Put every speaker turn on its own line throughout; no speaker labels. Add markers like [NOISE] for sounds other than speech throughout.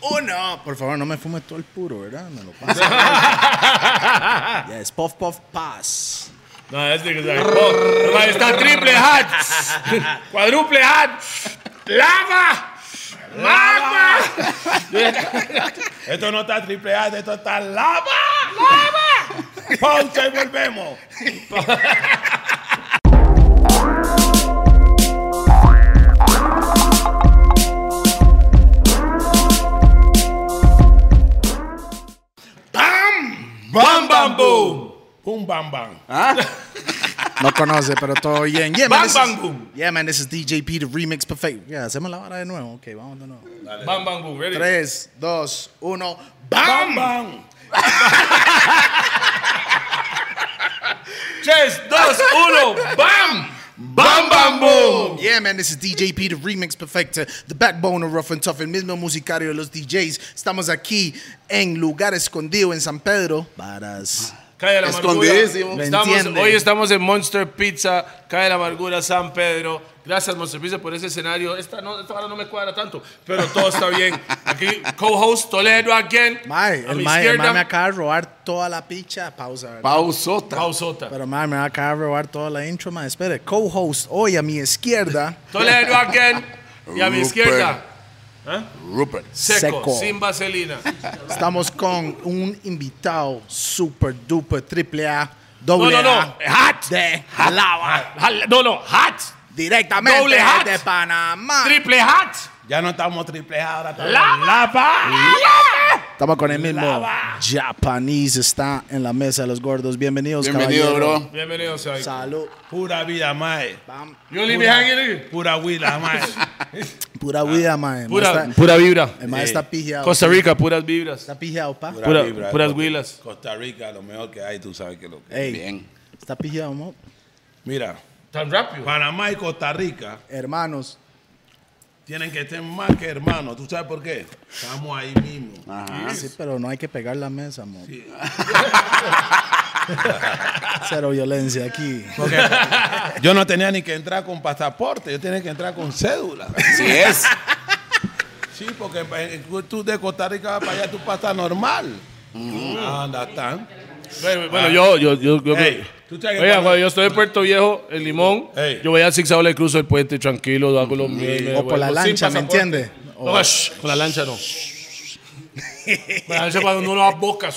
uno. Por favor, Oh, no me fumes todo el puro, ¿verdad? Me lo
[LAUGHS]
pasa. yes, puff, puff, pass.
No, es de que se acabó. Está triple hat. Cuádruple hat. Lava. Lava. esto no está triple hat, esto está lava. Lava. Pausa y volvemos. Bam, bam, boom. Boom, bam, bam.
¿Ah? No conoce, pero todo bien. Yeah, man,
Bam,
this
bam,
is-
boom.
Yeah, man, this is DJP, the remix perfecto. Yeah, hacemos la vara de nuevo. Ok, vamos de nuevo.
Bam, bam, boom. Ready?
Tres, dos, uno.
Bam,
¡Bam!
bam. [LAUGHS] Tres, dos, uno. Bam. Bam, bam, boom.
Yeah, man, this is DJP, the remix perfecta, the backbone of Rough and Tough, el mismo musicario de los DJs. Estamos aquí en lugar escondido en San Pedro. Varas.
Calle de la Amargura.
Escondidísimo.
Me
Estamos,
entiende.
hoy estamos en Monster Pizza, Calle de la Amargura, San Pedro. Gracias, Monster Pizza, por ese escenario. Esta, no, esta hora no me cuadra tanto, pero todo está bien. Aquí, co-host Toledo again.
Mae,
a
el mae,
mi
el mae me
izquierda,
acaba de robar toda la picha. Pausa, ¿verdad?
Pausota.
pausota.
Pero mae, me acaba de robar toda la intro, mae. Espere, co-host hoy a mi izquierda.
Toledo again. Y a mi
Rupert.
izquierda,
Rupert.
seco,
Seco.
sin vaselina.
Estamos con un invitado super duper triple A, doble
No, no, no.
A. Hat de Jalaba.
Jala- No, no, hat.
Directamente
Doble hat.
de Panamá.
Triple hat.
Ya no estamos triple ahora. estamos-
Estamos con el mismo Japanese está en la mesa de los gordos. Bienvenidos,
Bienvenido,
caballero.
bro.
Bienvenidos ahí.
Salud.
Pura vida, mae.
Pam.
You leave me hanging.
Pura [LAUGHS] vida, mae.
Pura vida, mae.
Pura,
Mae está-
pura vibra.
El mae está pijeado.
Costa Rica, puras vibras.
Está pijeado, pa.
Pura-
vibra,
puras
Costa-
huilas.
Costa Rica, lo mejor que hay, tú sabes que lo que.
Ey,
Bien.
Está pijeado, mo.
Eh, Mira,
Tan rápido.
Panamá y Costa Rica
Hermanos.
tienen que ser más que hermanos. ¿Tú sabes por qué? Estamos ahí mismo.
Ah, Sí, pero no hay que pegar la mesa, mo. [LAUGHS] Cero violencia aquí.
[LAUGHS] Porque yo no tenía ni que entrar con pasaporte, yo tenía que entrar con cédula.
Así es.
Sí, porque eh, tú de Costa Rica vas para allá, tú pasas normal. Anda, tan.
Bueno, bueno, yo, yo, yo, yo-
Ah. Ey, tú sabes que
Oiga,
cuando-
cuando yo estoy en Puerto Viejo, en Limón,
Ey.
yo voy a Six Hour, le cruzo el puente tranquilo, hago lo mío. y me
O por la
devuelvo, sin
lancha, ¿me
pasaporte.
entiende?
No,
O-
shh, con la lancha no. con la lancha cuando uno lo aboca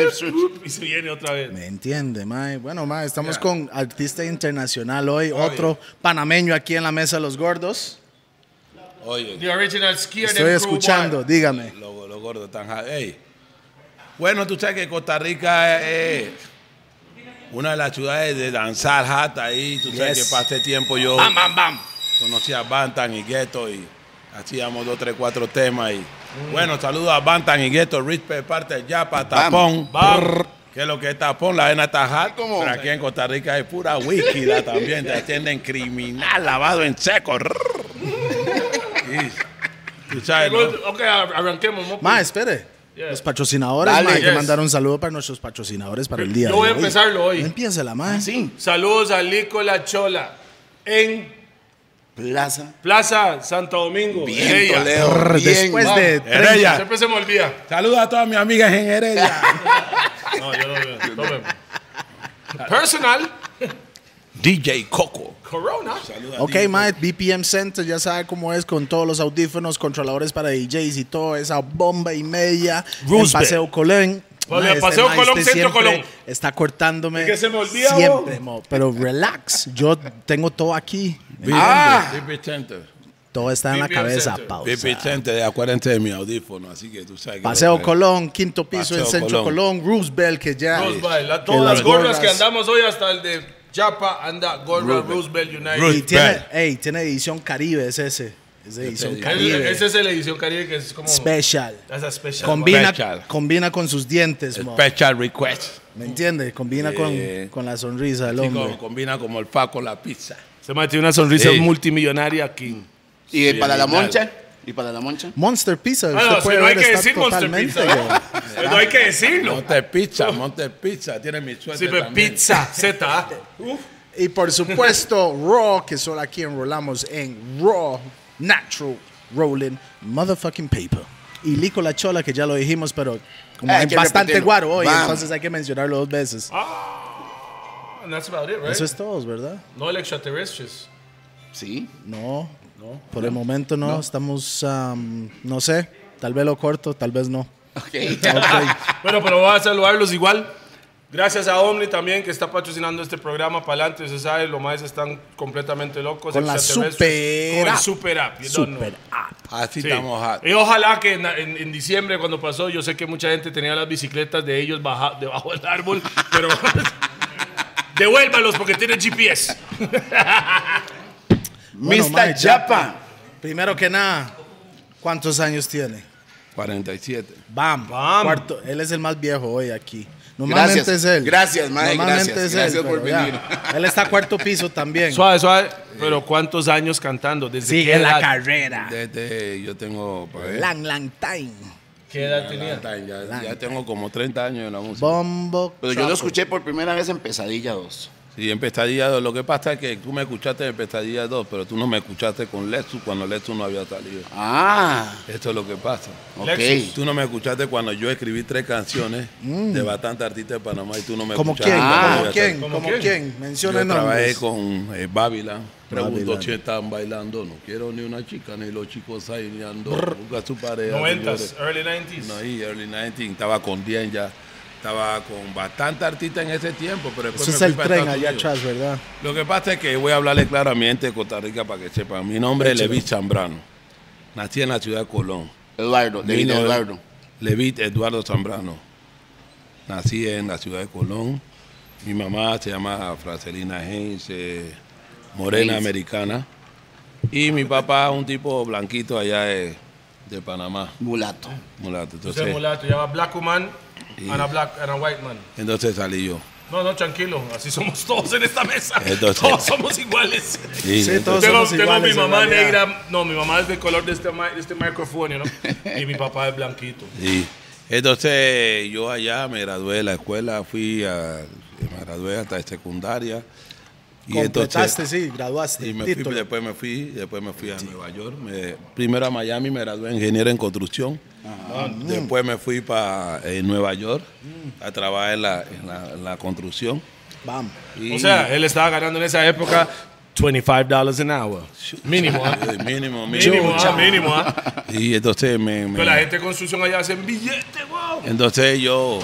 [LAUGHS]
y se viene otra vez.
Me entiende, mae. Bueno, mae, estamos con artista internacional hoy, otro panameño aquí en la mesa de los gordos.
Oye,
The original skier
Estoy escuchando, dígame.
los lo gordos están. ja- Ey. Bueno, tú sabes que Costa Rica es, es una de las ciudades de danzar jata ahí. Tú sabes
Yes.
que para este tiempo
[LAUGHS]
yo
Ah,
Bam, bam, bam.
conocí a Bantan y Ghetto y hacíamos dos, tres, cuatro temas. Y, Bueno, saludos a Bantan y Ghetto, Rich Pe, parte del Yapa, Tapón.
Bam.
Que lo que es tapón, la vena tajada.
¿Cómo?
Pero aquí en Costa Rica es pura whisky también. Te atienden criminal, lavado en seco. Y- tú sabes, ¿no?
Ok, arranquemos. Mopi.
Mae, espere.
Yeah.
Los patrocinadores,
Dale,
mae, hay que
yes.
mandar un saludo para nuestros patrocinadores para el día
Yo
de
voy a
hoy.
empezarlo hoy. Ah,
Empieza la mae.
Sí.
Saludos a Nicola Chola en
Plaza.
Plaza Santo Domingo.
Bien,
Heredia.
Toledo.
Brr,
Bien.
Después de
Vamos.
30,
Heredia.
Siempre se me olvida.
Saludos a todas mis amigas en Heredia.
[LAUGHS] No, yo no veo. No veo. Personal,
DJ Coco.
Corona.
Saludos a
Ok,
DJ
mae, BPM Center, ya sabe cómo es con todos los audífonos, controladores para DJs y todo, esa bomba y media. En
Roosevelt.
Paseo Colón.
Vale,
Mae, este
Paseo
mae,
Colón,
este
Centro
siempre
Colón.
Está cortándome.
Es que se me olvida, bo.
Siempre, mo, pero relax, yo tengo todo aquí.
Ah. Vipi Center.
Todo está en la
BPM
cabeza,
Center.
pausa.
Vipi Center, acuérdense de mi audífono, así que tú sabes que
Paseo
lo-
Colón, quinto piso
Paseo
en Centro Colón. Roosevelt, que ya.
Roosevelt. La-
que
todas las gorras,
gorras-
que andamos hoy, hasta el de Japa, anda gorra Roosevelt, United.
Y
Roosevelt.
tiene, ey, tiene edición Caribe, es ese. Es de edición
El-
Caribe.
El- Esa es la edición Caribe que es como.
Special.
Esa special.
Combina,
Special.
combina con sus dientes, mo.
Special Request.
¿me entiendes? Combina con,
Yeah.
con la sonrisa del
Sí,
hombre.
como- combina como el Paco la pizza.
Se mantiene una sonrisa
Sí.
multimillonaria aquí.
Y eh, para la
Bien,
moncha. Y para la moncha.
Monster Pizza, usted
Ah, no, si
puede
no hay
ver,
que
está
decir Monster
totalmente.
Pizza. ¿verdad?
yo.
Pues no hay que decirlo.
Monte Pizza, Monte Pizza, tiene mi suerte.
Sí, pero
también.
pizza, Z. [LAUGHS] Uf.
Y por supuesto, Raw, que solo aquí enrolamos en Raw Natural Rolling Motherfucking Paper. Y Lico La Chola, que ya lo dijimos, pero como
Hay
hay
que
bastante
repetirlo.
guaro hoy,
Vamos.
entonces hay que mencionarlo dos veces.
Ah, And that's about it, right?
Eso es todo, ¿verdad?
No el extraterrestres. [LAUGHS]
Sí.
No, por el momento no, estamos, am, no sé, tal vez lo corto, tal vez no.
[LAUGHS] Ok.
Bueno, pero voy a saludarlos igual. Gracias a Omni también que está patrocinando este programa para adelante. Usted sabe, los más están completamente locos.
Con la
extraterrestres.
super
Con el
app.
super app. you don't know.
Super app.
Así
Sí.
estamos hot.
Y ojalá que en, en- en diciembre, cuando pasó, yo sé que mucha gente tenía las bicicletas de ellos baja- debajo del árbol, [LAUGHS] pero devuélvalos porque tienen GPS.
Bueno, mae,
Mr. Japa.
Primero que nada, ¿cuántos años tiene?
47.
Bam.
Bam.
Cuarto. Él es el más viejo hoy aquí. Normalmente es
Gracias.
él.
Gracias, mae,
Normalmente
gracias.
es
Gracias
él.
por
pero ya.
venir.
Él está cuarto piso también.
Suave, suave. Pero ¿cuántos años cantando? ¿Desde
Sigue
qué
la
edad?
carrera.
Desde yo tengo. pa' ver,
Lang Lang Time.
¿Qué edad
ya,
tenía?
ya- ya tengo como 30 años en la música.
Bombo.
Pero Pues yo lo
Chapo.
escuché por primera vez en Pesadilla 2.
Sí, en Pesadilla 2. Lo que pasa es que tú me escuchaste en Pesadilla 2, pero tú no me escuchaste con Lexus cuando Lexus no había salido.
Ah,
Esto es lo que pasa.
ok.
Lexus.
Tú no me escuchaste cuando yo escribí tres canciones de bastantes artistas de Panamá y tú no me
¿Como
escuchaste.
Mm. quién? ¿Como quién?
cuando yo
¿Como
¿Como
quién?
quién? Menciona
Yo trabajé
nombres.
con eh, Babylon. Pregunto
Babylon.
si están bailando. No quiero ni una chica, ni los chicos ahí, ni ando. Busca su pareja.
90s,
señores.
early 90s.
No, y early 90, estaba con Dien ya. Estaba con bastante artistas en ese tiempo. Pero después
Eso
me
es
fui
el
para
tren
Estados
allá
Unidos.
atrás, ¿verdad?
Lo que pasa es que voy a hablarle claramente de Costa Rica para que sepan. Mi nombre es Levi Zambrano. Nací en la ciudad de Colón.
Eduardo, David
Mino-
Eduardo.
Levit Eduardo Zambrano. Nací en la ciudad de Colón. Mi mamá se llama Francelina Haynes, eh, morena
Haynes.
americana. Y mi papá, un tipo blanquito allá de, de Panamá,
Mulato.
mulato.
Usted es
Entonces,
mulato, llama Black Woman and a Black and a White Man.
entonces salí yo.
No, no, tranquilo, así somos todos en
[LAUGHS]
esta mesa.
Entonces-
Todos somos iguales.
Y
Sí,
entonces-
todos
tengo
somos
tengo
iguales
mi
en
mamá
realidad.
negra, no, mi mamá es del color de este, ma- de este micrófono, ¿no?
[LAUGHS]
Y mi papá es blanquito.
Sí. Entonces yo allá me gradué de la escuela, fui a, me gradué hasta de secundaria. Y entonces,
Completaste, sí, graduaste.
y me fui,
título.
después me fui, después me fui a Nueva York. Me- primero a Miami me gradué de ingeniero en construcción. Ah, mm. Después me fui para Nueva York a trabajar en la, en la- en la construcción.
Bam.
Y-
O sea, él estaba ganando en esa época 25 dólares an hour. Mínimo, ¿ah?
Sí,
Mínimo,
mínimo, mínimo.
¿ah? mínimo, ¿ah?
Y entonces me, me-
Pero la gente de construcción allá hacen billete, wow.
Entonces yo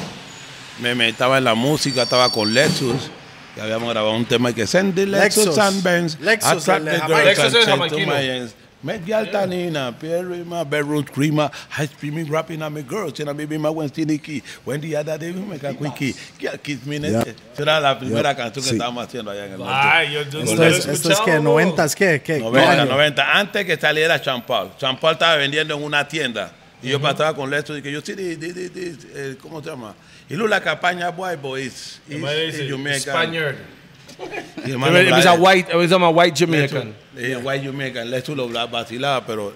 me metaba en la música, estaba con Lexus. que habíamos grabado un tema que send the Lexus,
Lexus.
Sunburns.
Lexus, el
attract the
de
girls
Jamaica.
Lexus
and
es
send to
jamaiquino.
my ends. Met Yal Tanina, Pierre Rima, Beirut Crema, High Screaming Rapping on my girls, and I be my when Stinky, when the other day we make a quickie, yeah, kiss me
Yeah.
next. Esa era la primera
Yeah.
canción que
Sí.
estábamos haciendo allá en el norte.
Ay, yo, yo no
Esto
lo he
es, esto es
escuchado,
que,
bro.
¿noventas qué? ¿Qué?
90,
año?
90. Antes que saliera Champal. Champal estaba vendiendo en una tienda. Y yo pasaba con Lexus y que yo sí, di- di- di- di- eh, ¿cómo se llama? Y Lula Capaña, boy, boys.
Mi madre dice, español.
Y el hermano
It was a
Brian,
white, it was a white
Lexus,
Jamaican.
le dije, white Jamaican. Lexus lo bla- vacilaba, pero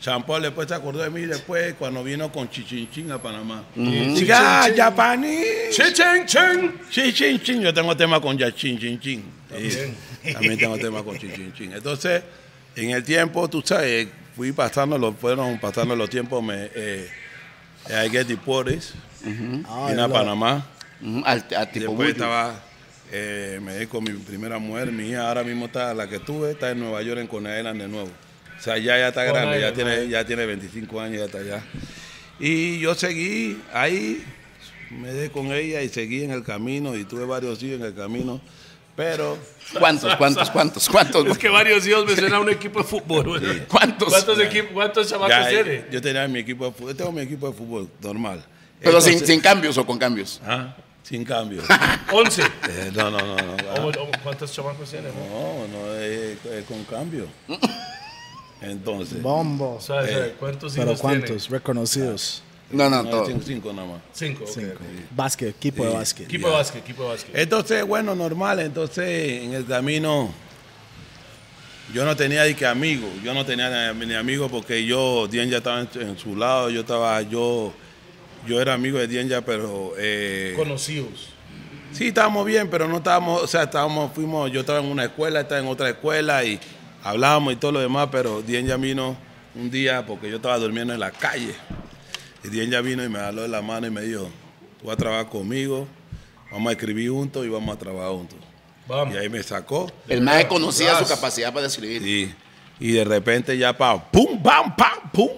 Champal después se acordó de mí después cuando vino con Chichinchín a Panamá. Diga, "Ah, japonés.
Ching, ching, ching.
Sí, chin, chin. Yo tengo tema con ya chin, chin, chin. También. También tengo tema con chin, chin, chin. Entonces, en el tiempo, tú sabes, fui pasando los, fueron pasando los tiempos, me, eh, I get deported,
Ah,
vine a
lo-
Panamá.
Ujú, Al, a tipo
Después
Whitney.
estaba, eh, me di con mi primera mujer, mi hija ahora mismo está, la que tuve, está en Nueva York, en Coney Island de nuevo. O sea, ya, ya está
Coney
grande, ya
Island,
tiene,
madre.
ya tiene 25 años, ya está allá. Y yo seguí ahí, me dejé con ella y seguí en el camino y tuve varios hijos en el camino, pero
¿Cuántos, cuántos, cuántos, cuántos?
[LAUGHS] Es que varios hijos me suena a un equipo de fútbol. güey.
¿Cuántos?
¿Cuántos, equipos, cuántos chamacos
ya,
tiene?
yo tenía mi equipo de fútbol, yo tengo mi equipo de fútbol normal.
Pero sin,
Entonces-
sin cambios o con cambios.
Ah,
[LAUGHS]
sin cambio.
Once.
Eh, no, no, no, no.
O- o- ¿Cuántos chamacos tiene? güey?
No, no es, es con
[LAUGHS]
cambio. Entonces,
Bombo.
O sea, o
Eh,
sea, ¿Cuántos
Pero
hijos
¿cuántos? Reconocidos.
Ah,
No, no,
no,
todo.
cinco, cinco nada más.
tiene? Cinco. ok,
Cinco.
ok.
Básquet, equipo de básquet.
Equipo de básquet, equipo de básquet.
Entonces, bueno, normal. Entonces, en el camino, yo no tenía ni que amigos. Yo no tenía ni, ni amigos porque yo, Dien ya estaba en, en su lado. Yo estaba, yo, yo era amigo de Dien ya, pero. eh,
Conocidos.
Sí, estábamos bien, pero no estábamos, o sea, estábamos, fuimos, yo estaba en una escuela, estaba en otra escuela y hablábamos y todo lo demás, pero Dien ya vino un día porque yo estaba durmiendo en la calle. Y Dien ya vino y me jaló de la mano y me dijo, tú vas a trabajar conmigo, vamos a escribir juntos y vamos a trabajar juntos.
Vamos.
Y ahí me sacó.
El mae conocía
Ras.
su capacidad para escribir.
Y, y de repente ya pa, pum, pam, pam, pum.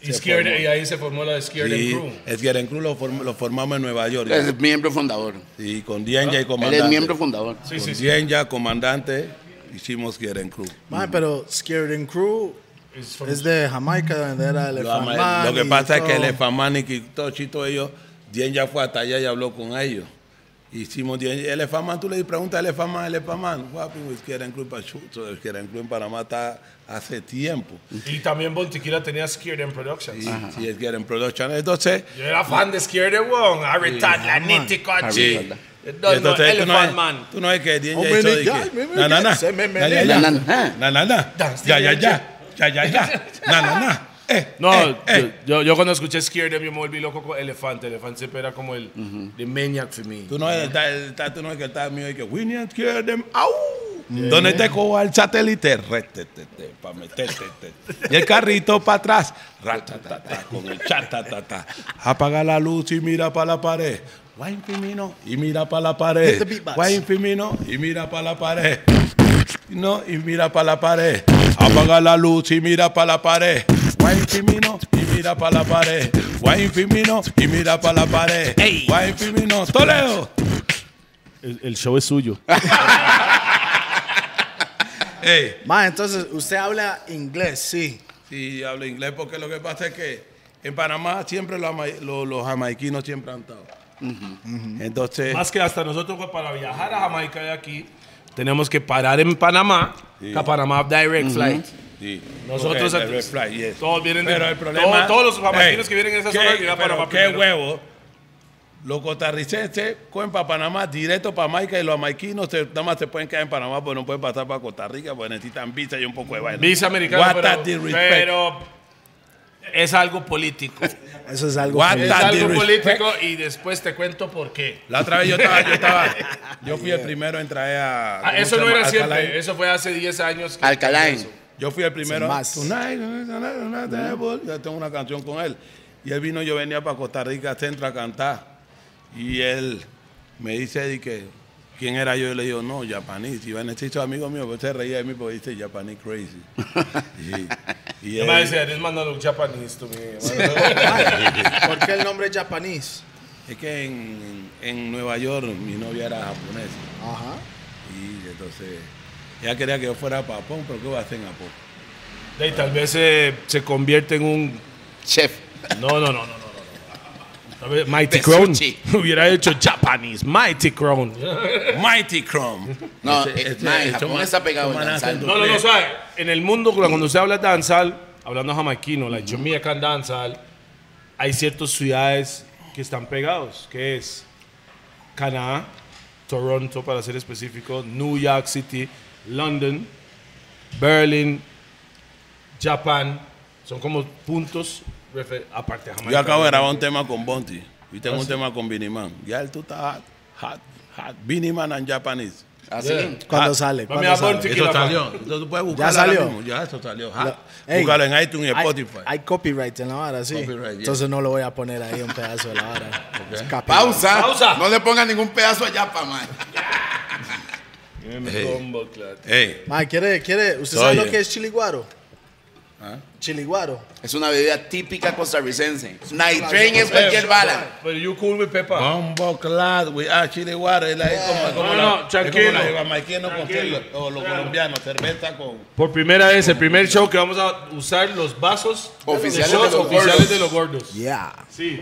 Y, Scared-
formó.
y ahí se formó la Scared and
Y
Crew.
el Guerren Cruz lo, form- lo formamos en Nueva York.
Es miembro fundador.
Y con Dien ya y
Él
comandante.
es miembro fundador.
Sí,
con
sí, sí.
Dien ya, comandante, hicimos Guerren Cruz.
Mae, pero Scared and Crew
It's from-
es de Jamaica, donde era el
Lo, ama-
Efamán
lo que
y
pasa es
todo.
que el Efamanic y todo chito ellos, Dien ya fue hasta allá y habló con ellos. Hicimos Dien, el Efaman, tú le preguntas al Efaman, el Efaman, guapi, Izquierda en Club Pachucho, Izquierda en Club en Panamá está hace tiempo.
Y también Bontiquila tenía Scared and Productions.
Y si Izquierda en Production, entonces,
Yo era fan de Scared and Wong. Arretat, la Nítico,
Sí.
G.
entonces tú, no
Elephant
ves,
Man.
tú no ves que Dien
Oh,
ya
me
hizo
le-
de
ya,
que,
me- me-
na, na, na,
se me- me-
na, ya,
le-
ya,
Na, na,
na, na, na,
Dance,
ya, ya,
dance,
ya, ya,
[LAUGHS]
ya, ya, na, na, na, eh,
No,
eh, eh.
yo, yo- yo cuando escuché Scared, yo me volví loco con Elefante. Elefante siempre era como el the maniac for me.
Tú no ves el ta- el ta- tú no ves que el tal mío y que we need to cure them out. ¿Dónde te coba el satélite? Retetete, pa' meterte. te- Y el carrito para atrás. Ratatata, con el chatatata. Apaga la luz y mira para la pared. Guay infimino y mira para la
Hit
pared.
the beatbox.
Guay infimino y mira para la pared. No, y mira para la pared. Apaga la luz y mira para la pared. Guay infimino y mira para la pared. Guay infimino y mira para la pared. Guay infimino, Toledo.
El, show es suyo.
[LAUGHS] Ey,
Mae, entonces usted habla inglés, sí.
sí, hablo inglés porque lo que pasa es que en Panamá siempre los, ama- los- los jamaiquinos siempre han estado. Entonces,
Más que hasta nosotros pues, para viajar a Jamaica de aquí, tenemos que parar en Panamá, a Panamá Direct Flight.
sí.
Nosotros-
Ok, the red flag, yes.
Todos vienen de-
Pero el
todos-
problema,
todos los jamaiquinos
Ey,
que vienen en esa
qué-
zona llegan a
pero
Panamá
qué
primero.
huevo. Los costarricenses cogen para Panamá directo para Jamaica y los jamaiquinos se- nada más se pueden quedar en Panamá porque no pueden pasar para Costa Rica porque necesitan visa y un poco de vaina.
Visa
What
americana,
a
pero,
disrespect.
pero es algo político.
Eso es algo.
What
que-
es
That
algo
disrespect.
político y después te cuento por qué.
La otra vez yo estaba, yo estaba, yo fui el primero en traer a...
Ah,
¿cómo
eso
se
no
llama?
era siempre,
Alkaline.
eso fue hace 10 años. que-
Alcalain.
Yo fui el primero.
Sin más.
Tonight, tonight, tonight, tonight, tonight. Yo tengo una canción con él. Y él vino, yo venía para Costa Rica Centro a cantar. Y él me dice di que quién era yo. Y le digo, no, japonés. Y van estos amigos míos, pues se reía de mí porque dice japonés
[LAUGHS]
crazy. y, y
Yo
él-
me decía, "This man don't look Japanese to me".
Mae, ¿Por qué el nombre es japonés?
es que en, en Nueva York mi novia era japonesa.
Ajá.
Y entonces ella quería que yo fuera a Japón, pero ¿qué voy a hacer en Japón?
Y tal vez eh, se convierte en un
Chef.
No, no, no, no, no, no. Tal vez Mighty
De
Crown
sushi.
[LAUGHS] hubiera hecho Japanese. Mighty Crown.
Mighty Chrome.
No,
Ese-
eh,
ese-
mae,
ese
Japón
man-
está pegado
ese
en
man hace
danzal.
el
No, no, no,
doble.
¿sabes? En el mundo, cuando cuando se habla danzal, hablando jamaiquino, la Jamaican danzal, hay ciertas ciudades que están pegados, que es Canadá, Toronto, para ser específico, New York City, London, Berlin, Japón. Son como puntos, refer- aparte de Jamaica.
Yo acabo de grabar un tema con Bonti y tengo un tema con Biniman. Ya él tú estás hot, hot, hot. Biniman and Japanese.
Así.
¿Cuándo
Ah,
sale?
mami,
¿Cuándo
a
sale?
Bonte- Sí, que
Eso
la-
salió. Entonces tú puedes buscarlo ahora
salió?
mismo. Ya eso salió. hot.
Lo- Ey,
Búscalo en iTunes y
hay-
Spotify.
Hay, copyright en la vara, sí.
Copyright, yeah.
Entonces no lo voy a poner ahí un pedazo de la vara. Es copyright.
Pausa.
Pausa.
No le pongan ningún pedazo allá, pa, mae.
Ey.
Combo, claro.
Ey,
Mae, ¿quiere, quiere? ¿Usted sabe
Oye.
lo que es chiliguaro?
¿Ah?
Chiliguaro.
Es una bebida típica costarricense. Night Train es cualquier bala.
Pero you cool with Peppa.
Bombo Clad, we are Chile Water. Es la- es como, es como
No,
la-
no,
es como
tranquilo.
la jamaiquina con
Tranquilo.
cel- o los colombianos, cerveza con.
Por primera vez, el primer show que vamos a usar los vasos
Oficiales
shots
de los
oficiales
gordos.
de los gordos.
Yeah.
Sí.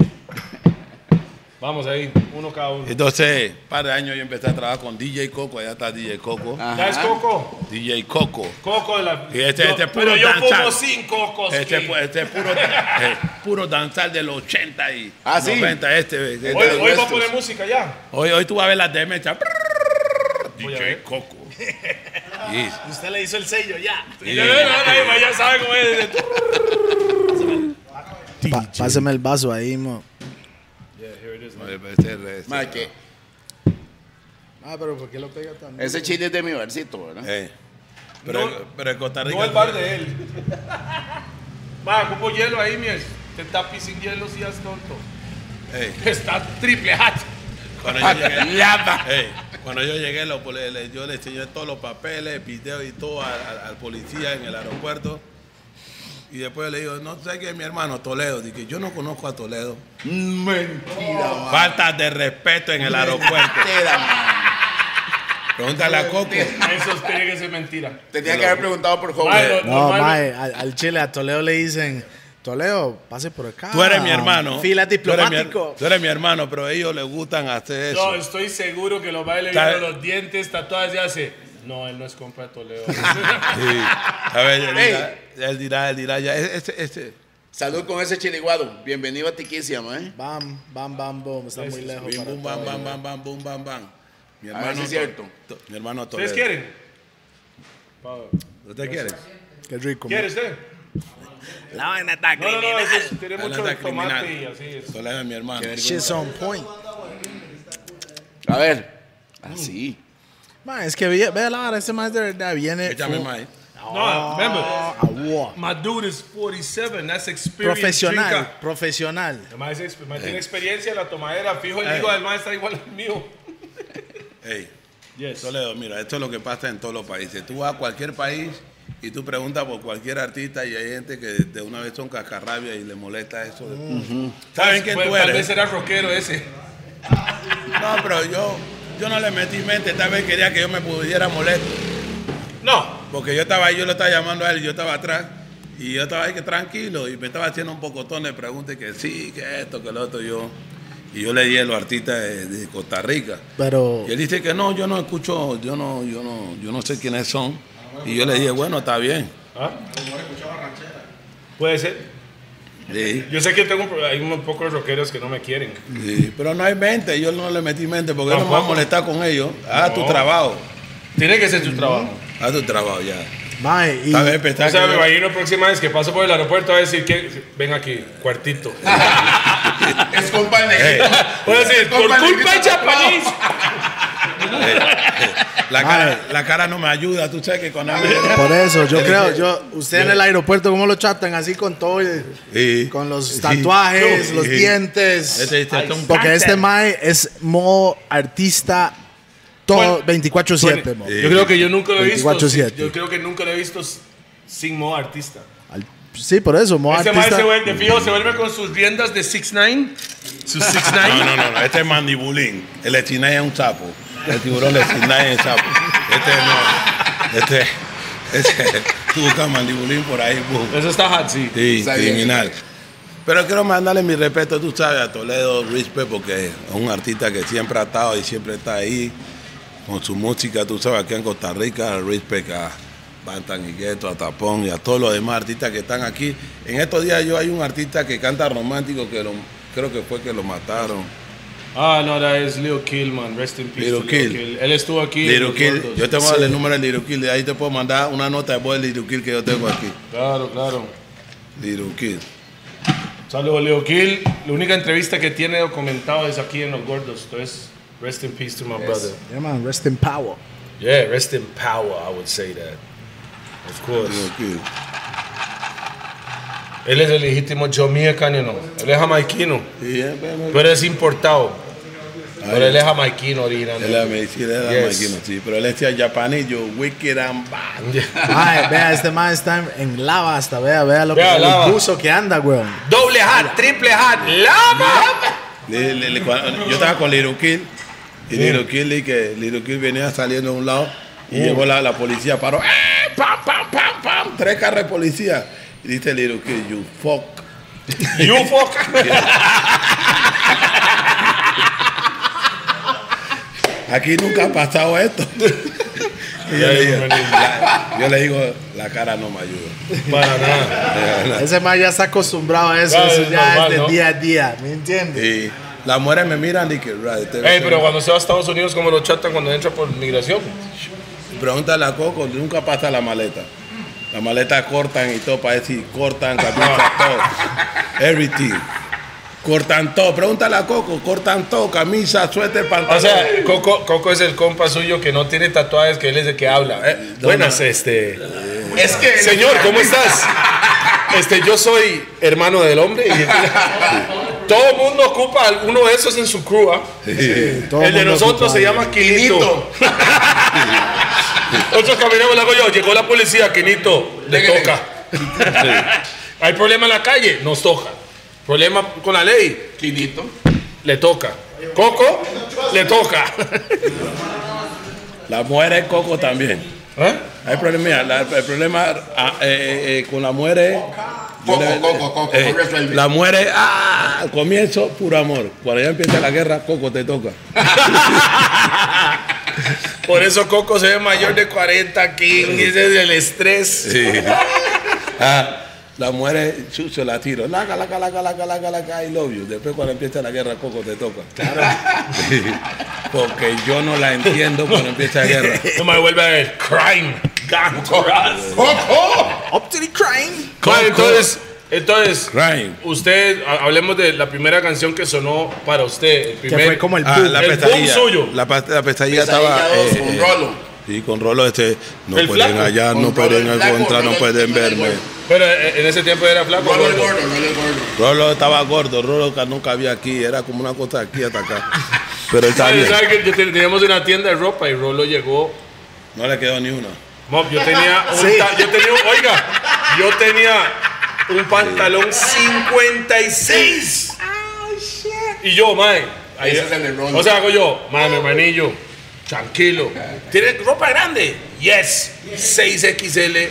Vamos ahí, uno cada uno.
Entonces, par de años yo empecé a trabajar con DJ Coco. Allá está DJ Coco.
¿Ya es Coco?
DJ Coco.
Coco de la.
Y este-
Yo-
este puro
pero yo
danza.
como sin cocos.
Este,
King.
pu- este puro, [LAUGHS] eh, puro danzar del 80 y
Ah, sí.
90 este.
hoy
de
este.
los
hoy va a
nuestros.
poner música ya.
Hoy, hoy tú vas a ver las demencias.
Voy a
DJ
ver. [LAUGHS]
Coco. Yes.
Usted le hizo el sello, ya.
Y ya, ya, ya, ya, ya sabe cómo es.
pásame el vaso ahí, mo.
Este, este.
Mae, que
Ah, pero ¿por qué lo pega tan
ese chile es de mi barcito, ¿verdad?
Eh, Pero,
No-
pero en Costa
[LAUGHS]
Rica.
No el bar de él. Va, ocupo hielo ahí, mies. Te tapi sin hielo si es tonto. [LAUGHS]
Ey,
Está triple H.
cuando yo llegué,
Llama.
ey, cuando yo llegué, lo- le- le- yo le enseñé todos los papeles, videos y todo al, al- al policía en el aeropuerto. Y después le digo, no sé qué es mi hermano Toledo. Dije, yo no conozco a Toledo.
Mentira,
Ah.
man.
Falta de respeto en
[LAUGHS]
el aeropuerto.
Mentira, man.
Pregúntale a Coco.
Eso tiene que ser mentira.
Tenía que haber preguntado por joven.
Mano,
No,
normal-
mae, al, al chile, a Toledo le dicen, Toledo, pase por acá.
Tú eres mi hermano.
Ah. Fila
Tú eres mi her-
diplomático.
Tú eres mi hermano, pero a ellos les gustan hacer eso.
No, estoy seguro que los bailes
Tal-
vieron los dientes, tatuajes y hace. No, él no es compa de Toledo.
Sí. A ver, él dirá, él dirá, él dirá, ya, este, este.
Salud con ese chiriguado. Bienvenido a Tiquicia, man.
Bam, bam, bam, boom. Está muy lejos.
Bim,
para Ah, todo.
bum, bam, bam, bam, bam, bum, bam, bam. Mi
A ver si es
To-
cierto.
To- Mi hermano Toledo.
¿Ustedes quieren?
¿Usted quiere?
Qué rico.
¿Quiere usted?
La vaina está
No, no, no, eso es- tiene
Adelante,
mucho tomate
criminal.
y así es.
Toledo es mi hermano.
She's on point.
A ver. Ah, Así.
Mae, es que ve, ve la vara, ese mae de verdad viene.
Échame
fu-
más.
No, remember,
Ah, a war.
my dude is 47, that's experience.
Profesional,
drinker.
profesional.
El mae es exper- el mae
Eh.
tiene experiencia, la tomadera, fijo, el
Ey.
higo del mae está igual al mío.
Ey,
Yes.
Toledo, mira, esto es lo que pasa en todos los países. Tú vas a cualquier país y tú preguntas por cualquier artista y hay gente que de una vez son cascarrabias y le molesta eso. de- ¿Saben quién tú
Pues, Tal
eres?
vez era rockero ese.
No, pero yo, yo no le metí mente, tal vez quería que yo me pudiera molesto.
No,
Porque yo estaba ahí, yo lo estaba llamando a él, yo estaba atrás. Y yo estaba ahí que tranquilo. Y me estaba haciendo un pocotón de preguntas que sí, que esto, que lo otro. Yo, y yo le dije a los artistas de, de Costa Rica.
Pero
Y él dice que no, yo no escucho, yo no, yo no, yo no sé quiénes son. Y yo le dije, bueno, está bien.
¿Ah? puede ser.
Sí,
Yo sé que tengo un pro- hay un poco de rockeros que no me quieren.
sí. Pero no hay mente, yo no le metí mente porque yo no me voy a
Tampoco.
molestar con ellos. Haz tu
No.
trabajo,
Tiene que ser tu trabajo.
haz tu trabajo ya.
mae, y
Tal vez pensaba
O sea,
que
me
yo-
imagino la próxima vez que paso por el aeropuerto a decir que ven aquí, cuartito.
Es compa el negrito.
Voy a decir, por
Compa, le
culpa de
grito, [LAUGHS]
Japanese.
Ah.
la, cara, la cara no me ayuda, tú sabes que con la-
por eso yo creo, yo usted en el aeropuerto cómo lo chatan así con todo el-
Sí.
con los
Sí.
tatuajes,
Sí.
los dientes.
Este- este es un-
porque este mae es mo artista todo
Bueno,
24/7, mo.
Yo creo que yo nunca lo he visto.
24/7.
Yo creo que nunca lo he visto s- sin modo artista.
Al- Sí, por eso, mo
Ese maestro
artista.
se vuelve, de fijo, se vuelve con sus riendas de 6ix9ine. Sus 6ix9ine.
No, no, no, no, este es mandibulín. El estinay es un sapo. El tiburón de estinay es un sapo. Este no. Este, este tú buscas mandibulín por ahí, boom.
Eso está hot, sí.
Sí,
Está bien.
criminal. [LAUGHS] Pero quiero mandarle mi respeto, tú sabes, a Toledo Rispe, porque es un artista que siempre ha estado y siempre está ahí con su música, tú sabes, aquí en Costa Rica, a Rispe, a Bantan y Gueto, a Tapón y a todos los demás artistas que están aquí. En estos días yo hay un artista que canta romántico que lo- creo que fue que lo mataron.
Ah, no, that is Leo Kill, man. Rest in peace.
Lil
to
Kill.
Él estuvo aquí. en
Little
los
Kill,
gordos.
yo tengo el número de Little Kill, de ahí te puedo mandar una nota de voz de Little Kill que yo tengo aquí.
Claro, claro.
Little Kill.
Saludos, Leo Kill. La única entrevista que tiene documentado es aquí en Los Gordos. Entonces, rest in peace to my brother.
Yeah, man, rest in power.
Yeah, rest in power, I would say that. Of course.
Little Kill.
Él es el legítimo Jamaican, you know. Él es jamaiquino,
Sí, eh, ve, ve, ve.
pero es importado. Pero él es jamaiquino
Él era
originalmente.
medicina, él era
Yes.
máquina, sí, pero él decía japonés, yo wicked and bad.
[LAUGHS]
Mae, vea, este mae está en lava hasta, vea, vea lo
Vea,
que
lava.
el buzo que anda, weón.
Doble hat, triple hat, lava.
Le- le- le- cuando- yo estaba con Little Kill y Little Kill, le que Little Kill venía saliendo de un lado y llegó la, la policía, paró, ¡eh! ¡Pam, pam, pam, pam! Tres carros de policía. Y dice Little Kill, you fuck.
You fuck. [LAUGHS]
Aquí nunca ha pasado esto. [LAUGHS] Y
[LAUGHS]
yo, le digo, la, yo le digo, la cara no me ayuda.
Para nada.
Ese mae ya está acostumbrado a eso,
Claro,
eso
es
ya
normal,
es de
¿no?
día a día, ¿me entiendes?
Y las mujeres me miran y que, "Right, este-
Ey, pero cuando se va a Estados Unidos, ¿cómo lo chatan cuando entra por migración?
Pregúntale a Coco, nunca pasa la maleta. La maleta cortan y todo, para decir, cortan, camisa, todo. Everything. Cortan todo. Pregúntale a Coco, cortan todo, camisa, suéter, pantalón.
O sea, Coco, Coco es el compa suyo que no tiene tatuajes, que él es el que habla. Eh, buenas, este.
Es que.
Señor, ¿cómo estás? este, yo soy hermano del hombre. [LAUGHS] y- todo el mundo ocupa uno de esos en su crúa.
todo
el de
mundo
nosotros
ocupa
se llama Quinito.
Quinito.
Nosotros caminamos, le hago yo. Llegó la policía, Quinito, le
Légale.
toca. Hay problema en la calle, nos toca. Problema con la ley,
Quinito.
le toca. Coco, le toca.
La mujer es coco también.
¿Eh?
Hay problema, la- el problema ah, eh, eh, con la mujer es. yo
Coco, coco, coco,
eh,
coco resuelve.
La mujer es, ah, al comienzo, puro amor. Cuando ya empieza la guerra, coco te toca.
Por eso Coco se ve mayor de 40, King. Ese es el estrés.
[LAUGHS] Ah, la mujer es, chucho, la tiro. Laca, laca, laca, laca, laca, laca, I love you. Después, cuando empieza la guerra, coco te toca. Sí. Porque yo no la entiendo cuando empieza la guerra.
No me vuelve a ver. Crime. Gantoras.
Up to the crime.
Bueno, entonces, entonces
Crime.
usted, ha- hablemos de la primera canción que sonó para usted. El primer,
fue como el
Ah,
boom.
la
[LAUGHS] El boom
pestadilla.
suyo.
La, pa- la pestadilla estaba.
Pesadilla dos,
eh,
con
eh,
Rolo.
Sí, con Rolo este. No
El
pueden
flaco.
allá,
Con
no pueden
Rolo el flaco,
encontrar, no
Rolo el-
pueden
Rolo el
verme.
gordo.
Pero eh, en ese tiempo era flaco.
Rolo el
gordo.
gordo, Rolo el gordo.
Rolo estaba gordo, Rolo ca- nunca había aquí, era como una cosa de aquí hasta acá. Pero él está
¿Sabes?
bien.
¿Sabes que yo te- Teníamos una tienda de ropa y Rolo llegó.
No le quedó ni una.
Mob, yo tenía un ta- yo tenía un- oiga, yo tenía un pantalón 56. Y yo, mae. ahí-
Ese es el de Rolo.
O sea, hago yo, mae, mi hermanillo, tranquilo. ¿Tienes ropa grande? Yes, 6XL,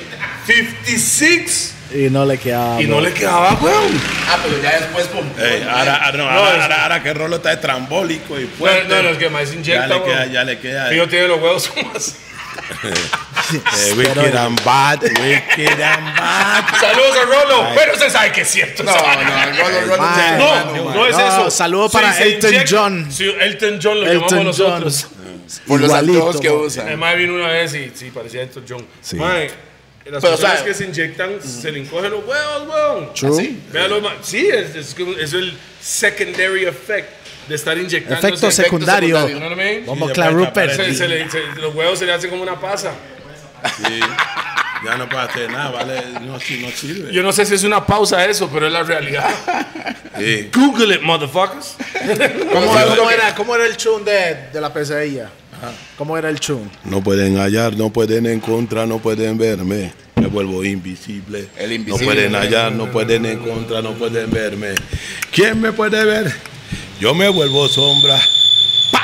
56.
Y no le quedaba.
Y no le quedaba, weón.
Ah, pero ya después pum, pum,
Ey,
ya.
ahora, ahora, no,
eh, No,
ahora-
es-
ahora- ahora que Rolo está estrambólico y
No,
fuerte.
no, no, es que mae se
ya
inyecta,
le queda,
weón.
ya le queda.
Y yo tiene los huevos [LAUGHS] como así. [LAUGHS]
eh, wicked and bad, wicked and bad.
Saludos a Rolo, pero se sabe que es cierto.
No, no, el Rolo, Rolo es
Ay,
hermano,
No,
man.
no es
No,
eso.
saludo
Si
para
se
Elton
inyecta-
John.
Sí, Elton John lo llamamos
Elton John.
nosotros.
Por los
Igualito,
anteojos que
man.
usan.
Además vino una vez y sí, parecía Elton John.
Sí.
Mae, las
Pero,
personas
¿sabe?
que se inyectan se le encogen los huevos, huevón.
Ah,
True.
Véalo, ma- sí, es, es, como- es el secondary effect de estar inyectando.
Efecto secundario.
You know what I mean?
Como
Sí,
Clark
después
Rupert.
Se- se le- se- los huevos se le hacen como una pasa.
Sí, ya no puede hacer nada, ¿vale? No, sí, no sirve.
Yo no sé si es una pausa eso, pero es la realidad.
Sí.
Google it, motherfuckers.
¿Cómo, cómo era, cómo era el chun de, de la pesadilla? ¿Cómo era el
[LAUGHS]
chun?
No pueden hallar, no pueden encontrar, no pueden verme. Me vuelvo invisible.
El
No
invisible.
pueden hallar, no pueden encontrar, no pueden verme. ¿Quién me puede ver? Yo me vuelvo sombra.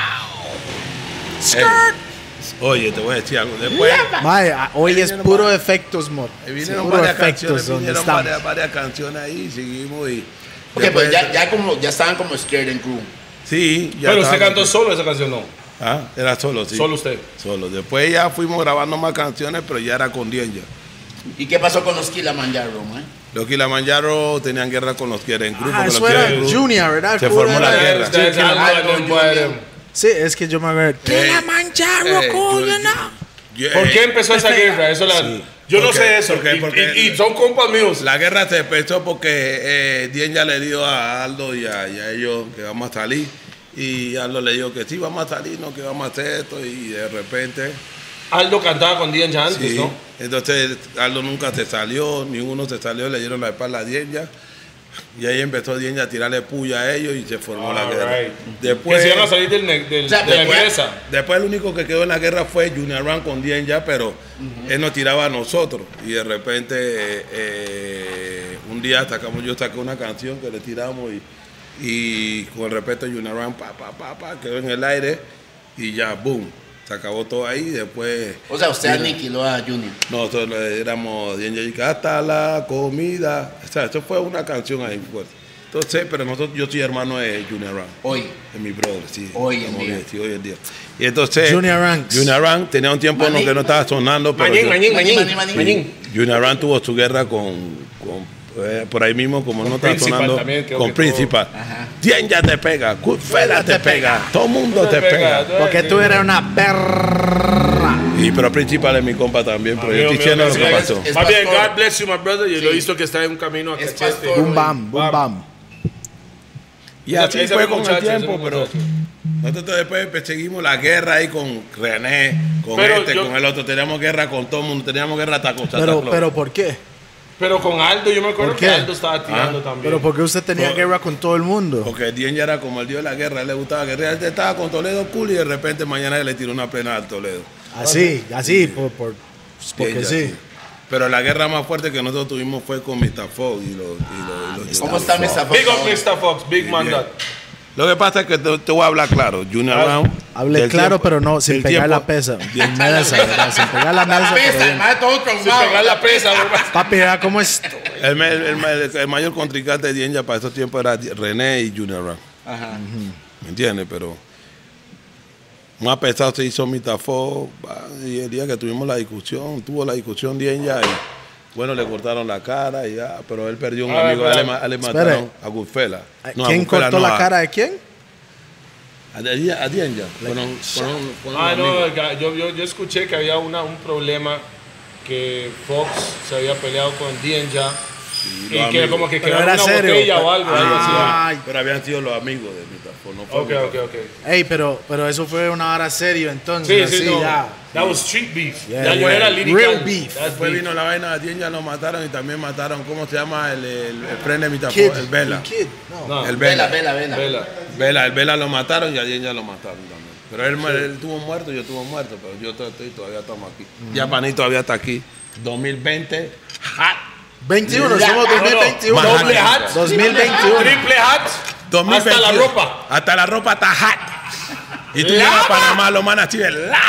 ¡Pau! Ey, Oye, te voy a decir algo después.
Mae, a- hoy es puro efectos, mod.
Ahí
Sí,
Eh, Vinieron
Puro
varias
efectos
canciones,
donde
vinieron
estamos.
varias, varias canciones ahí, seguimos y.
Ok,
después-
pues ya, ya como, ya estaban como scared and crew.
Sí, ya.
Pero usted
estábamos-
cantó solo esa canción, no.
Ah, era solo, sí.
Solo usted.
Solo. Después ya fuimos grabando más canciones, pero ya era con Dienya.
¿Y qué pasó con los Kilaman ya, Roma? eh?
Los Kilimanjaro tenían guerra con los que eran grupo.
Ah,
con los
eso
que
era
eran grupo.
Junior, ¿verdad?
Se
¿Cómo
formó
era?
la guerra.
Ustedes algo
Algo
no
yo
pueden.
vi.
Sí, es que yo me acuerdo. ¿Qué la
Eh,
mancharon?
yo- yo-
¿Por
eh,
qué empezó esa guerra? Eso la,
Sí.
Yo no
Porque-
sé eso.
porque-
y,
porque-
y- y son compas míos.
La guerra se empezó porque eh, Dien ya le dio a Aldo y a, y a ellos que vamos a salir. Y Aldo le dijo que sí, vamos a salir, no, que vamos a hacer esto. Y de repente.
Aldo cantaba con Dian ya antes,
sí.
¿no?
Entonces Aldo nunca se salió, ninguno se salió, le dieron la espalda a Dienya. Y ahí empezó Dienya a tirarle puya a ellos y se formó la guerra.
Alright.
Después,
que se iban a salir del, ne- del-
O sea,
de la
después-
empresa.
Después el único que quedó en la guerra fue Junior Ran con Dien ya, pero él nos tiraba a nosotros. Y de repente eh, eh, un día sacamos, yo saqué una canción que le tiramos y, y con respeto a Junior Ran, pa, pa, pa, pa, quedó en el aire y ya, boom, se acabó todo ahí. Después
O sea, usted aniquiló a Junior.
nosotros le éramos Dien ya y que hasta la comida. O sea, eso fue una canción ahí fuerte. Entonces, pero nosotros, yo soy hermano de Junior Ran.
Hoy.
Es mi brother, sí.
Hoy en
Estamos
día.
bien, sí, hoy en día. Y entonces.
Junior Ranks.
Junior Rank tenía un tiempo en lo que no estaba sonando, pero.
Mañín,
yo-
mañín, mañín,
Mañín, mañín, mañín.
Junior Rank tuvo su guerra con. con, eh, por ahí mismo, como no estaba
Principal
sonando.
también, creo
con
que
Principal. Tien ya te pega, Goodfellas te pega, todo mundo te pega.
Porque tú eres una perra.
Y pero Principal es mi compa también, pero yo
Amigo
estoy
mío,
diciendo lo
gracias.
que pasó.
Es
Más bien,
pastor.
God bless you, my brother. Yo lo he visto que está en un camino a
Es
cachete.
pastor.
Boom, bam, boom, bam.
Y así
Ese
fue
era
con el
muchacho, ese
tiempo,
era
pero.
muchacho.
Nosotros después pues, seguimos la guerra ahí con René, con
Pero
este,
yo-
con el otro. Teníamos guerra con todo el mundo, teníamos guerra hasta con Santa
Pero,
Claus.
pero ¿por qué?
Pero con Aldo, yo me acuerdo
¿Por
que
qué?
Aldo estaba tirando también.
Pero porque usted tenía guerra con todo el mundo.
Porque Dien ya era como el dios de la guerra, a él le gustaba guerrear. Él estaba con Toledo cool y de repente mañana le tiró una plena al Toledo.
Así, así, por, por-
Dien
porque
ya,
sí.
Pero la guerra más fuerte que nosotros tuvimos fue con Mr. Fox y los. y los- y los-
¿Cómo está mi zapato?
Big up Mr. Fox, big man
bien.
that.
Lo que pasa es que te, te voy a hablar claro. Junior Round.
Hablé
del
claro,
tiempo-
pero no, sin
del
pegar
tiempo-
la
[LAUGHS]
pesa. Sin mesa, ¿verdad? sin pegar la mesa. pero
Pesa, el
bien.
maestro todo traumado.
Pegar la presa, bro.
Papi, ¿verdad cómo es?
El, ma- el ma- el mayor contrincante de Dien ya para esos tiempos era Di- René y Junior Round.
Ajá.
¿Me entiendes? Pero más pesado se hizo Mitafo. va, Y el día que tuvimos la discusión, tuvo la discusión de ella. Y, bueno, le cortaron la cara y ya, pero él perdió un
Ah,
amigo.
espera.
Le, ma- le
Espere. Ah,
mataron a Gufela.
¿Quién cortó la cara de quién?
A, a, Dien- a Dien ya. Con un- con un- con un
Ah,
amigo.
no, ga- yo, yo, yo escuché que había una, un problema que Fox se había peleado con Dien ya y
los
que
amigos.
como que
Pero
quedaron
era
una
serio.
botella o algo, algo así.
Ay,
Pero habían sido los amigos de Mitafo. No fue
Ok,
Mitafo.
ok, ok.
Ey, pero, pero eso fue una hora serio, entonces.
Sí,
así,
sí, no.
ya.
That was street beef.
Yeah,
Ya yo
yeah.
era lírica.
Real beef.
That's
Después
beef.
vino la vaina de Dien ya lo mataron y también mataron, ¿cómo se llama? El, el, el friend de Mitafo.
Kid,
El Vela.
Kid, no.
No,
El
Vela,
Vela.
vela, vela.
vela.
Vela, el Vela lo mataron y a Dien ya lo mataron también. Pero él, él estuvo muerto, yo estuve muerto, pero yo to- estoy- todavía estamos aquí. Ya Paní todavía está aquí. 2020.
21,
Ya,
somos
no, no.
2021.
Doble hat.
2021.
Triple hat. Hasta la
2022.
ropa.
Hasta la ropa está hot. Y tú llegas a Panamá, lo manas así de la.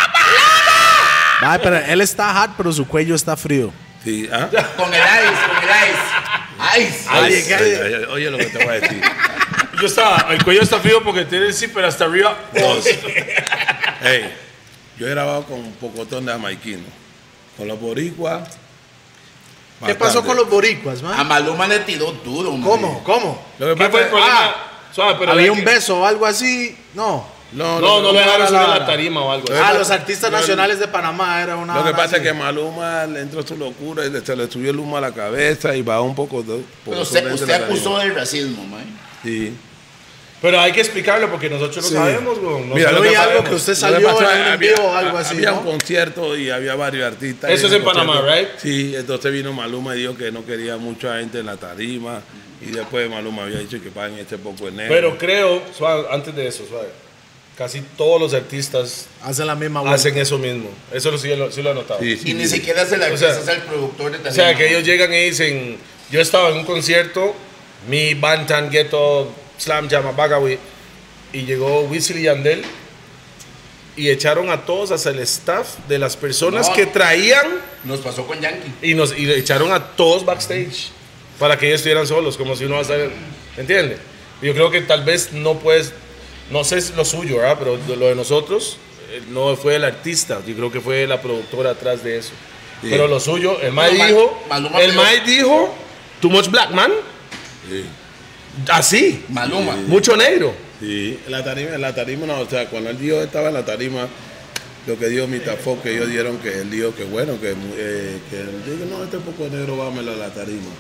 Ay, pero él está hot, pero su cuello está frío.
Sí, ¿ah?
Con el ice, con el ice. Ice.
Oye, oye, oye lo que te voy a decir.
Yo estaba, el cuello está frío porque tiene el zipper hasta arriba.
Dos. Ey, yo he grabado con un pocotón de jamaiquino. Con los boricuas.
¿Qué pasó con los boricuas,
A
man?
Maluma le tiró duro, man.
¿Cómo? ¿Cómo?
Lo que
¿Qué fue el
pasa es-
problema? Suave, pero
ah, ¿Había
la
un
que-
beso o algo así? No.
No,
No, no lo dejaron
la-
subir a
la-
la tarima o algo.
Lo que
Ah,
pasa-
los artistas
no, no.
nacionales de Panamá era una.
Lo que
hora
pasa es
así.
que Maluma le entró su locura y le- se le subió el humo a la cabeza y va un poco. de-
Pero
poco
usted,
sobre
usted
la
acusó de
tarima.
racismo, man.
Sí.
Pero hay que explicarlo porque nosotros no
Sí.
sabemos, weón.
Yo vi
Nosotros
Mira, lo que
no
algo
sabemos.
que usted
Lo que
salió en
pasa es
un
que
en vivo o algo así.
Había
¿no?
un concierto y había varios artistas.
Eso
y
es en
concierto-
Panamá, right?
Sí, entonces vino Maluma y dijo que no quería mucha gente en la tarima. Y después Maluma había dicho que paguen este poco de negro.
Pero creo, suave, antes de eso, suave, casi todos los artistas
Hacen la misma vuelta.
hacen eso mismo. Eso lo- sí, lo, sí lo he notado.
Sí, sí,
Y ni
sí.
siquiera se le
O sea,
acusa al productor
O
de
sea,
tarima.
que ellos llegan y dicen, yo estaba en un concierto, mi Bantan Ghetto Slam Jam Bagawi, y llegó Wisin y Yandel, y echaron a todos, hasta el staff de las personas
No.
que traían,
Nos pasó con Yankee.
y nos y le echaron a todos backstage, para que ellos estuvieran solos, como si uno va a estar, ¿entiendes? Yo creo que tal vez no puedes, no sé si lo suyo, ¿verdad? Pero de lo de nosotros, eh, no fue el artista, yo creo que fue la productora atrás de eso.
Sí.
Pero lo suyo, el Mae
No, Ma-
dijo,
Maluma
el
pegó-
Mae dijo, too much black man,
Sí,
así,
Maluma.
mucho negro.
sí. En la tarima, en la tarima, no, o sea, cuando el dios estaba en la tarima, lo que dio Mitafo, que ellos dieron que él dijo que bueno, que, eh, que él dijo, no, este poco de negro vámelo a la tarima.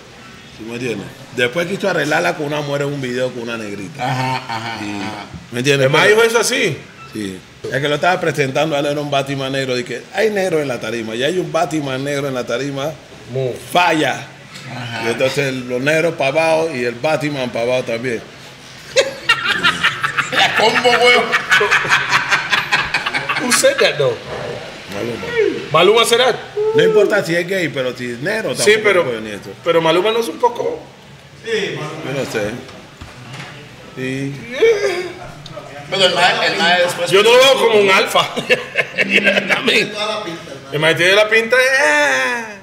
¿Sí me entiendes? Después quiso arreglarla con una mujer en un video con una negrita.
Ajá, ajá.
Sí.
ajá.
¿Me entiendes?
El Mae
Pero-
dijo eso así.
Sí. El que lo estaba presentando, él era un Batman negro. Y que hay negro en la tarima. Y hay un Batman negro en la tarima.
Move.
Falla. Y entonces los negros para abajo y el Batman para abajo también.
La combo, huevo.
Who said that though?
Maluma.
Maluma será.
No importa si es gay, pero si es negro tampoco
Sí, pero,
puede venir esto.
pero Maluma no es un poco.
Yo no sé. Sí.
Pero el mae, el mae después.
Yo no lo veo como un
[LAUGHS]
alfa. El Mae tiene la pinta de. "Ah".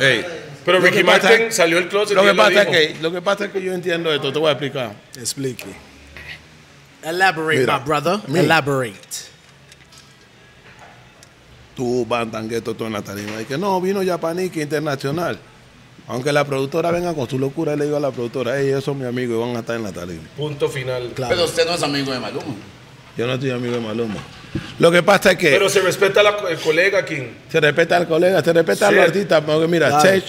Ey.
Pero
Lo que
Ricky
pasa-
Martin salió del closet.
Lo
y
que,
él lo
pasa es
dijo.
que, lo que pasa es que yo entiendo esto, te voy a explicar.
Explique. Elaborate,
Mira,
my brother.
mira.
Elaborate.
tú van tan gueto todo en la tarima. Y que no, vino Yapanica Internacional. Aunque la productora venga con su locura, le digo a la productora, hey, esos son mis amigos y van a estar en la tarima.
Punto final.
Claro.
Pero usted no es amigo de Maluma.
Yo no soy amigo de Maluma. Lo que pasa es que
Pero se respeta la, co- el colega King.
se respeta al colega, se respeta
Sí.
a los artistas, porque mira,
Claro.
Sech,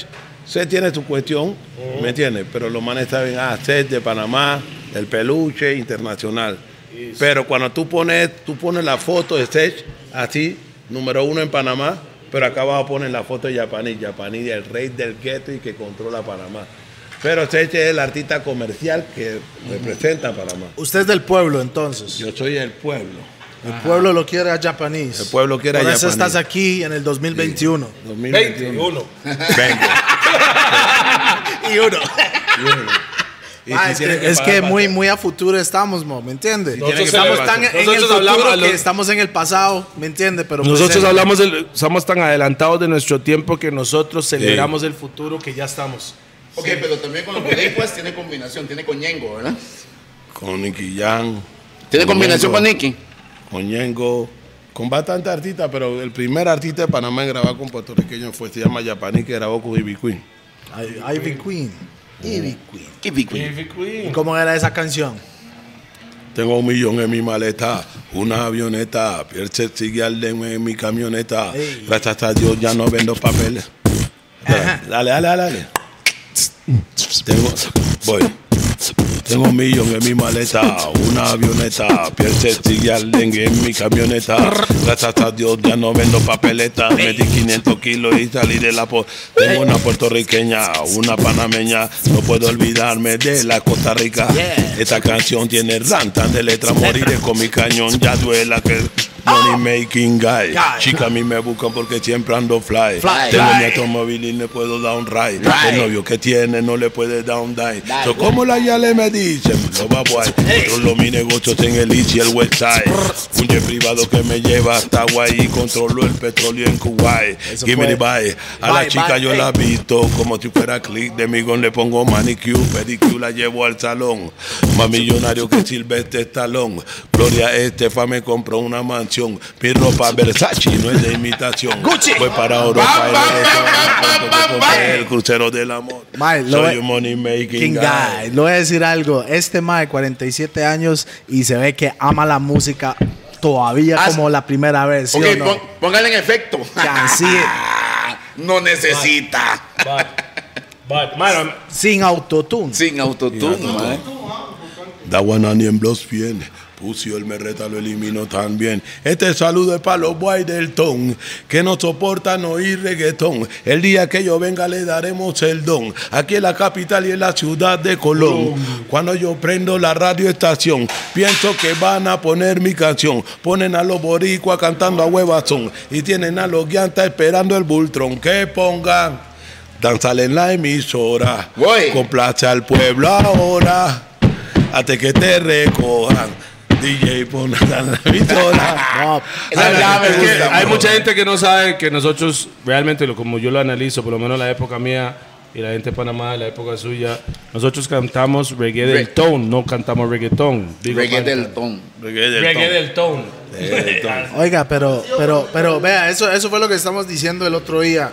Sech tiene su cuestión, ¿me entiendes? Pero los manes saben, ah, Sech de Panamá, el peluche internacional. Pero cuando tú pones, tú pones la foto de Sech así, número uno en Panamá, Pero acá abajo ponen la foto de Yapaní. Yapaní, el rey del gueto y que controla Panamá. Pero Cheche es el artista comercial que representa a Panamá.
Usted es del pueblo, entonces.
Yo soy el pueblo.
El pueblo lo quiere a japonés.
El pueblo quiere a
Por eso
japonés.
estás aquí en el 2021.
2021.
21.
Vengo.
[LAUGHS] Y uno.
Y
Ah,
si
es
tienen
que, es
pagar
que
para
muy,
atrás.
muy a futuro estamos, mo, ¿me entiendes?
tienen que
Estamos
pagar
tan
para
en el
atrás. Nosotros hablamos
futuro
a
que
los-
estamos en el pasado, ¿me entiendes? Pero pues,
Nosotros
eh,
hablamos, del- estamos tan adelantados de nuestro tiempo que nosotros celebramos el futuro que ya estamos.
Ok, pero también con los boricuas tiene combinación, tiene con Ñengo, ¿verdad?
Con Nicky Jam,
Tiene combinación con
Ñengo,
Nicky.
Con Ñengo. Con bastante artistas, pero el primer artista de Panamá en grabar con puertorriqueño fue, se llama Yapaní, que grabó con Ivy Queen.
I- Ivy Queen. Ivy Queen.
Qué pico.
¿Y cómo era esa canción?
Tengo un millón en mi maleta, una avioneta, Pierce sigue al demo en mi camioneta.
Ey.
Gracias a Dios ya no vendo papeles. Dale, dale, dale, dale. Tengo, voy. Tengo un millón en mi maleta, una avioneta, Pierce sigue al dengue en mi camioneta. Gracias a Dios ya no vendo papeleta, metí 500 kilos y salí de la po Tengo una puertorriqueña, una panameña, no puedo olvidarme de la Costa Rica. Esta canción tiene rantan de letra, moriré con mi cañón, ya duela que... Money making guy. Chica, a mí me buscan porque siempre ando fly.
Fly.
Tengo
Fly.
mi automóvil y le puedo dar un ride.
Right.
El novio que tiene no le puede dar un dime.
Dale.
So, como la yale me dicen, lo va guay. Controlo mis negocios en el East y el West Side. Un jet privado que me lleva hasta Guay y controlo el petróleo en Kuwait. Give me the bye. A la
Bye,
chica
bye,
yo
ey.
la visto como si fuera click de mi gon le pongo manicure, pedicure, la llevo al salón. Más millonario que Silvestre Estalón. Gloria Estefa me compró una mansión. Mi ropa Versace no es de imitación. Voy para Europa.
Bam, bam,
en el
bam,
restaurante
bam, bam,
que
bam,
compré
bam.
el crucero del amor.
Mae, lo
Soy
ve-
un money
King
making
Guy.
guy.
Le voy a decir algo. Este mae, 47 años, y se ve que ama la música todavía
Haz-
como la primera vez. ¿sí
Ok,
o no?
pon- póngale en efecto.
Que así es,
[LAUGHS] No necesita.
But, but, man,
sin autotune.
Sin autotune, mae.
Ah,
Da guana ni en blogs viene. Pucio el merreta lo eliminó también. Este saludo es para los boys del ton, que no soportan oír reggaetón. El día que yo venga le daremos el don. Aquí en la capital y en la ciudad de Colón. Cuando yo prendo la radioestación, pienso que van a poner mi canción. Ponen a los boricuas cantando a huevazón. Y tienen a los guiantas esperando el bultrón. Que pongan danzar en la emisora.
Voy.
Complace al pueblo ahora hasta que te recojan. DJ pon la pistola.
Esa ya me
Es que
gusta,
hay
bro.
mucha gente que no sabe que nosotros realmente, lo, como yo lo analizo, por lo menos la época mía y la gente de Panamá, la época suya, nosotros cantamos reggae
Re-
del ton, no cantamos reggaetón. Digo,
Reggae
mal-
del ton.
reggae del ton. [LAUGHS]
Oiga, pero, pero, pero, vea, eso, eso fue lo que estamos diciendo el otro día.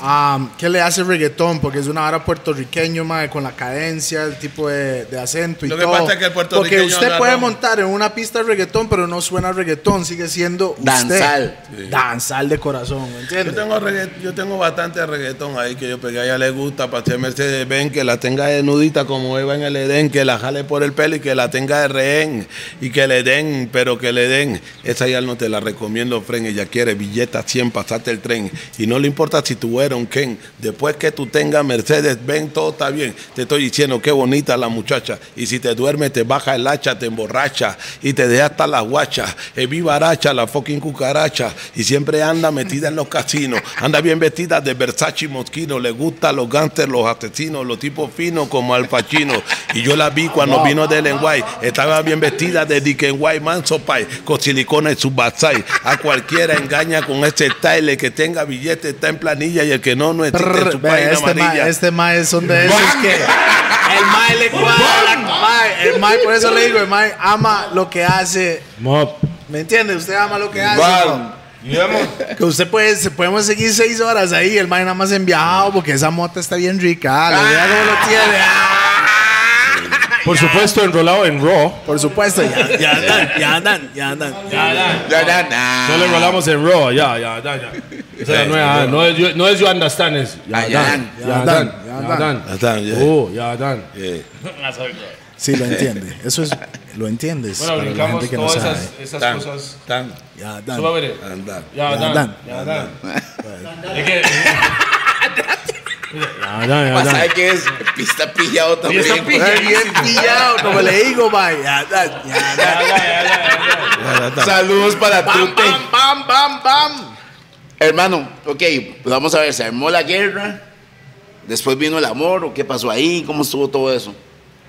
Am, ¿Qué le hace reggaetón? Porque es una vara puertorriqueño, mae, con la cadencia, el tipo de, de acento y
Lo que
todo.
pasa es que el puertorriqueño
Porque usted
agarra
puede
un-
montar en una pista de reggaetón, pero no suena a reggaetón, sigue siendo usted.
Danzal.
Danzal de corazón, ¿me
Yo
entiendes?
tengo, regga- yo tengo bastante reggaetón ahí que yo pegué, a ella le gusta, para ser Mercedes Benz, que la tenga desnudita como Eva en el Edén, que la jale por el pelo y que la tenga de rehén, y que le den, pero que le den. Esa ya no te la recomiendo, Fren, ella quiere billetas 100, pasarte el tren, y no le importa si tú eres un Ken, después que tú tengas Mercedes Benz, todo está bien. Te estoy diciendo, qué bonita la muchacha, y si te duermes, te baja el hacha, te emborracha, y te deja hasta la guacha, es vivaracha, la fucking cucaracha, y siempre anda metida en los casinos, anda bien vestida de Versace y Moschino, le gusta los gánsteres, los asesinos, los tipos finos como Al Pacino, y yo la vi cuando vino de Lenguay, estaba bien vestida de Dick and White, Manso Pie, con silicona y su basai, a cualquiera engaña con este style, el que tenga billete está en planilla y el que no, no existe en
Prr,
su
vea,
página
este
amarilla.
mae, este mae son de esos que el mae le cuadra, la- mae, el mae por eso le digo, el mae ama lo que hace,
Mob.
¿me entiende? Usted ama lo que hace.
Bam.
¿no?
Y vemos.
Que usted puede, se podemos seguir seis horas ahí, el mae nada más en viajado porque esa mota está bien rica, ah, lo vea cómo lo tiene. ah.
Por supuesto, enrolado en Raw.
Por supuesto, ya, ya andan, ya andan, ya andan.
Ya, ya, na.
Solo enrolamos en Raw, ya, ya, ya, ya. Esa es la nueva, ah, no es yo- no es you understand, es
Ah,
ya,
ya,
dan, ya,
ya, dan,
dan,
ya,
ya, dan.
Ya están, ya.
Uh.
Oh, ya, dan. [LAUGHS]
Eh,
Sí, lo entiende. Eso es, lo entiendes.
Bueno,
para la
brincamos
gente que no
todas
sabe.
esas, esas
tan,
cosas.
tan,
Ya andan.
Solo veré.
andan.
Ya,
Ya,
dan,
dan.
ya, dan.
Es que.
Pasa que es pista pillado
Y
también.
está
Bien
pilladísimo.
pillado, como le digo, mae. Ya, ya, ya, ya.
Saludos para
Bam,
Tute.
bam, bam, bam, bam.
Hermano, ok, pues vamos a ver, se armó la guerra, después vino el amor, o qué pasó ahí, cómo estuvo todo eso.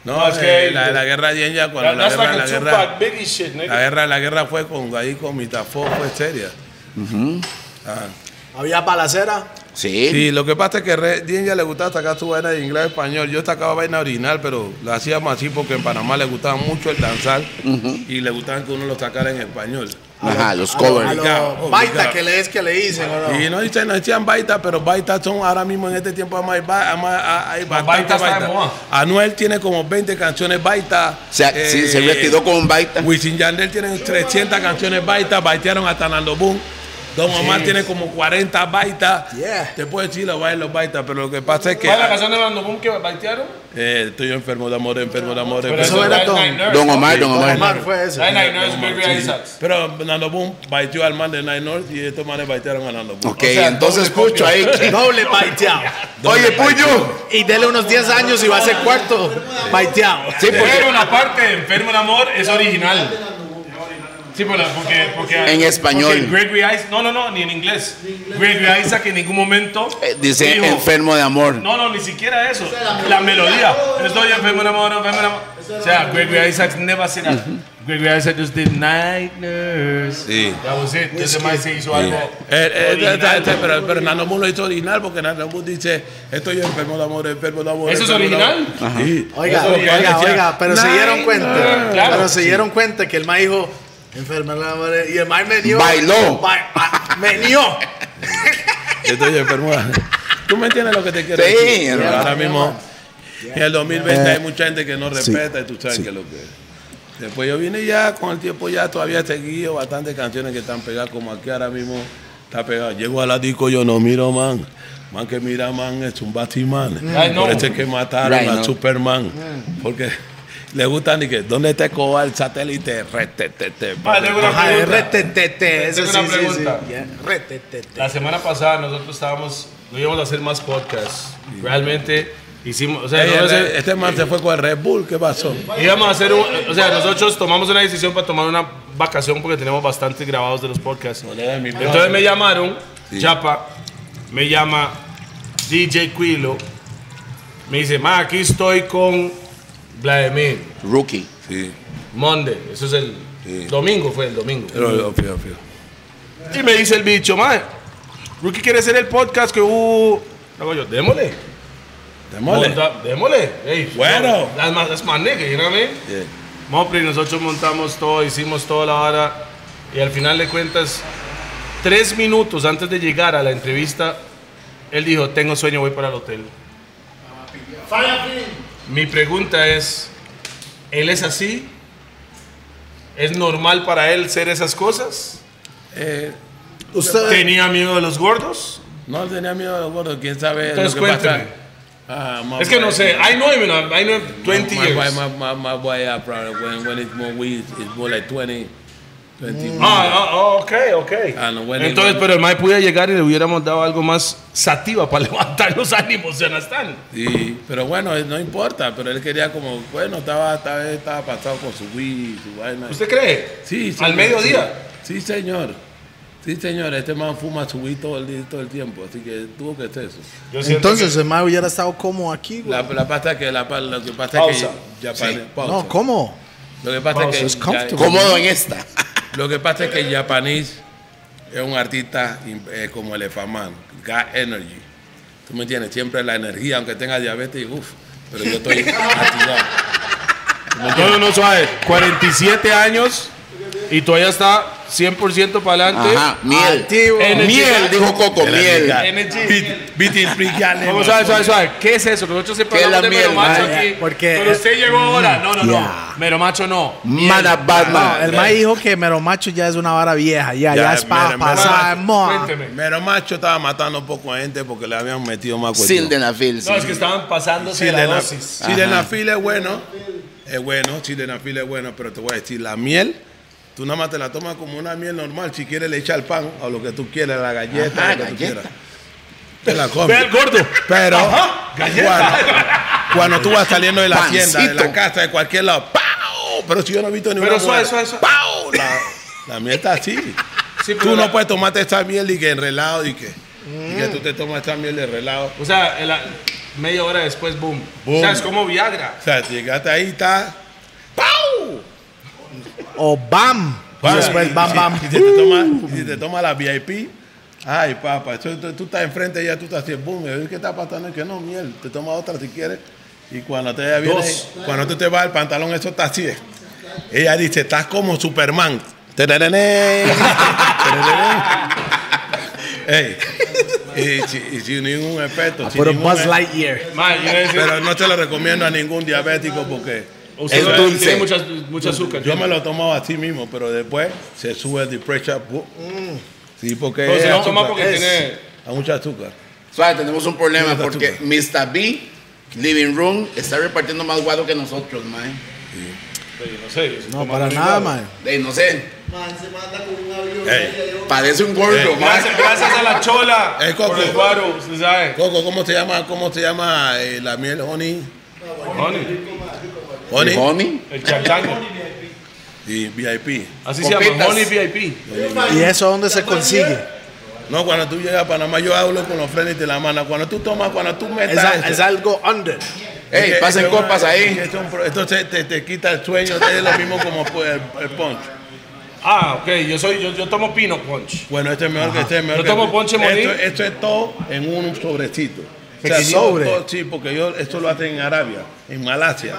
No,
es
es
que-
que la, la guerra de Yenja, cuando la
That's
guerra,
like
la
a
guerra,
Tupac Biggie shit,
la
nigga.
guerra, la guerra fue con ahí con Mitafó, fue seria. Ah.
Había balacera.
Sí.
Sí, lo que pasa es que Re- Yenja le gustaba sacar su vaina de inglés español. Yo sacaba vaina original, pero la hacíamos así porque en Panamá le gustaba mucho el danzar y le gustaba que uno lo sacara en español.
Ajá, los
A
covers.
lo
Obligado,
baita
obligado.
que le es que le dicen, ¿o no?
Y no dicen, no decían baita, pero baita son ahora mismo en este tiempo hay, más ba- hay más- hay bastante
baita está de
baita.
moda.
Anuel tiene como 20 canciones baita.
O sea,
Eh,
sí, se retiró con un baita.
Wisin Yandel tiene 300 canciones baita, baitearon hasta Nando Boom. Don Omar tiene como 40 baitas.
Yeah.
Te puedo decir los bailes, los baitas, pero lo que pasa es que.
¿Cuál es la canción de Bando Boom que baitearon?
Eh, estoy enfermo de amor, enfermo de amor.
Pero
enfermo
eso
de
era
es
amor.
todo.
Nine Nerves,
Don
¿no?
Omar, Don Omar.
Omar fue ese.
Nine Nerves, Gregory Isaacs.
Pero Nando Boom baiteó al man de Nine North y estos manes baitearon a Nando Boom.
Ok, entonces Pucho ahí.
Doble baiteado.
[LAUGHS] Oye, Pucho.
Y dele unos 10 años y va a ser cuarto baiteado.
Sí, pues, porque
Pero la parte de Enfermo en Amor es original. Sí, por la- porque, porque,
En español.
porque Gregory Isaac, no, no, no, ni en inglés. Gregory Isaac en ningún momento
eh, dice
dijo,
enfermo de amor.
No, no, ni siquiera eso. La melodía. Estoy enfermo en amor, enfermo en amor. O sea, Gregory Isaac never said that. Gregory Isaac just did Night Nurse.
Sí.
That was it. Ese man se hizo algo.
Eh, eh,
original.
eh, eh, pero, pero Nando Moon lo hizo original porque Nando Moon dice: Estoy enfermo de amor, enfermo de amor.
¿Eso es
enfermo de amor".
original?
Sí.
Oiga,
Eso es
oiga,
original,
oiga,
decía,
pero se
"Nine
dieron cuenta.
no, claro.
Pero se dieron cuenta que el mae dijo, enferma la madre. Y el mae me dio.
Bailó.
Ba- ba- me dio.
[LAUGHS]
Estoy enfermo. Tú me entiendes lo que te quiero
Sí, Eh,
decir.
hermano.
Pero ahora mismo, en el 2020 hay mucha gente que no respeta y tú sabes que lo que es. Después yo vine ya, con el tiempo ya todavía he seguido bastantes canciones que están pegadas, como aquí ahora mismo está pegado. Llego a la disco, yo no miro, man. Man que mira, man, es un Batman.
Ay, no. Mm.
Por eso es que mataron
Right,
a
no.
Superman. Porque le gustan y que, ¿dónde te coba el satélite? Re, te, te, te.
Ah, tengo una
Ajá,
pregunta.
retetete. Eso
Tengo
sí,
una
sí, sí.
pregunta.
Yeah, Retetete.
La semana pasada nosotros estábamos, no íbamos a hacer más podcasts. Realmente hicimos, o sea,
Ey,
no
el-
sé,
este man se fue con el Red Bull, ¿qué pasó?
íbamos a hacer un, o sea, nosotros tomamos una decisión para tomar una vacación porque tenemos bastantes grabados de los podcasts. Entonces
Ah,
me llamaron, Chapa, me llama DJ Quilo, me dice, ma, aquí estoy con Vladimir,
Rookie.
Sí,
Monday, eso es el
Sí.
domingo, fue el domingo.
pero fío, fío.
Y me dice el bicho, mae, Rookie quiere hacer el podcast que hubo. Luego yo, démosle.
Demole.
Monta- démosle. Ey,
Bueno.
no, That's my, that's my nigga, you know what I mean?
Yeah.
Mopri, nosotros montamos todo, hicimos toda la hora. Y al final de cuentas, tres minutos antes de llegar a la entrevista, él dijo, tengo sueño, voy para el hotel. Mi pregunta es, ¿él es así? ¿Es normal para él ser esas cosas?
Eh,
Usted.
¿Tenía miedo de los gordos?
no tenía miedo a los gordos, quién sabe
Entonces,
lo que
cuénteme.
pasa. Ah, my
Es que no
boy.
sé, I know him, you know, I know him 20
my,
years.
My, my, my, my boy, yeah, probably ah, when, when it's more weed, it's more like 20, 20.
Ah, ah, ah, ok, ok.
Ah, no, bueno,
Entonces,
igual.
pero el Mae pudiera llegar y le hubiéramos dado algo más sativa para [LAUGHS] levantar los ánimos, ya no están.
Sí, pero bueno, eh, no importa, pero él quería como, bueno, estaba, estaba, estaba pasado con su weed, su vaina.
¿Usted cree?
Sí, sí,
Al mediodía.
Sí, Sí, señor. Sí, señor, este man fuma su weed todo el, día- todo el tiempo, así que tuvo que hacer eso.
Entonces el mae hubiera estado como aquí, güey.
La, la pasta que la pa- lo que pasa es
Pausa.
que ya pa- pausa.
No, ¿cómo?
Lo que pasa
Pausa,
es
es
que
comfortable.
Cómodo en esta.
Lo que pasa es que Japanese es un artista eh, como el Efaman, got energy. ¿Tú me entiendes? Siempre la energía, aunque tenga diabetes, uff, pero yo estoy activado.
No, no, no, suave. 47 años y todavía está 100% para adelante.
Ajá, miel.
Activo.
Energy.
Miel, dijo Coco,
Era
miel.
mi
Energy.
Beat- beat it, free gal,
Vamos,
man.
suave, suave, suave. ¿Qué es eso? Que Nosotros siempre
¿Qué es
hablamos
la
de
miel,
Mero Macho
mae?
aquí.
Porque- mm,
pero usted llegó ahora. No, no, no.
Yeah.
Mero Macho no.
Mana
Ah, No, el
Batman.
mae dijo que mero macho ya es una vara vieja. Ya,
Ya,
ya es para
mero, mero
pasar. moa.
Cuénteme.
Mero macho estaba matando un poco de gente porque le habían metido más cuestión.
Sildenafil.
No, es que estaban pasándose la dosis.
Sildenafil es bueno, es bueno, sildenafil es bueno, pero te voy a decir, la miel Tú nada más te la tomas como una miel normal. Si quieres le echa el pan o lo que tú quieras, la galleta,
Ajá,
lo que tú
galleta.
quieras. Te la comes.
Ve al gordo.
Pero
galleta.
Cuando, cuando tú vas saliendo de la tienda, de la
Pancito.
casa, de cualquier lado, ¡pau! Pero si yo no he visto ni
Pero
una
suave,
mujer,
suave, suave.
¡pau! La, la miel está así.
Sí, pero
tú no
la-
puedes tomarte esta miel y que en relajo y que, y que tú te tomas esta miel de relajo.
O sea, el- media hora después, boom.
Boom.
O sea, es como Viagra.
O sea, llegaste ahí, está ¡pau!
O bam.
Bam.
Y después
Y
bam,
si-
bam.
Y si te toma, y si te toma la VIP, ay, papá, eso- tú, tú estás enfrente, ya tú estás así, boom, y ¿qué está pasando? Y Que no, miel, te toma otra si quieres. Y cuando te viene, cuando tú te vas al pantalón, eso está así. eh. Ella dice, estás como Superman.
[LAUGHS]
Tererene. Tererene. Ey. Y, si- y sin ningún efecto. sin
Por un
ningún
Buzz
e-
Lightyear.
Ma, yo iba a decir,
Pero no te lo recomiendo a ningún diabético porque
usted
es
no-
dulce.
tiene mucha, mucha azúcar.
yo me lo tomaba así mismo, pero después se sube el pressure. bu- Sí, porque
Pero
es
Mm. se lo
azúcar,
toma porque
es-
tiene-
a mucha azúcar.
Suave, tenemos un problema
Mira,
porque Mr. B, Living Room, está repartiendo más guado que nosotros, mae.
No sé, yo sí
No,
tomo
para
muy
nada,
guaro.
man.
Ey, no sé,
Ey,
parece un gordo,
Eh,
mae.
Gracias, gracias a la chola
Eh, Coco.
por el guaro, usted sabe.
Coco, ¿cómo se llama, cómo se llama eh, la miel honey?
Honey,
Honey
Honey.
el charlango.
y VIP.
Así se llama,
Copitas.
Honey VIP.
¿Y eso dónde se consigue?
No, cuando tú llegas a Panamá, yo hablo con los frenes de la mano. Cuando tú tomas, cuando tú metas.
Es, a-
eso,
es algo under.
Ey,
es-
pasen
es una-
copas ahí.
es un pro- Entonces te, te quita el sueño, es lo mismo como pues, el, el punch.
Ah, ok, yo, soy, yo, yo tomo Pino Punch.
Bueno, este es mejor que este es mejor
Yo
que
tomo
este.
ponche morí.
esto, esto es todo en un sobrecito. O sea,
Pequeño.
todo-
Sobre.
todo- sí, porque yo, esto lo hacen en Arabia, en Malasia.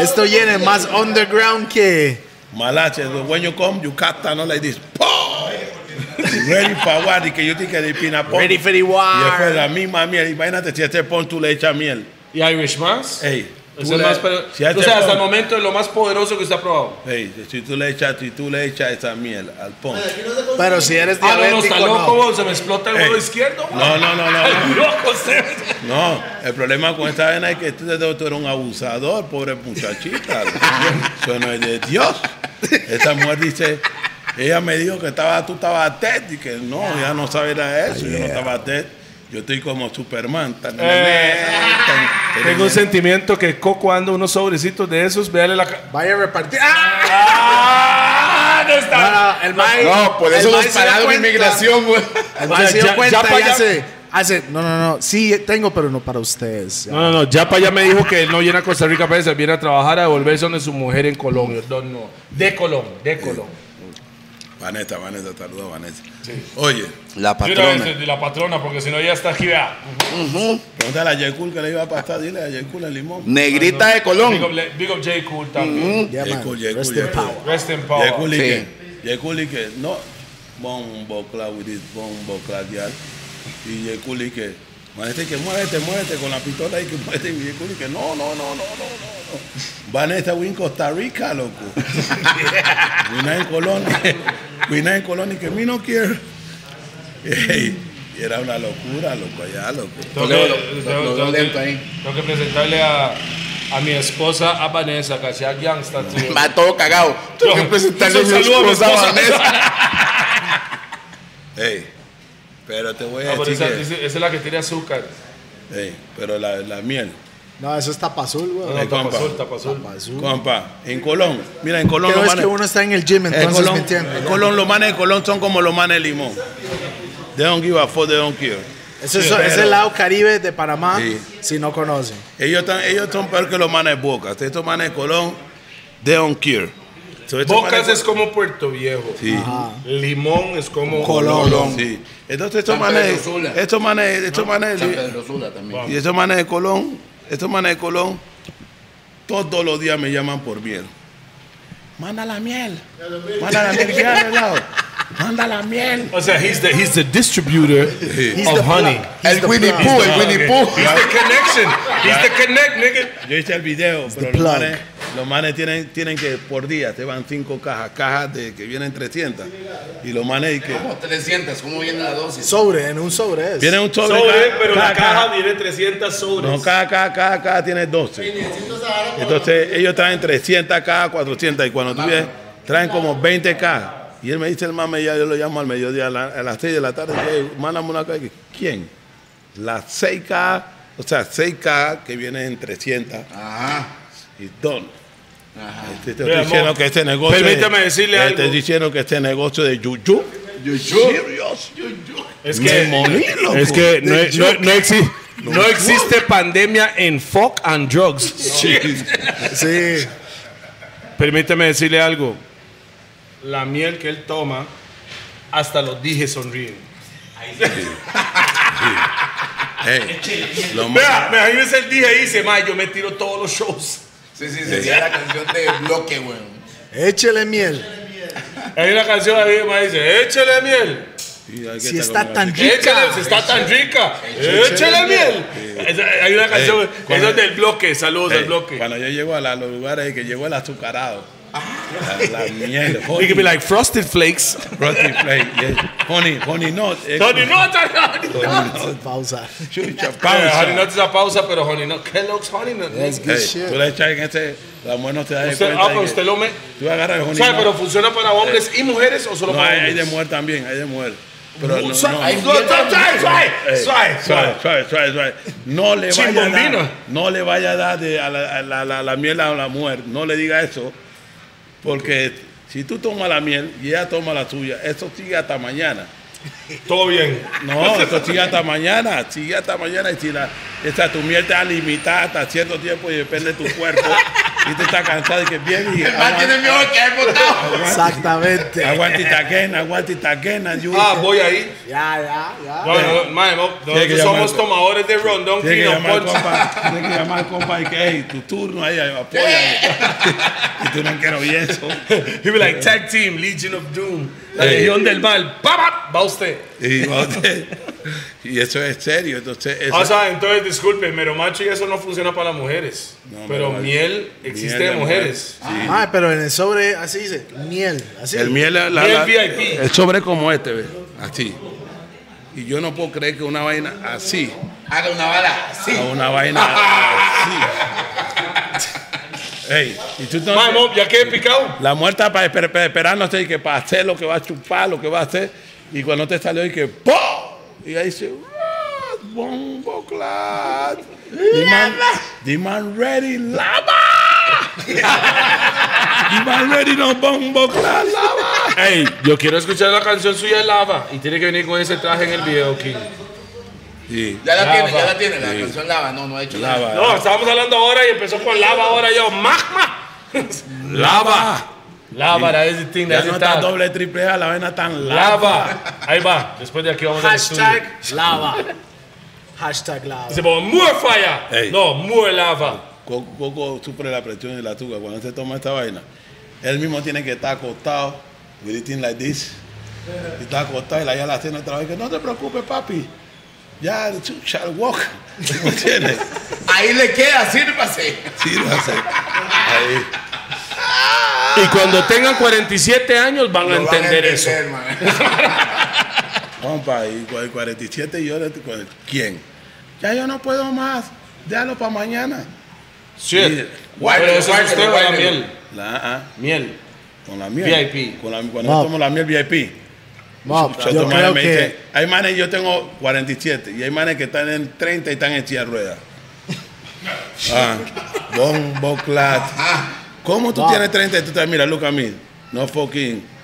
Esto viene más underground que.
Malasia, the- when you come, you cut down all like this. ¡Pum! Ready for what? Y que yo te quedé pina pon.
Ready for the
Y después
war.
la misma miel. Imagínate si a este pon tú le echas miel.
¿Y Irish más?
Ey, tú
Es el
le-
más pero-
si a este
o sea, hasta el
pon-
momento es lo más poderoso que usted ha probado.
Ey, si tú le echas, si tú le echas esa miel al pon.
Pero si eres
Ah, no, no, está
diabético,
loco,
no.
bo, se me explota el huevo
Ey.
izquierdo. bo.
No, no, no, no.
[LAUGHS] Ay, loco, usted.
No, el problema con esta vena es que tú, tú eres un abusador, pobre muchachita. Eso no es de Dios. Esta mujer dice, ella me dijo que estaba, tú estabas TED y que no, ella no sabe nada de eso, yo no estaba TED. Yo estoy como Superman. tan- tan-
Tengo un sentimiento que Coco anda unos sobrecitos de esos, véale la cara.
Vaya a repartir. ¡Ah!
¡Ah! No está.
No, no, el Mike.
No, por eso nos
se dio
pararon en
cuenta.
inmigración, güey.
El
O sea,
Mike se
ya-
dio
ya
cuenta
pa'
y
allá-
hace, hace. No, no, no. Sí, tengo, pero no para ustedes.
No, no, no. Yapa ya me dijo que él no viene a Costa Rica para eso. Él viene a trabajar, a devolverse donde su mujer en Colombia. No, no. De Colón, de Colón.
Vanessa, Vanessa, saluda a Vanessa. Oye,
La
la patrona, porque si no ya está aquí, vea.
Ujú.
pregúntale a Yekul que le iba a pasar, dile a Yekul el limón.
Negrita de
Big up,
Colón.
le- big up J. Cool también.
Yeah, man.
Yekul, Yekul,
Rest in
Yekul.
power.
Rest in power.
Yekul y
Sí.
que, Yekul y que, no, bombo clap with this bombo clap ya. Y Yekul y que, Vanessa y que muévete, muévete con la pistola y que muévete. Y Yekul y que, no, no, no, no, no, no. no. Vanessa, we in Costa Rica, loco.
[LAUGHS]
we not in Colonia. we not in Colonia y que me no quiero. Ey, y era una locura, loco, allá, loco.
Tengo
Lo-
que-
lo-
tengo-
lo- lo
tengo que-
lento ahí.
tengo que presentarle a, a mi esposa, a Vanessa, que sea gangsta. tío.
Va todo cagado. Tengo que
Yo-
presentarle a
un
mi
saludo a mi
esposa
esposa. [LAUGHS]
Vanessa.
Ey, pero te voy
Ah,
a
pero
decir
esa,
que,
esa- esa es la que tiene azúcar.
ey, pero la, la miel.
No, eso es tapa azul,
No,
güey.
Ay,
tapa
compa.
azul, tapa azul.
Tapa azul.
Compa, en Colón, mira, en Colón
Pero
no
es
van a-
que uno está en el gym,
El
entonces me
Eh, Colón,
entiende.
el Colón, los manes de Colón son como los manes de Limón. They don't give a fuck, they don't care.
Eso es,
Sí,
es
pero-
el lado caribe de Panamá,
Sí.
si no conocen.
Ellos, están- ellos son peor que los manes de Boca. Estos manes de Colón, they don't care. So, estos
Bocas
manes
es
de-
como Puerto Viejo.
Sí.
Ah,
Limón es como
Colón. Sí. Entonces estos
San
manes,
Pedro Sula.
estos manes, estos manes,
San Pedro Sula también.
y estos manes de Colón, estos manes de Colón, todos los días me llaman por miel. Manda la miel. Manda la miel. ¿qué has hablado? Manda la miel.
O sea, he's the, he's the distributor
He's
of
the
honey.
plug. He's
El
the
Winnie
plug.
Pooh, el Winnie Pooh.
He's the connection. He's the connect, nigga.
Yo hice el video,
the
pero los
plug.
manes, los manes tienen, tienen que por día, te van cinco cajas, cajas de que vienen 300. Y los manes y que
¿Cómo 300? ¿Cómo viene la dosis?
Sobre, en un sobre es.
vienen un sobre, cada- cada
tiene 300 sobres.
No, cada, cada, cada, cada tiene 12. Entonces ellos traen 300 cajas, 400 y cuando tú vienes traen como 20K. Y él me dice, el mame, ya yo lo llamo al mediodía, a, la- a las 6 de la tarde, "Ey, mándame una caja. ¿Quién? Las 6K, o sea, 6K que vienen en 300
Ajá.
y don. Te estoy
Vea,
diciendo
amor,
que este negocio.
permítame
de-
decirle
te
algo.
Estoy diciendo que este negocio de yuyu. Serious.
Es
Me
que,
morí, loco.
es que no, no- no exi- no existe pandemia en fuck and drugs.
Sí.
Permíteme decirle algo. La miel que él toma, hasta los dije sonríen.
Ey, lo más-
Vea, me imagínese el dije y dice, ma, yo me tiro todos los shows.
Sí, sí, sí. la canción de bloque, weón.
Échele
[LAUGHS]
miel.
Hay una canción ahí, ma, dice, échele miel.
Sí, hay que
Si
estar
está
con-
tan
Échale,
rica.
si está tan rica. Échale miel. Esa- Hay una canción,
Eh,
eso
cuando-
es del bloque, saludos
Ey,
del bloque.
Cuando yo llego a la- los lugares que llegó el azucarado. La,
[LAUGHS]
la miel,
It
honey,
could be like frosted flakes.
frosty flake, yes. honey, honey nut, eh,
Honey Nut, Honey Nut.
honey nut,
Pausa.
chucha,
Eh,
pausa.
[LAUGHS] Honey Nut es a pausa, pero Honey Nut, Kellogg's Honey Nut.
That's good
Ey,
shit.
tú le echas en este, la mujer no te da de
Usted,
cuenta
ah,
de
pero
que-
usted lo me...
tú agarras el honey
¿Sabe,
nut.
pero funciona para hombres y mujeres o solo
No,
para
hay, hay
hombres?
de mujer también, hay de mujer. Pero no, no,
Ay,
No, suave, suave, suave,
Ey,
suave,
suave, suave, suave, suave. No le vaya a
Chimbombino.
dar, no le vaya a dar de- a la, a la- la- la miel a la mujer. No le diga eso. Porque si tú tomas la miel y ella toma la tuya, eso sigue hasta mañana.
Todo bien.
No, eso sigue hasta mañana, sigue hasta mañana. Y si la, esa tu miel te va a limitar hasta cierto tiempo y depende de tu cuerpo. y te está cansado y que bien. Y
Man tiene miedo que haber votado.
Exactamente. Ya,
Aguanta y taquena, aguanta y taquena. you-
Ah, voy ahí.
ya, ya.
No, no, no, mae, no,
Tiene que
nosotros somos
llamar-
tomadores de rondón,
Tiene que
Kino
llamar al
Punch.
compa, tiene que llamar al compa y que, hey, tu turno ahí, apóyame. [LAUGHS] y tú no quiero oír eso.
He be like, tag team, Legion of Doom, la Legión del Mal. ¡Pa, pa! Va usted.
Y, va usted- y eso es serio, entonces eso-
Ah, O sea, entonces, disculpe, pero macho y eso no funciona para las mujeres.
No,
pero
pero-
miel existe
miel
de
de
mujeres.
Ah, pero en el sobre así dice miel, así.
el miel, la, la-
Miel
la-
VIP.
el sobre es como este, ve, así. Y yo no puedo creer que una vaina así,
Haga Ah, una bala. Sí.
a una vaina
[LAUGHS]
así. Ey, y tú no-
Mae, mom, ya quedé picado.
La muerta para esper, para esperar, no sé, y que para hacer lo que va a chupar, lo que va a hacer. Y cuando te salió, y que ¡Po! Y ahí dice, "What? ¡Bombo clad! Demand, demand ready, lava! demand ready, no bombo clad, lava!
Ey, yo quiero escuchar la canción suya Lava. Y tiene que venir con ese traje en el video, King.
Sí,
Ya la tiene, ya
Lava.
la tiene. La canción lava. No, no ha hecho nada.
lava.
No, estábamos hablando ahora y empezó con Lava ahora yo. ¡Magma!
¡Lava!
Lava, that is the thing,
Ya
that's
no
the
está
tag.
doble, triple A, la vaina tan lava.
Lava. Ahí va. Después de aquí vamos al estudio.
Hashtag lava. Hashtag lava.
Dice, "But more fire.
Ey.
No, more lava.
Coco, Coco sufre la presión y la azúcar cuando se toma esta vaina. Él mismo tiene que estar acostado, with eating like this. Y está acostado y la ya la cena otra vez. Que no te preocupes, papi. Ya, you shall walk. [LAUGHS] ¿Me entiendes?
Ahí le queda, sírvase.
Sírvase. Ahí.
Y cuando tengan 47 años van a
Lo van a
entender eso.
entender, man.
Compa, y cu- y 47 y yo le- cu- ¿Quién? Ya yo no puedo más. Déjalo para mañana.
Shit. Pero
Guárdelo,
eso es usted o
guárdelo,
la
guárdelo.
miel.
La, ah,
Miel.
con la miel.
VIP.
Con la, cuando
No.
yo tomo la miel VIP.
Mop,
Yo
yo
otro man
creo
me dice,
que
hay manes, yo tengo 47 y hay manes que están en 30 y están en silla de
[LAUGHS]
ruedas. Ah, bombo clat. ¿Cómo tú
Wow.
tienes 30 y tú te mira, look at me? No fucking.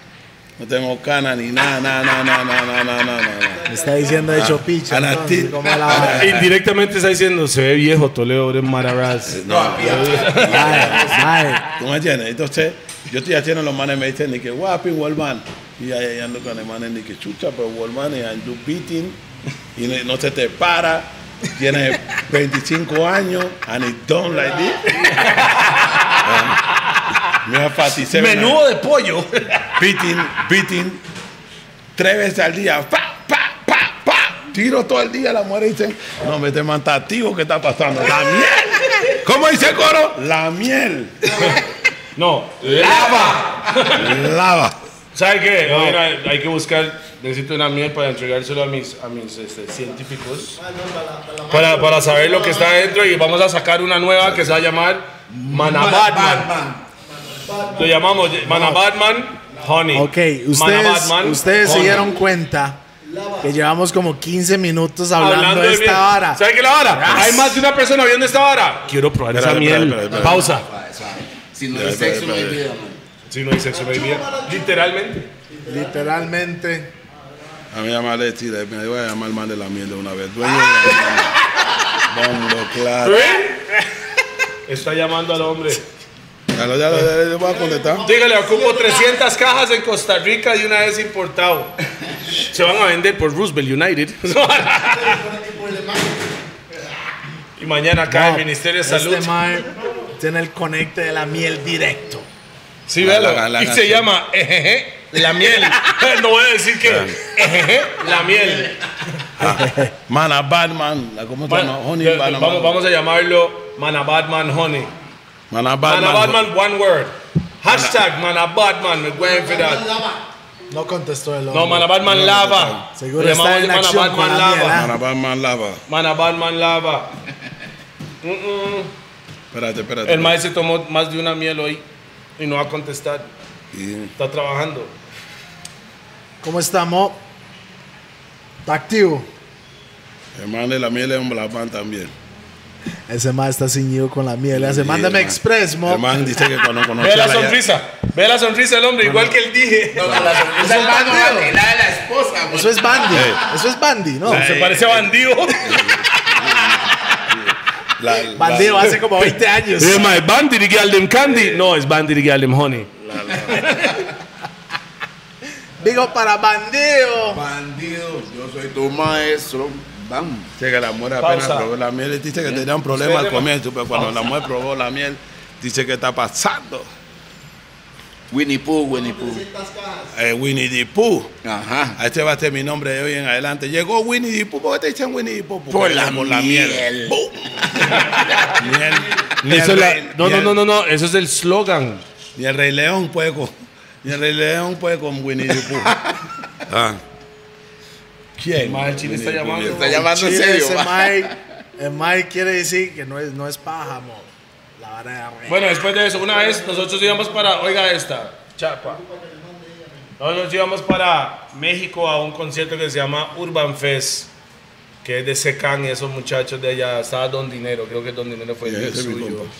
No tengo cana ni nada, nada, nada, nada, nada, nada, nada, nada.
me está diciendo hecho picha.
"Ah, Ana
entonces,
Tit.
¿cómo es la vara?
Ah,
[LAUGHS]
Indirectamente está diciendo, se ve viejo Toledo de [LAUGHS] Mararaz.
No,
Mae, mae.
¿Tú me entiendes? Entonces, yo estoy haciendo los manes me dicen ni que guapi, Wallman. Y ahí ando con el manes ni que chucha, pero Wallman and you beating. Y no- no se te para. Tienes 25 años and it don't like this. [LAUGHS] Ah, Me enfaticé.
Menudo de [LAUGHS] pollo.
Beating, beating. Tres veces al día. Pa, pa, pa, pa. Tiro todo el día. La mujer dice, no, me te manta activo. ¿Qué está pasando? La miel. ¿Cómo dice el coro? La miel.
No, lava.
Lava.
¿Sabe qué? Mira, hay que buscar, necesito una miel para entregárselo a mis, a mis este, científicos. Para, para saber lo que está adentro y vamos a sacar una nueva que se va a llamar Manabatman. Lo llamamos Mana Batman Honey.
Ok,
Mana
ustedes,
Batman,
ustedes se
Honey.
dieron cuenta que llevamos como 15 minutos hablando, de
miel.
esta vara.
¿Sabes qué es la vara? Hay más de una persona viendo esta vara. Quiero probar esa
Espérate,
miel.
espérate, espérate,
Pausa.
Si no hay sexo, no hay vida, man.
Si no hay sexo, no hay vida. Literalmente.
Literalmente.
A mí llamarle Tila, me voy a llamar mal de la miel de una vez. Dueño de la miel. Bombo, claro.
¿Eh?
Está llamando al hombre.
Ya lo, ya lo, ya lo voy a contestar.
Dígale, ocupo 300 cajas en Costa Rica de una vez importado. Se van a vender por Roosevelt United. [LAUGHS] y mañana acá el Ministerio de Salud.
Este mae tiene el conecte de la miel directo.
Sí,
La-
véalo.
la- la
y se
canción.
llama Ejeje, la miel. [LAUGHS] no voy a decir que Ejeje, la miel.
Mana Batman, la- ¿cómo se
Bueno,
llama? Honey
eh,
Batman.
vamos, vamos a llamarlo Mana Batman Honey.
Mana Batman.
Mana Batman, one word. Hashtag Mana Batman, me pueden fidar.
No contestó el hombre.
No, Mana Batman Lava.
Seguro
Le
está
llamamos
en
Mana
acción
Batman
con la
Lava.
miel, ¿ah?
Mana Batman Lava.
Mana Batman Lava.
Espérate, espérate.
El maestro se tomó más de una miel hoy y no va a contestar.
Y-
Está trabajando.
¿Cómo estamos? Está activo.
El man de la miel es un Batman también.
Ese mae está ceñido con la miel. Hace,
Sí,
mándame
el man-
express, mo.
El man dice que cuando conoce
Ve
a
la
la ya-
sonrisa. Ve la sonrisa del hombre, igual que él dije.
No, no, la
es
sonrisa es más
bandido.
la de la esposa, güey.
Eso es Bandy. Eso es Bandy, ¿no?
Se parece a bandido.
la- la-
Bandido hace como 20 años.
Es más, Bandy y Galdem Candy.
Eh,
No, es Bandy y Galdem Honey.
Digo para Bandido.
Bandido, yo soy tu maestro. Vamos.
Dice que la mujer apenas
Pausa.
probó la miel. Dice que tenía un problema al comienzo, pero cuando la mujer probó la miel, dice que está pasando.
Winnie Pooh, Winnie Pooh.
Eh, Winnie the Pooh.
Ajá.
A Este va a ser mi nombre de hoy en adelante. Llegó Winnie the Pooh. ¿Por qué te dicen Winnie the Pooh? Porque
Por
le
la
damos
miel.
¡Pum!
[LAUGHS]
Miel. Ni el
Eso es la-
rey-
no,
ni
no,
el-
no, no, no, eso es el slogan.
Ni el Rey León puede con. Ni el Rey León puede con Winnie the
[LAUGHS]
Pooh. Ah. ¿Quién?
Ma, el chile está
Winnie the Pooh.
llamando.
Está llamando en
Chile,
serio,
ese
va.
Mike, el Mike quiere decir que no es, no es paja, mo. La vara de arre.
Bueno, después de eso, una vez nosotros íbamos para, oiga esta, Chapa. Nosotros íbamos para México a un concierto que se llama Urban Fest, que es de Secan y esos muchachos de allá. Estaba Don Dinero, creo que Don Dinero fue
Sí,
el
ese es mi
suyo.
compa.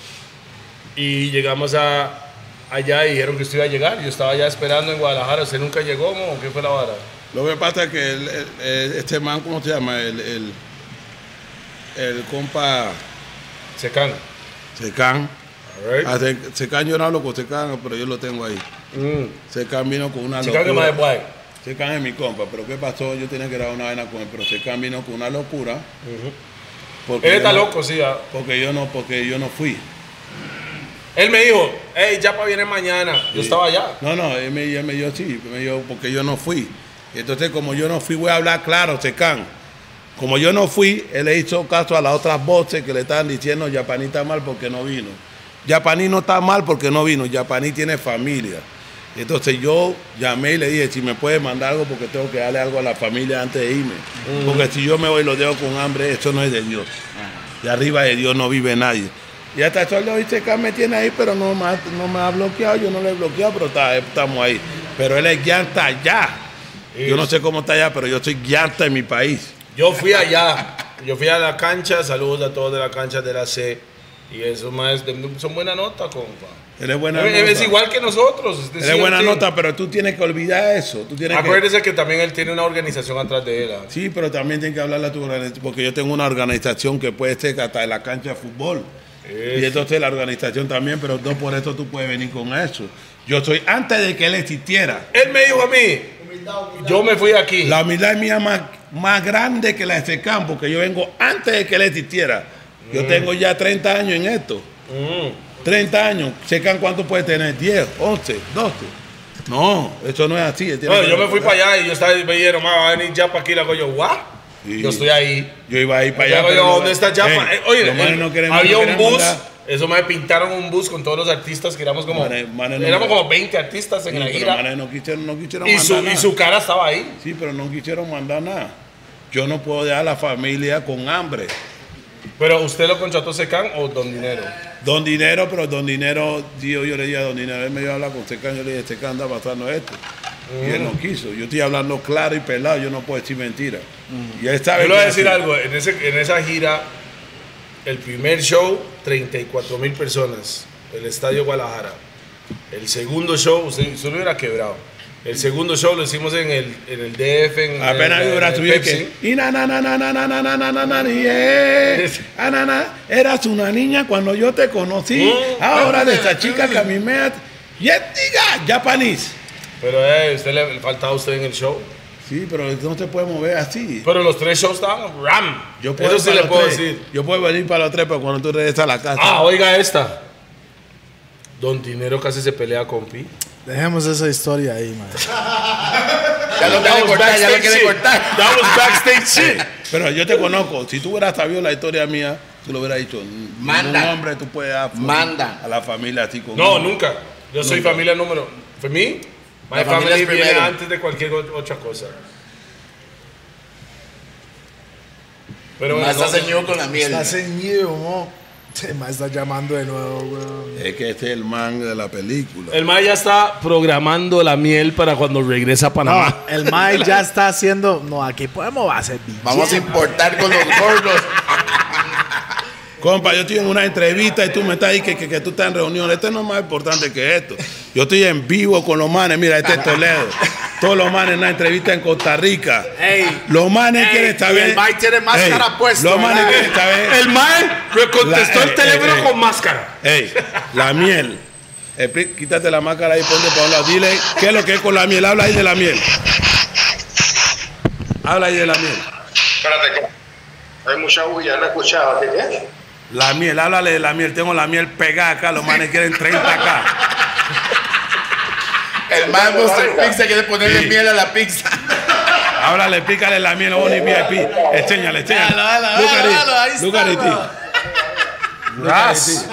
Y llegamos a, allá y dijeron que usted iba a llegar. Yo estaba ya esperando en Guadalajara. ¿Usted nunca llegó, mo? ¿O qué fue la vara?
Lo que pasa es que el- el- el- este man, ¿cómo se llama? El, el, el compa
Secan.
Secán.
Alright.
Ah, Se- Secán, yo no hablo con Secán, pero yo lo tengo ahí.
Mm.
Secán vino con una
Secán que
locura.
más es guay.
Secán es mi compa, pero ¿qué pasó? Yo tenía que grabar una vaina con él, pero Secán vino con una locura. porque
Él
yo
está
no-
loco, sí. ah.
Porque yo no, porque yo no fui.
Él me dijo, hey, Chapa viene mañana. Yo estaba allá.
No, no, él me, él me dijo sí, me dijo porque yo no fui. Entonces, como yo no fui, voy a hablar claro, Secán. Como yo no fui, él le hizo caso a las otras voces que le estaban diciendo, Yapaní está mal porque no vino. Yapaní no está mal porque no vino, Yapaní tiene familia. Entonces yo llamé y le dije, si me puede mandar algo porque tengo que darle algo a la familia antes de irme.
Mm.
Porque si yo me voy y lo dejo con hambre, esto no es de Dios. De arriba de Dios no vive nadie. Y hasta el sol de hoy Secán me tiene ahí, pero no me, ha, no me ha bloqueado, yo no lo he bloqueado, pero está- estamos ahí. Pero él es guiarta allá. Yo no sé cómo está allá, pero yo soy guiarta en mi país.
Yo fui allá, yo fui a la cancha, saludos a todos de la cancha de la C. Y eso más, de- son buena nota, compa.
Él es buena
Él- él
nota.
es igual que nosotros. es
Él
decir,
es buena
él tiene-
nota, pero tú tienes que olvidar eso. Tú tienes que-
Acuérdese que también él tiene una organización atrás de él. ah.
Sí, pero también tienes que hablarle a tu organización, porque yo tengo una organización que puede ser hasta de la cancha de fútbol. Y entonces la organización también, pero no por eso tú puedes venir con eso. Yo soy antes de que él existiera.
Él me dijo a mí, yo me fui aquí.
La humildad mía más, más grande que la de este campo, que yo vengo antes de que él existiera.
Mm.
Yo tengo ya 30 años en esto. 30 años. Checan cuánto puede tener. 10, 11, 12. No, eso no es así. él tiene
No,
que
yo me fui
recordar.
para allá y yo estaba, me dijeron, "Ma, va a venir Japa aquí, la coño, ¿what?
Sí.
Yo estoy ahí.
Yo iba a ir para allá.
Yo,
pero
yo,
no-
¿Dónde está Japa?
Ey,
Eh, oye,
los manes
eh,
no queremos-
había
no
un
queremos
bus,
mandar-
eso me pintaron un bus con todos los artistas que éramos como,
Manes- manes no
éramos
queremos.
como 20 artistas en
Sí,
la
pero
gira.
manes no quisieron, no quisieron
Y
mandar
su, y
nada.
su cara estaba ahí.
Sí, pero no quisieron mandar nada. Yo no puedo dejar a la familia con hambre.
Pero usted lo contrató Secan o Don Dinero.
Don Dinero, pero Don Dinero, yo, yo le dije a Don Dinero, él me iba a hablar con Secan, yo le dije, Secan anda pasando esto. Y él
Mm.
no quiso. Yo estoy hablando claro y pelado, yo no puedo decir mentira. Y él sabe
Mm. Yo le voy
que
a decir
así.
algo, en, ese- en esa gira, el primer show, 34 mil personas, el Estadio Guadalajara. El segundo show, usted, usted lo hubiera quebrado. El segundo show lo hicimos en el, en el DF, en en-
Apenas vi un
en
brazo
el
y
Eh, Pepsi.
que. Y na, na, na, na, na, na, na, na, na, na, na, ni, eh.
[LAUGHS]
Ah, na, na. Eras una niña cuando yo te conocí.
Mm.
Ahora de esta chica que a mí me. at- Yet, diga, japonés.
Pero eh, usted le le faltaba a usted en el show.
Sí, pero no se puede mover así.
Pero los tres shows estaban ram.
Yo
Eso
puedo ir
sí
para
le
los
puedo
tres.
decir.
Yo puedo venir para los tres, pero cuando tú regresas a la casa.
Ah, oiga esta. Don Dinero casi se pelea con Pi.
Dejemos esa historia ahí, man.
Ya lo quiere cortar, ya lo quiere cortar.
That was backstage shit.
Pero yo te conozco. Si tú hubieras sabido la historia mía, tú lo hubieras dicho.
Manda.
Un hombre tú puedes dar
Manda.
a la familia así con
No, nunca. Yo soy familia número. For me, my
La familia
family
es
viene
primero.
antes de cualquier o- otra cosa. Pero
Más
no,
está ceñido con la miel.
Está ceñido, mo. Este man está llamando de nuevo, weón.
Es que este es el man de la película.
el Maya está programando la miel para cuando regrese a Panamá.
No, el Mae ya está haciendo. No, aquí podemos hacer billete.
Vamos a importar
[LAUGHS]
con los gordos.
Compa, yo estoy en una entrevista y tú me estás ahí que, que, que tú estás en reunión. Esto no es más importante que esto. Yo estoy en vivo con los manes. Mira, este es Toledo. Todos los manes en una entrevista en Costa Rica.
Ey.
los manes
Ey,
quieren
y
saber.
el Mike tiene máscara puesta,
Los manes
¿verdad?
quieren saber.
El Mae le contestó
La-
el
eh,
teléfono
eh, eh.
con máscara.
Ey, la miel. Expli- Quítate la máscara y ponte para un lado. Dile qué es lo que es con la miel. Habla ahí de la miel. Habla ahí de la miel.
Espérate, que hay mucha bulla, no escuchaba. ¿qué, ¿Qué?
La miel, háblale de la miel. Tengo la miel pegada acá. Los manes quieren 30 acá.
El man Monster Pizza quiere ponerle miel a la
[LAUGHS]
pizza.
Háblale, explícale la miel, Oni VIP. Enséñale, enséñale. Lucariti.
Ras.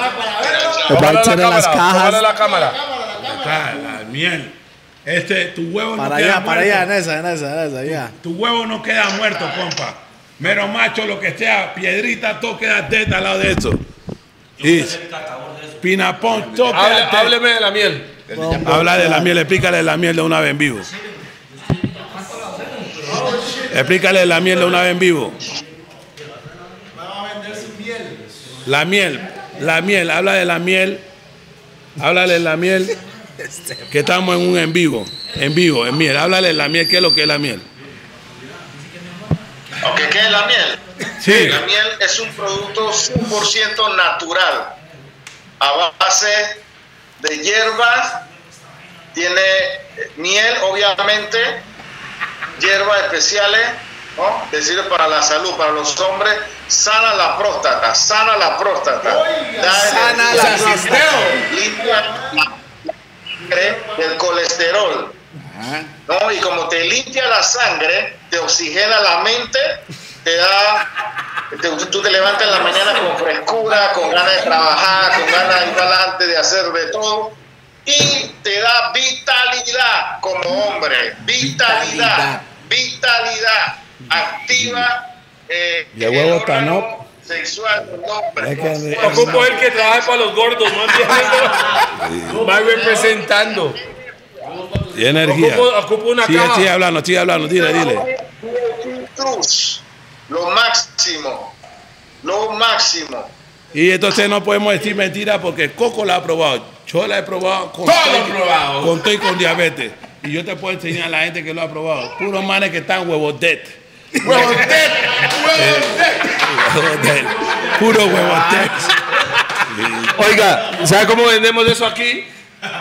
Tómale la
Tómale
cámara, tómale
la cámara.
Está la miel. Este, tu huevo no
Para
queda
allá, para
muerto.
allá, en esa, en esa, en esa, ya.
Tu huevo no queda muerto, compa. Mero macho, lo que sea, piedrita, todo queda teta al lado de eso. Y pinapón, todo
Hable-
queda teta.
hábleme de la miel.
Habla de la miel, explícale de la miel de una vez en vivo. Explícale de la miel de una vez en vivo. La miel, la miel, habla de la miel. Háblale de la miel. Que estamos en un en vivo, en vivo, en miel. Háblale de la miel, ¿qué es lo que es la miel?
Ok, ¿Qué es la miel?
Sí.
La miel es un producto 100% natural, a base de hierbas, tiene eh, miel, obviamente, hierbas especiales, ¿no? Que sirve para la salud, para los hombres, sana la próstata, sana la próstata. Da
Ah,
sana
energía,
la próstata.
Limpia la sangre del colesterol. ¿no? Y como te limpia la sangre, te oxigena la mente, te da, te- tú te levantas en la mañana con frescura, con ganas de trabajar, con ganas de ir adelante, de hacer de todo. Y te da vitalidad como hombre, vitalidad, vitalidad, activa. Eh,
Y el huevo está, ¿no?
órgano Sexual, del hombre.
Es que-
Ocupo el que trabaja para los gordos, ¿no entiendes? Va representando.
Y energía.
Ocupo- ocupo una
sigue,
caja.
sigue hablando, sigue hablando, dile, dile.
Cruz, lo máximo, lo máximo.
Y entonces no podemos decir mentira porque Coco la ha probado. Yo la he probado con
Todo
todo y-
lo he probado.
Con todo y con diabetes. Y yo te puedo enseñar a la gente que lo ha probado. Puros manes que están huevotet.
¡Huevotet! ¡Huevotet!
Huevotet. Puro huevotet.
Oiga, ¿sabe cómo vendemos eso aquí?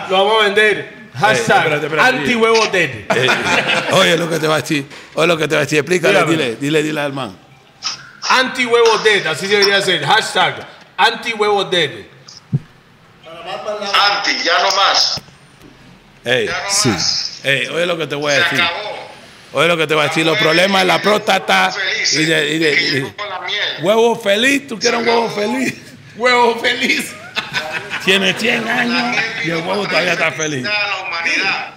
Lo vamos a vender.
Eh, espérate,
Hashtag
espérate.
antihuevo dead.
Eh, Oye, lo que te va a decir. Oye, lo que te va a decir. Explícale,
Dígame.
dile, dile, dile al man.
Antihuevo dead, así se debería hacer. Hashtag antihuevo dead.
Anti, ya no más.
Ey,
Ya no más.
ey, oye lo que te voy a
Se
decir.
acabó.
Oye Pues lo que te voy a decir. Los problemas de la próstata
Felices,
y de- y de-
que
y de
llegó con la miel.
Huevo feliz, tú quieres un huevo feliz.
¡Huevo feliz!
Tiene 100
La
años
miel
y
vino
el huevo
para
todavía está
felicitar
feliz.
a la humanidad.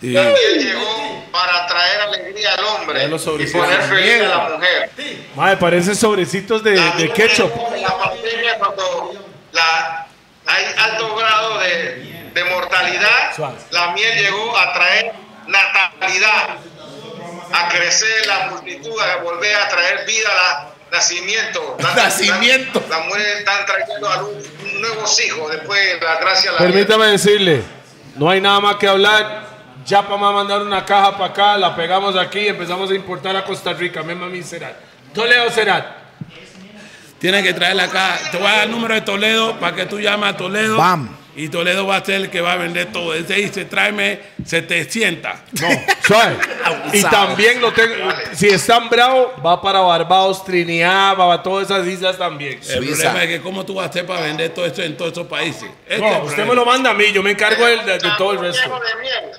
Y-
La miel llegó para traer alegría al hombre
Ya lo
y
sobrecitos.
poner feliz a la mujer.
Mae, parecen sobrecitos de,
La
de
mujer
ketchup.
con La pandemia, cuando la- hay alto grado de, de mortalidad,
Suave.
la miel llegó a traer natalidad, a crecer la multitud, a volver a traer vida al
[LAUGHS]
nacimiento. La-
Nacimiento.
la- Las mujeres están trayendo a luz nuevos hijos después de la gracia de la
Permítame decirle, no hay nada más que hablar. Ya vamos a mandar una caja para acá, la pegamos aquí y empezamos a importar a Costa Rica. Me mami Serat. Toledo Serat.
Tienes que traerla acá. Te voy a dar el número de Toledo para que tú llames a Toledo.
Bam.
Y Toledo va a ser el que va a vender todo. Él te dice, tráeme 700.
No, suave. Y también lo tengo. Si es tan bravo, va para Barbados, Trinidad, va a todas esas islas también.
El
Suiza.
problema es que cómo tú vas a hacer para vender todo esto en todos esos países. Este es
No,
el
usted
problema.
me lo manda a mí, yo me encargo del- de, de todo el resto.
de miel.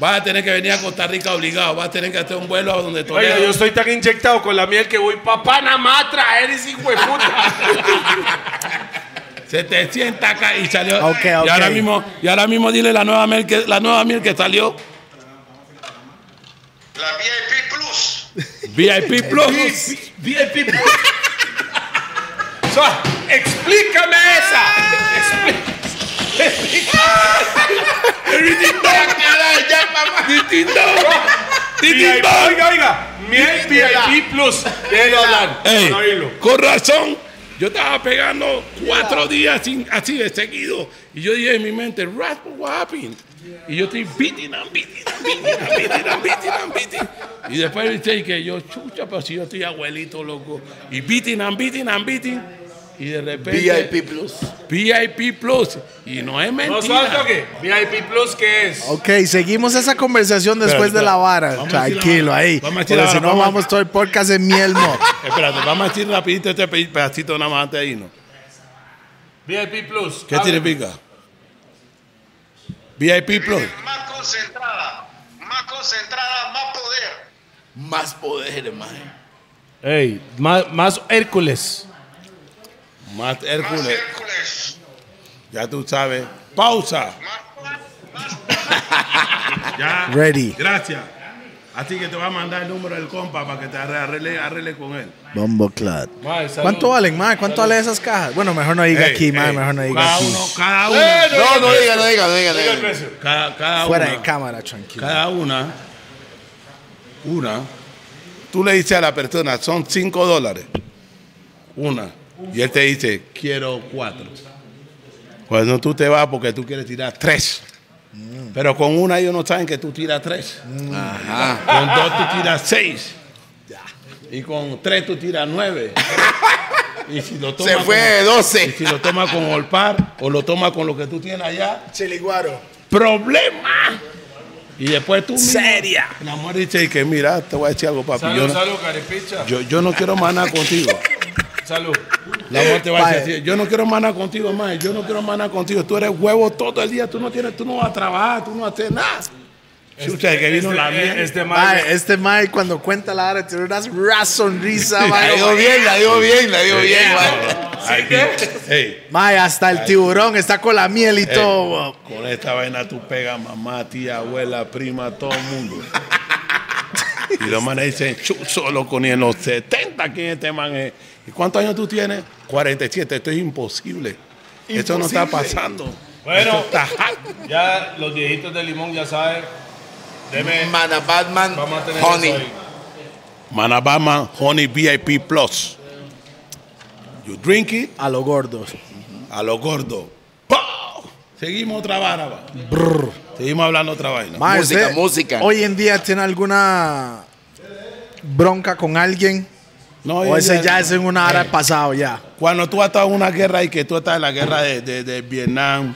Vas a tener que venir a Costa Rica obligado. Vas a tener que hacer un vuelo a donde Toledo.
Oiga, yo estoy tan inyectado con la miel que voy para Panamá a traer ese hijo de [LAUGHS] puta.
700 acá y salió.
Ok,
Y
ok.
ahora mismo, y ahora mismo dile la nueva miel que, la nueva miel que salió.
La VIP Plus.
VIP Plus.
[LAUGHS] VIP.
[LAUGHS]
So, explícame esa. Explí- VIP, Oiga, oiga. Miel VIP Plus. Déjelo hablar.
Ey,
Déjelo oírlo.
con razón. Yo estaba pegando cuatro días sin, así de seguido. Y yo dije en mi mente, Rat, what happened? Y yo estoy beating and beating and beating and beating and beating and beating. Y después viste que yo, chucha, pero si yo estoy abuelito, loco. Y beating and beating and beating. Y de repente.
VIP Plus.
VIP Plus. Y no es
No, suave,
mentira.
toque. VIP Plus, ¿qué es?
Ok, seguimos esa conversación después
Espera,
de la
espera.
vara.
Vamos a decir la
Tranquilo
vara.
ahí.
Vamos a
Porque si
decir la vara,
no,
vamos a-
vamos todo el podcast en mielmo.
Espérate, vamos a decir rapidito este pe- pedacito nada más antes de irnos.
VIP Plus.
¿Qué
Hable.
significa? VIP Plus.
Más concentrada, más concentrada, más poder.
Más poder, hermano.
Ey, más, más Hércules.
Más
Más
Hércules.
Hércules.
Ya tú sabes. Pausa.
Más, más,
[LAUGHS] Ya.
Ready.
Gracias. Así que te va a mandar el número del compa para que te arregle, arregle con él.
Bombo Clat.
Mae, salud.
¿Cuánto valen, mae? ¿Cuánto valen esas cajas? Bueno, mejor no diga
Ey,
aquí, mae.
ey,
Mejor no diga
cada
aquí.
uno, cada uno.
No, no diga, no diga, no diga. No diga.
Cada, cada
Fuera
una.
de cámara, tranquilo.
cada una. Una. Tú le dices a la persona, son 5 dólares. Una. Y él te dice, quiero cuatro. Cuando tú te vas porque tú quieres tirar tres.
Mm.
Pero con una ellos no saben que tú tiras tres.
Ajá.
Con dos tú tiras seis. Y con tres tú
[LAUGHS]
tiras nueve. Y si lo tomas
Se fue de
con, y
12.
si lo tomas con Olpar o lo tomas con lo que tú tienes allá,
Chiliguaro.
problema. Y después tú mismo, Seria. La mujer dice que mira, te voy a decir algo, papi. yo,
Salud,
no,
salud, carepicha.
yo, yo no quiero más nada contigo.
Salud.
La mujer te va a
Vaya.
decir, así, yo no quiero más nada contigo, más. Yo no quiero más nada contigo. Tú eres huevo todo el día. Tú no tienes, tú no vas a trabajar, tú no vas a hacer nada. Chucha, que vino la mierda.
Este mae.
Mae, este mae cuando cuenta la hora tiene una ra
[LAUGHS]
sonrisa,
La
mae.
dio bien, la dio bien,
este,
la dio bien, mae.
Ay, ey,
Mae, hasta el tiburón está con la miel y
ey,
todo. weón.
con esta vaina tú pegas mamá, tía, abuela, prima, todo el mundo. y los manes dicen, chuzo, loco, ni en los 70, ¿quién es este man? es? ¿Y cuántos años tú tienes? 47, esto es imposible. Esto no está pasando.
Bueno.
Esto está eh.
Ya los viejitos de limón ya saben. Deme.
Mana Batman,
Vamos a tener
Honey.
eso ahí.
Manabama Honey VIP Plus. You drink it
A lo gordo.
a lo gordo. ¡Pow! Seguimos otra vara. va. Seguimos hablando otra vaina.
Mae,
Música,
¿usted
música.
Hoy en día tiene alguna bronca con alguien.
No,
O ese
ella-
ya es en una hora pasado ya.
Cuando tú has estado en una guerra y que tú estás en la guerra de, de- de Vietnam,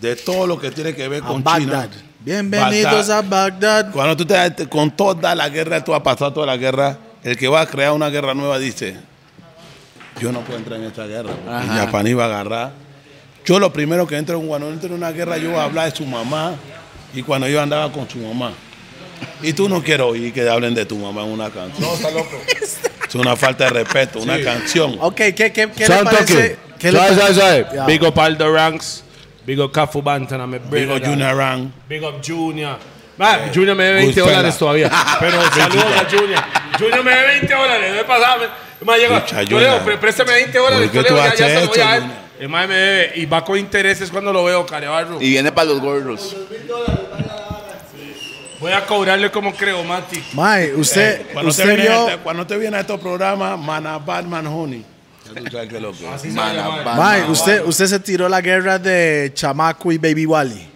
de todo lo que tiene que ver
A
con
Bagdad.
China.
Bienvenidos
Bagdad.
a Bagdad.
Cuando tú te este, con toda la guerra, tú has pasado toda la guerra, el que va a crear una guerra nueva dice, yo no puedo entrar en esta guerra, porque Japón iba a agarrar. Yo lo primero que entro, cuando entro en una guerra, yo voy a hablar de su mamá y cuando yo andaba con su mamá. Y tú no quieres oír que hablen de tu mamá en una canción. No, está loco. Oh, Es una falta de respeto, una canción.
Ok, ¿qué, qué, qué le
Santo
parece?
aquí.
¿Qué le
Suave,
parece?
suave, suave.
Ya.
Big up all the ranks. Big up Cafu Bantana, me
Digo
brother.
Junior Ran.
Big up Junior. Ma, Junior me debe 20
Gustela.
dólares
[LAUGHS]
todavía. Pero saludos a Junior. Junior me debe 20 dólares. Debe pasarme. Ma, llega.
Escucha,
Yo le digo,
Junior.
"Pre- préstame 20 dólares.
¿Por qué
Yo le digo,
tú
ya,
has
ya se lo voy
hecho,
a dar.
Junior?
El ma me debe. Y va con intereses cuando lo veo, Carebarro.
Y viene para los gordos.
Voy a cobrarle como creomati.
Mae,
Eh,
usted,
Cuando te,
usted
viene
vio.
este- cuando te viene a estos programas, Mana Batman Honey. Ah, Ya tú sabes qué es lo que es.
Así se
Mana,
llama.
pana,
Mae, usted, usted se tiró la guerra de Chamaco y Baby Wally.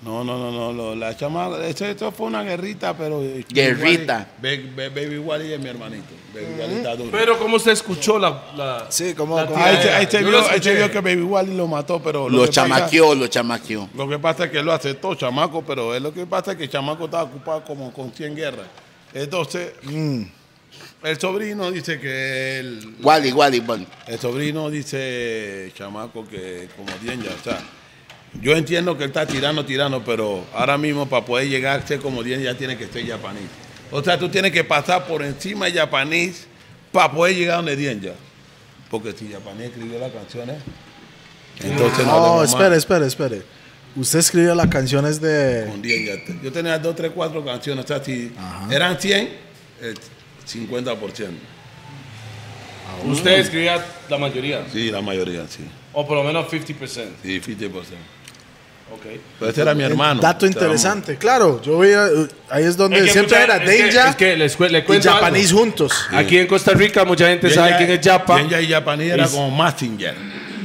No, no, no, no, lo- la chama, esto, esto fue una guerrita, pero...
Guerrita.
Baby Wally- Ba- Ba- Baby Wally es mi hermanito. Baby Wally está duro. Ah,
Pero como usted escuchó la. la-
Sí, como. como-
ahí se, ahí se
Yo lo
vio, ahí
escuché.
se vio que Baby Wally lo mató, pero...
Lo
que pasa-
chamaqueó, lo chamaqueó.
Lo que pasa es que él lo aceptó, chamaco, pero es lo que pasa es que chamaco estaba ocupado como con 100 guerras. Entonces,
Mm.
el sobrino dice que él...
Wally, Wally, Wally.
El sobrino dice, chamaco, que como bien ya, o sea, yo entiendo que él está tirando, tirando, pero ahora mismo para poder llegar a ser como 10 ya tiene que ser japonés. O sea, tú tienes que pasar por encima de japonés para poder llegar donde 10 ya. Porque si japonés escribió las canciones, entonces no
No,
hablemos más
espere, espere, espere. Usted escribió las canciones de.
con 10 ya. te- Yo tenía 2, 3, 4 canciones, o sea, si eran 100, eh, 50%.
Usted escribía la mayoría.
Sí, la mayoría, sí.
O por lo menos 50%.
Sí, 50%.
Ok.
Pero ese era mi hermano.
Eh, Dato
o sea, vamos.
interesante, claro. Yo veía. uh, Ahí es donde
Es que
siempre
mucha-
era
es que-
Danger
Es que les cue- le
y
cuento algo.
Japanese juntos.
Aquí en Costa Rica mucha gente
Bien
sabe
ya-
quién es Japa.
bien ya y Japanese era
Es-
como Mastinger.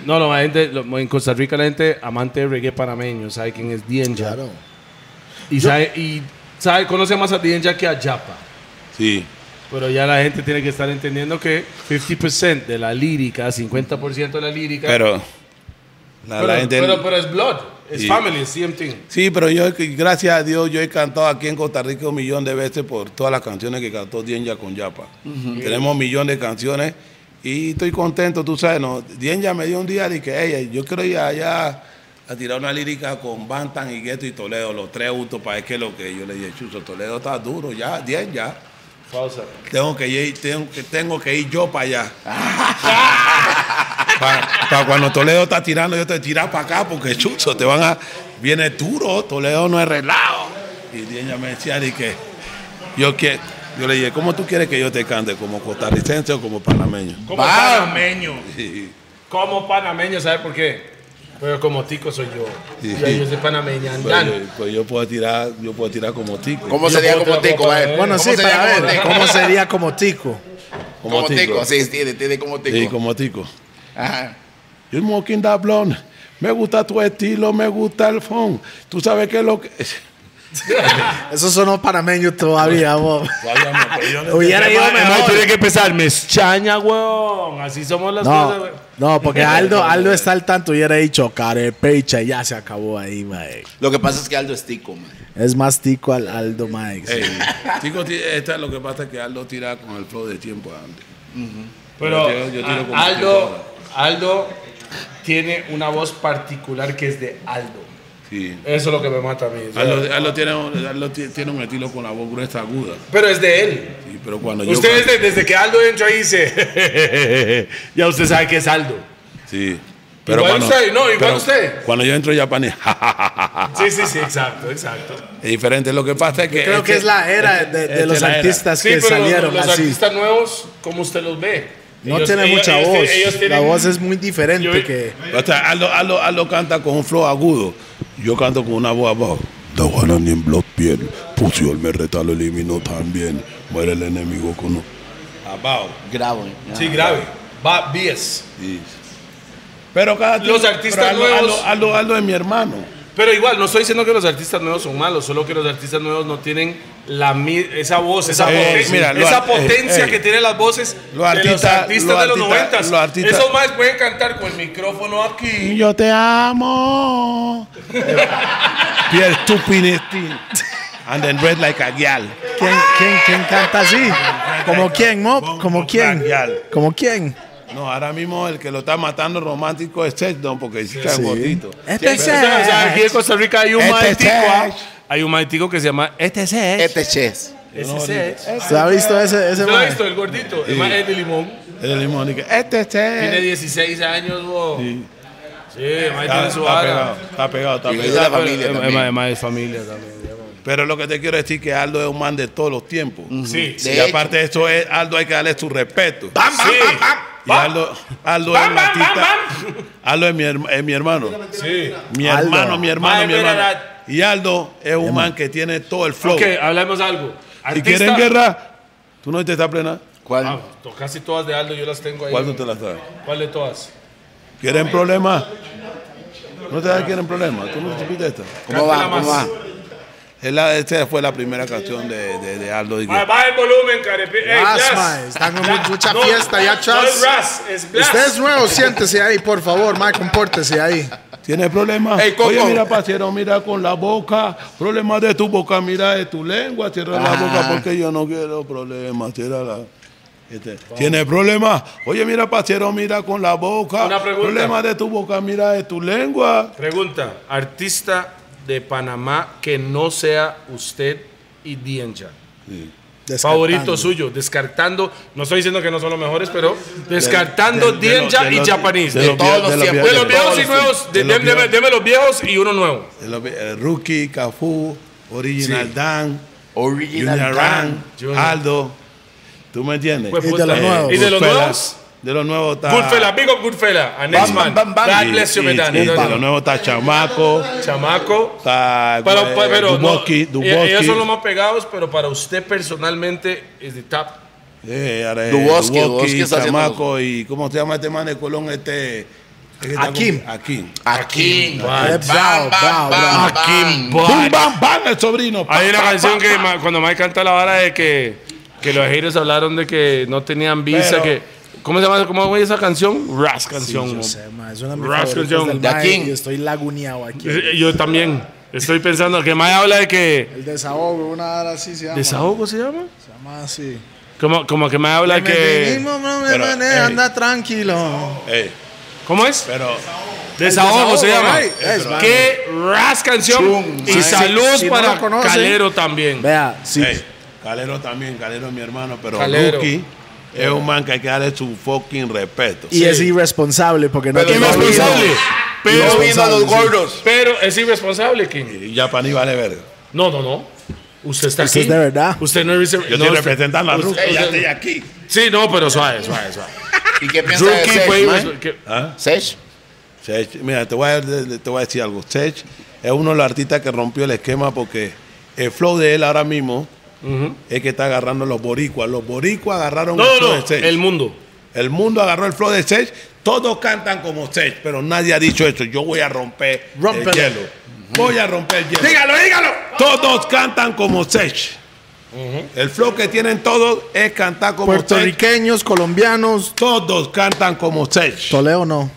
No, no, la gente, lo- en Costa Rica la gente amante de reggae panameño sabe quién es Dienja.
Claro.
Y, sabe, y sabe, conoce más a Dienja que a Japa.
Sí.
Pero ya la gente tiene que estar entendiendo que 50% de la lírica, 50% de la lírica.
Pero. la-
pero,
la gente-
pero- pero es blood, es
Sí.
family, es same thing.
sí, pero yo, gracias a Dios, yo he cantado aquí en Costa Rica un millón de veces por todas las canciones que cantó Dienja con Yapa. Tenemos un millón de canciones y estoy contento, tú sabes, ¿no? Dienja me dio un día y que, hey, yo quiero ir allá a tirar una lírica con Bantan y Gueto y Toledo, los tres autos, para es que lo que yo le dije, Chuzo, Toledo está duro, ya, Dienja.
Pausa.
Tengo que ir, tengo que, tengo que ir yo para allá. para cuando Toledo está tirando, yo te tirar para acá porque chucho, te van a. Viene duro, Toledo no es relajo. Y ella me decía, de que yo que yo le dije, ¿cómo tú quieres que yo te cante? ¿Como costarricense o como panameño? [LAUGHS]
Como panameño. Como panameño, ¿sabes por qué? Pero como tico soy yo.
Sí.
Ya Yo soy panameña.
Pues,
andando.
yo- pues yo puedo tirar, yo puedo tirar como tico.
¿Cómo
Yo
sería
puedo
como
tirar
tico?
como
va a ver?
para-
Bueno,
¿Cómo
sí,
sería
para
como
ver
tico?
cómo sería como Tico.
Como tico, sí, tiene, tiene como
Sí,
tico.
como tico.
Ajá.
You're smoking that blonde. Me gusta tu estilo, me gusta el phone. Tú sabes que
[LAUGHS]
lo que.
Eso sonó panameño todavía, vos.
Todavía me- pero yo [LAUGHS] le-
Hubiera ido
Además,
mejor.
tuve que empezar, me eschaña, weón. Así somos las cosas,
No,
weón.
no,
[LAUGHS]
porque Aldo, Aldo está al tanto y hubiera dicho, carepecha, ya se acabó ahí, mae.
Lo que pasa es que Aldo es tico, man.
Es más tico al Aldo, mae.
Eh,
Ey, Tico, ti- esta es lo que pasa es que Aldo tira con el flow de tiempo antes.
Pero
Yo tiro- yo tiro como
a-
tico
Aldo, Aldo tiene una voz particular que es de Aldo.
Sí.
Eso es lo que me mata a mí. o sea,
Aldo, Aldo tiene, un- Aldo ti- tiene un estilo con la voz gruesa aguda.
Pero es de él.
Sí, pero cuando yo.
Ustedes
canto-
desde, que Aldo entra ahí dice, [LAUGHS] ya usted sabe que es Aldo.
Sí.
Igual usted, no, igual
pero
usted.
Cuando yo entro a japonés, [LAUGHS]
Sí, sí, sí, exacto, exacto.
es diferente. Lo que pasa es que.
Creo que
este-
es la era de, de
este
los
la era.
artistas
Sí,
que
pero
salieron
los, los
así.
artistas nuevos, ¿cómo usted los ve?
No
Ellos-
tiene
ellos-
mucha
ellos-
voz.
ellos
la
tienen-
voz es muy diferente
Yo-
que...
O sea, Aldo, Aldo- Aldo canta con un flow agudo. Yo canto con una voz abajo. No ganan ni en blood piel. Pusiol me reta, lo eliminó también. Muere el enemigo con un. Abajo.
Grabo. ¿eh? ya.
Sí, grave. Va, bies.
Sí. Pero cada
Los
tiempo-
artistas
pero Aldo,
nuevos-
Aldo, Aldo- Aldo es mi hermano.
Pero igual, no estoy diciendo que los artistas nuevos son malos, solo que los artistas nuevos no tienen la mi- esa voz, esa,
Eh,
potencia,
mira, lo
esa
ar-
potencia
eh, eh.
que tienen las voces
Los
de los
artistas-
artistas
los
de los
artistas-
noventas.
los artistas-
Esos más pueden cantar con el micrófono aquí.
yo te amo. [LAUGHS] Pierre Tupinestin. And then red like a girl.
¿Quién, quién, quién canta así? ¿Como quién, Mop? ¿Como quién? ¿Como quién?
No, ahora mismo el que lo está matando romántico es Seth, no, porque sí Eh. está gordito.
Este
O sea, o sea, aquí en Costa Rica hay un
Este
maitico.
es.
ah, Hay un maitico que se llama Este es.
Este es Chess.
Ese es. Ese
¿Se ha visto ese, ese
¿Lo has
mae?
visto? El gordito. El más es de limón.
El mismo dice, este es
Tiene
Seth.
16 años, bo. Sí, el mae
Está,
tiene su
está
vara.
ah, pegado, está pegado, está
Y
pegado.
es de la familia
El mae- el
también.
mae es eh, familia también. ya, bo.
Pero lo que te quiero decir que Aldo es un man de todos los tiempos.
Sí.
De
y
hecho.
aparte de eso, es, Aldo hay que darle su respeto.
¡Bam, bam,
Sí.
bam, bam!
Y Aldo, Aldo es
Bam,
un
bam, bam,
artista. Aldo es mi, herma- es mi hermano.
Sí.
Mi
Aldo.
hermano, mi hermano,
Ay,
mi
mira
hermano.
that.
Y Aldo es un man que tiene todo el flow.
Ok, hablemos algo.
Si
Artista-
quieren guerra, tú no te estás plena.
¿Cuál?
Ah, to- casi todas de Aldo yo las tengo ahí.
¿Cuál no te la sabes?
¿Cuál de todas?
¿Quieren problemas? ¿No te da quieren problemas? ¿Tú no te supiste esta?
¿Cómo va?
cántela
¿Cómo va?
más.
Es la- Esta fue la primera canción de, de- de Aldo. y que-
Ah, Baja el volumen, carepi. Ey,
Ras,
Jazz.
mae, están con
Ya,
mucha fiesta, ya,
No
Chas.
es Ras, es Blas.
Usted es nuevo, siéntese ahí, por favor, Mike, compórtese ahí.
¿Tienes problemas?
Ey, Coco.
Oye, mira, pasero, mira con la boca. Problemas de tu boca, mira de tu lengua. Cierra la
Ajá.
Ah.
boca porque yo no quiero problemas. Cierra la. Este, ¿Tienes problemas? Oye, mira, pasero, mira con la boca.
Una pregunta.
Problemas de tu boca, mira de tu lengua.
Pregunta, artista de Panamá que no sea usted y Dienja. Favorito suyo, descartando, no estoy diciendo que no son los mejores, pero descartando
de- de lo-
Dienja
de
y
lo-
Japanese.
de
De,
lo-
todos los
de lo-
tiempos.
de los
de
viejos
todos
y
los-
nuevos, de-
de los
deme deme-
viejos.
deme los viejos y uno nuevo.
El, el eh, Rookie, Cafú, Original Dan,
Original
Junior Ran,
Gang.
Junior.
Aldo. ¿Tú me entiendes?
Pues,
Y de
puta,
los
eh,
nuevos.
Y de los
Goodfellas.
nuevos.
De los nuevos está.
Goodfella, big up Goodfella. And next
Bam,
man.
bam, bam, bam.
God bless you,
Y-
my
y-
daddy.
y
No,
de
no.
los nuevos está Chamaco.
Chamaco.
Está
Pero,
eh,
pero, pero no,
Duboski,
e-
Duboski.
ellos son los más pegados, pero para usted personalmente es de top.
Eh, ahora es
Duboski,
Duboski,
Duboski está haciendo
Chamaco y ¿cómo se llama este man de Colón? Este. el que está
Akim.
con- Akim.
Aquí.
Eh, bravo, bravo, bravo.
¡Bum, bam, bam! El sobrino. Pa,
Pues,
[LAUGHS]
Hay una
pa,
canción
pa,
que
pa.
ma- cuando Mike canta la vara de que, que los haters hablaron de que no tenían visa,
Pero-
que... ¿Cómo se llama cómo es esa canción? Ras canción.
Yo
mo.
sé, mae, es una de mis
Rascal
favoritas
Young.
del
¿De
mae,
quién?
y estoy laguneado aquí.
Eh, Yo también. Estoy pensando que Mike habla de que...
El desahogo, una hora así se llama.
¿Desahogo se llama?
Se llama así.
Como, como que Mike habla de que...
Mismo, no me
Pero,
maneja,
ey.
anda tranquilo.
Ey,
¿Cómo es?
pero.
Desahogo se llama.
right, es, mae.
Qué ras canción. Y
sí,
salud
sí, no
para
lo conocen.
Calero también.
Vea, sí.
Ey, Calero también, Calero es mi hermano, pero
Calero.
Rookie es un man que hay que darle su fucking respeto.
Y es irresponsable porque no
Pero
tiene
Irresponsable.
oído.
Pero,
vino a los
Irresponsable, sí.
gordos.
pero es irresponsable, King.
Y ya para mí vale verga.
No, no, no. Usted está
Eso
aquí.
es de verdad.
Usted no es irre-
Yo
no,
estoy
usted-
representando a
usted-
Rookie.
usted-
Ya estoy aquí.
Sí, no, pero suave, suave, suave.
¿Y qué piensa de
Rookie fue
Sech, man?
irresp- que-
¿Ah?
Sech.
Sech, mira, te voy, a, te voy a decir algo. Sech es uno de los artistas que rompió el esquema porque el flow de él ahora mismo es que está agarrando los boricuas. Los boricuas agarraron
No,
el flow
no, no.
de Sech.
El mundo.
El mundo agarró el flow de Sech. Todos cantan como Sech, pero nadie ha dicho eso. Yo voy a romper
Rómpelo.
el hielo. Voy a romper el hielo. Dígalo, dígalo. Todos cantan como Sech. El flow que tienen todos es cantar como Sech.
Puertorriqueños, colombianos.
Todos cantan como Sech.
Toleo no.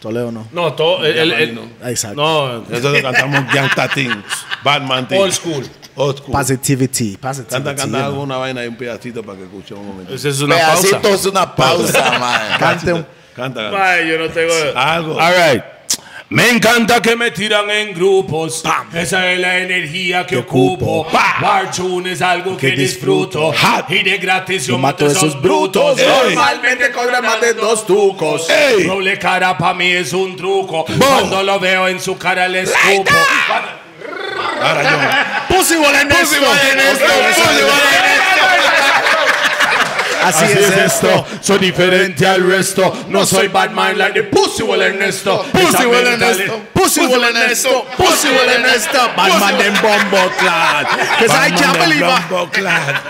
Toleo no.
No, todo. El, el- el-
Exacto.
no,
Nosotros cantamos Yantatín, Batman Team.
old school.
Old school.
Positivity. Positivity.
Canta, canta
¿no?
alguna vaina ahí, un pedacito para que escuche un momento.
Esa es una pausa.
Pedacito es una pausa, man.
Cante un-
Canta, canta.
Ay, yo no tengo.
Algo.
Ah, All right. Me encanta que me tiran en grupos. Esa es la energía que ocupo. Barchun es algo que,
Que
disfruto.
disfruto.
Y de gratis yo
Yo mato
mato a
esos
esos brutos.
brutos.
Ey.
Normalmente cobran más de dos tucos.
Ey.
Doble cara para mí es un truco. Cuando lo veo en su cara le escupo.
Ahora
Pussy Boy en esto. Así, es, esto.
soy diferente al resto. No soy Batman like the Pussy Will Ernesto. Pussy Will Ernesto.
Pussy Boy en esto. Pussy Boy en esto. Batman en Bombo Clad.
yo.
Because I can't believe I-
Bombo Clan.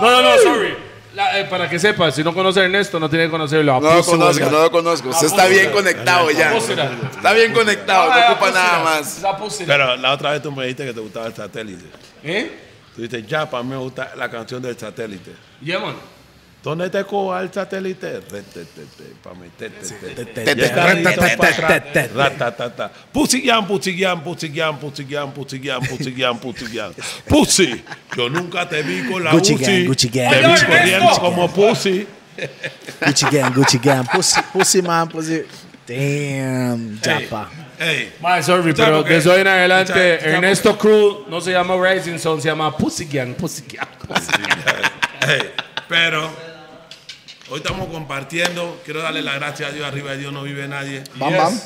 No, no, no, sorry. La- eh, para que sepas, si no conoce a Ernesto, no tiene que conocerlo. A
No lo
Pussy
conozco,
Will-
no lo conozco. Usted está bien conectado ya.
Apóstila.
Está bien conectado,
Ah,
no ocupa
apóstila.
nada más.
Es apóstila.
Pero la otra vez tú me dijiste que te gustaba el satélite.
¿Eh?
Tú dices, ya, para mí me gusta la canción del satélite.
Yeah, man.
¿Dónde te coba el satélite? Re, te, te, te, pa' mi, te, te, te.
Te-
Ya
te-
está
Re, te,
listo
te,
pa'
te,
atrás.
te, te.
Ra, ta, ta, ta. Pussy yam, pussy yam, pussy yam, pussy yam, pussy yam, pussy yam, pussy yam. Pussy, yo nunca te vi con la
Gucci
Uzi.
gang, Gucci gang.
Te
Oye,
vi
Ernesto.
corriendo como pussy.
Gucci Gang, Gucci Gang. Pussy, pussy Man, Pussy. Damn, Japa.
Ey,
Ma, sorry,
¿Sabe
pero
por qué?
desde hoy en adelante,
¿Sabe- sabe
Ernesto Cruz no se llama Rising Sun, se llama Pussy Gang, Pussy Gang.
ey, pero hoy estamos compartiendo. Quiero darle las gracias a Dios. Arriba de Dios no vive nadie.
Bam, bam.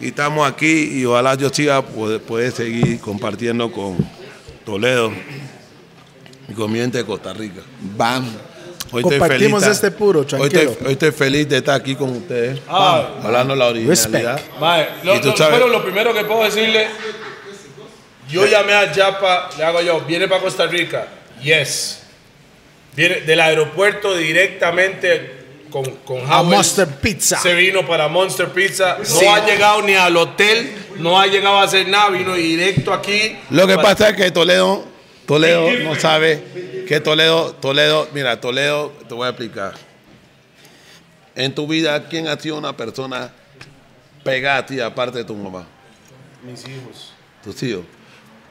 Y estamos aquí y ojalá yo siga poder, poder seguir compartiendo con Toledo y con mi gente de Costa Rica.
Bam.
Hoy estoy
Compartimos
feliz,
este puro,
hoy estoy,
tranquilo.
hoy estoy feliz de estar aquí con ustedes,
Ah.
hablando la originalidad.
Respect.
Mae, lo,
Y tú
lo-
sabes-
bueno, lo primero que puedo decirle, yo llamé a Japa, le hago yo, viene para Costa Rica, yes. Viene del aeropuerto directamente con, con
A
Howells.
Monster Pizza.
Se vino para Monster Pizza, no ha llegado ni al hotel, no ha llegado a hacer nada, vino directo aquí.
Lo que
Para-
pasa es que Toledo, Toledo no sabe que Toledo, Toledo, mira, Toledo, te voy a explicar. En tu vida, ¿quién ha sido una persona pegada a ti, aparte de tu mamá? Mis hijos. Tus hijos.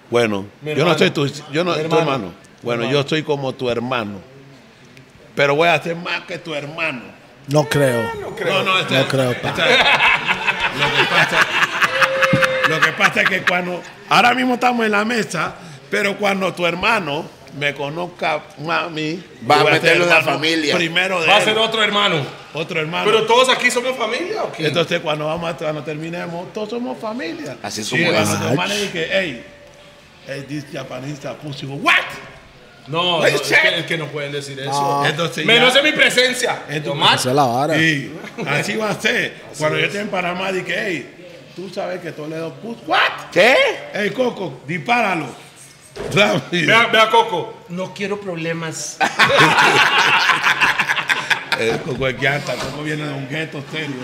Bueno,
Mi
yo no
hermano.
soy tu, yo no,
Mi
tu
hermano.
hermano. Bueno, yo soy como tu hermano. Pero voy a ser más que tu hermano.
No creo.
No, no, este-
No creo, pa.
este- lo que pasa, lo que pasa es que cuando ahora mismo estamos en la mesa, pero cuando tu hermano me conozca mami,
Va a
yo voy ser
meterlo en la
hermano
familia.
Primero de
Va a
él,
ser otro hermano.
otro hermano.
Pero todos aquí somos familia, ¿o qué?
Ah, entonces cuando vamos a- cuando terminemos, todos somos familia.
Así es
Sí,
como es.
cuando tu hermano dice, hey, hey, this Japanese pussy, what? [LAUGHS]
No, no, es, que, es que no pueden decir eso.
Ah.
Entonces
Menos
ya-
en mi presencia.
Entonces-
Tomás.
Esa es la vara.
Sí, así va a ser. Cuando yo esté en Panamá, dije, hey, tú sabes que Toledo puso. ¿What?
¿Qué?
Hey, Coco, dispáralo. [LAUGHS]
Vea, vea, Coco. No quiero problemas.
Eh, Coco es guiata, Coco viene de un gueto serio.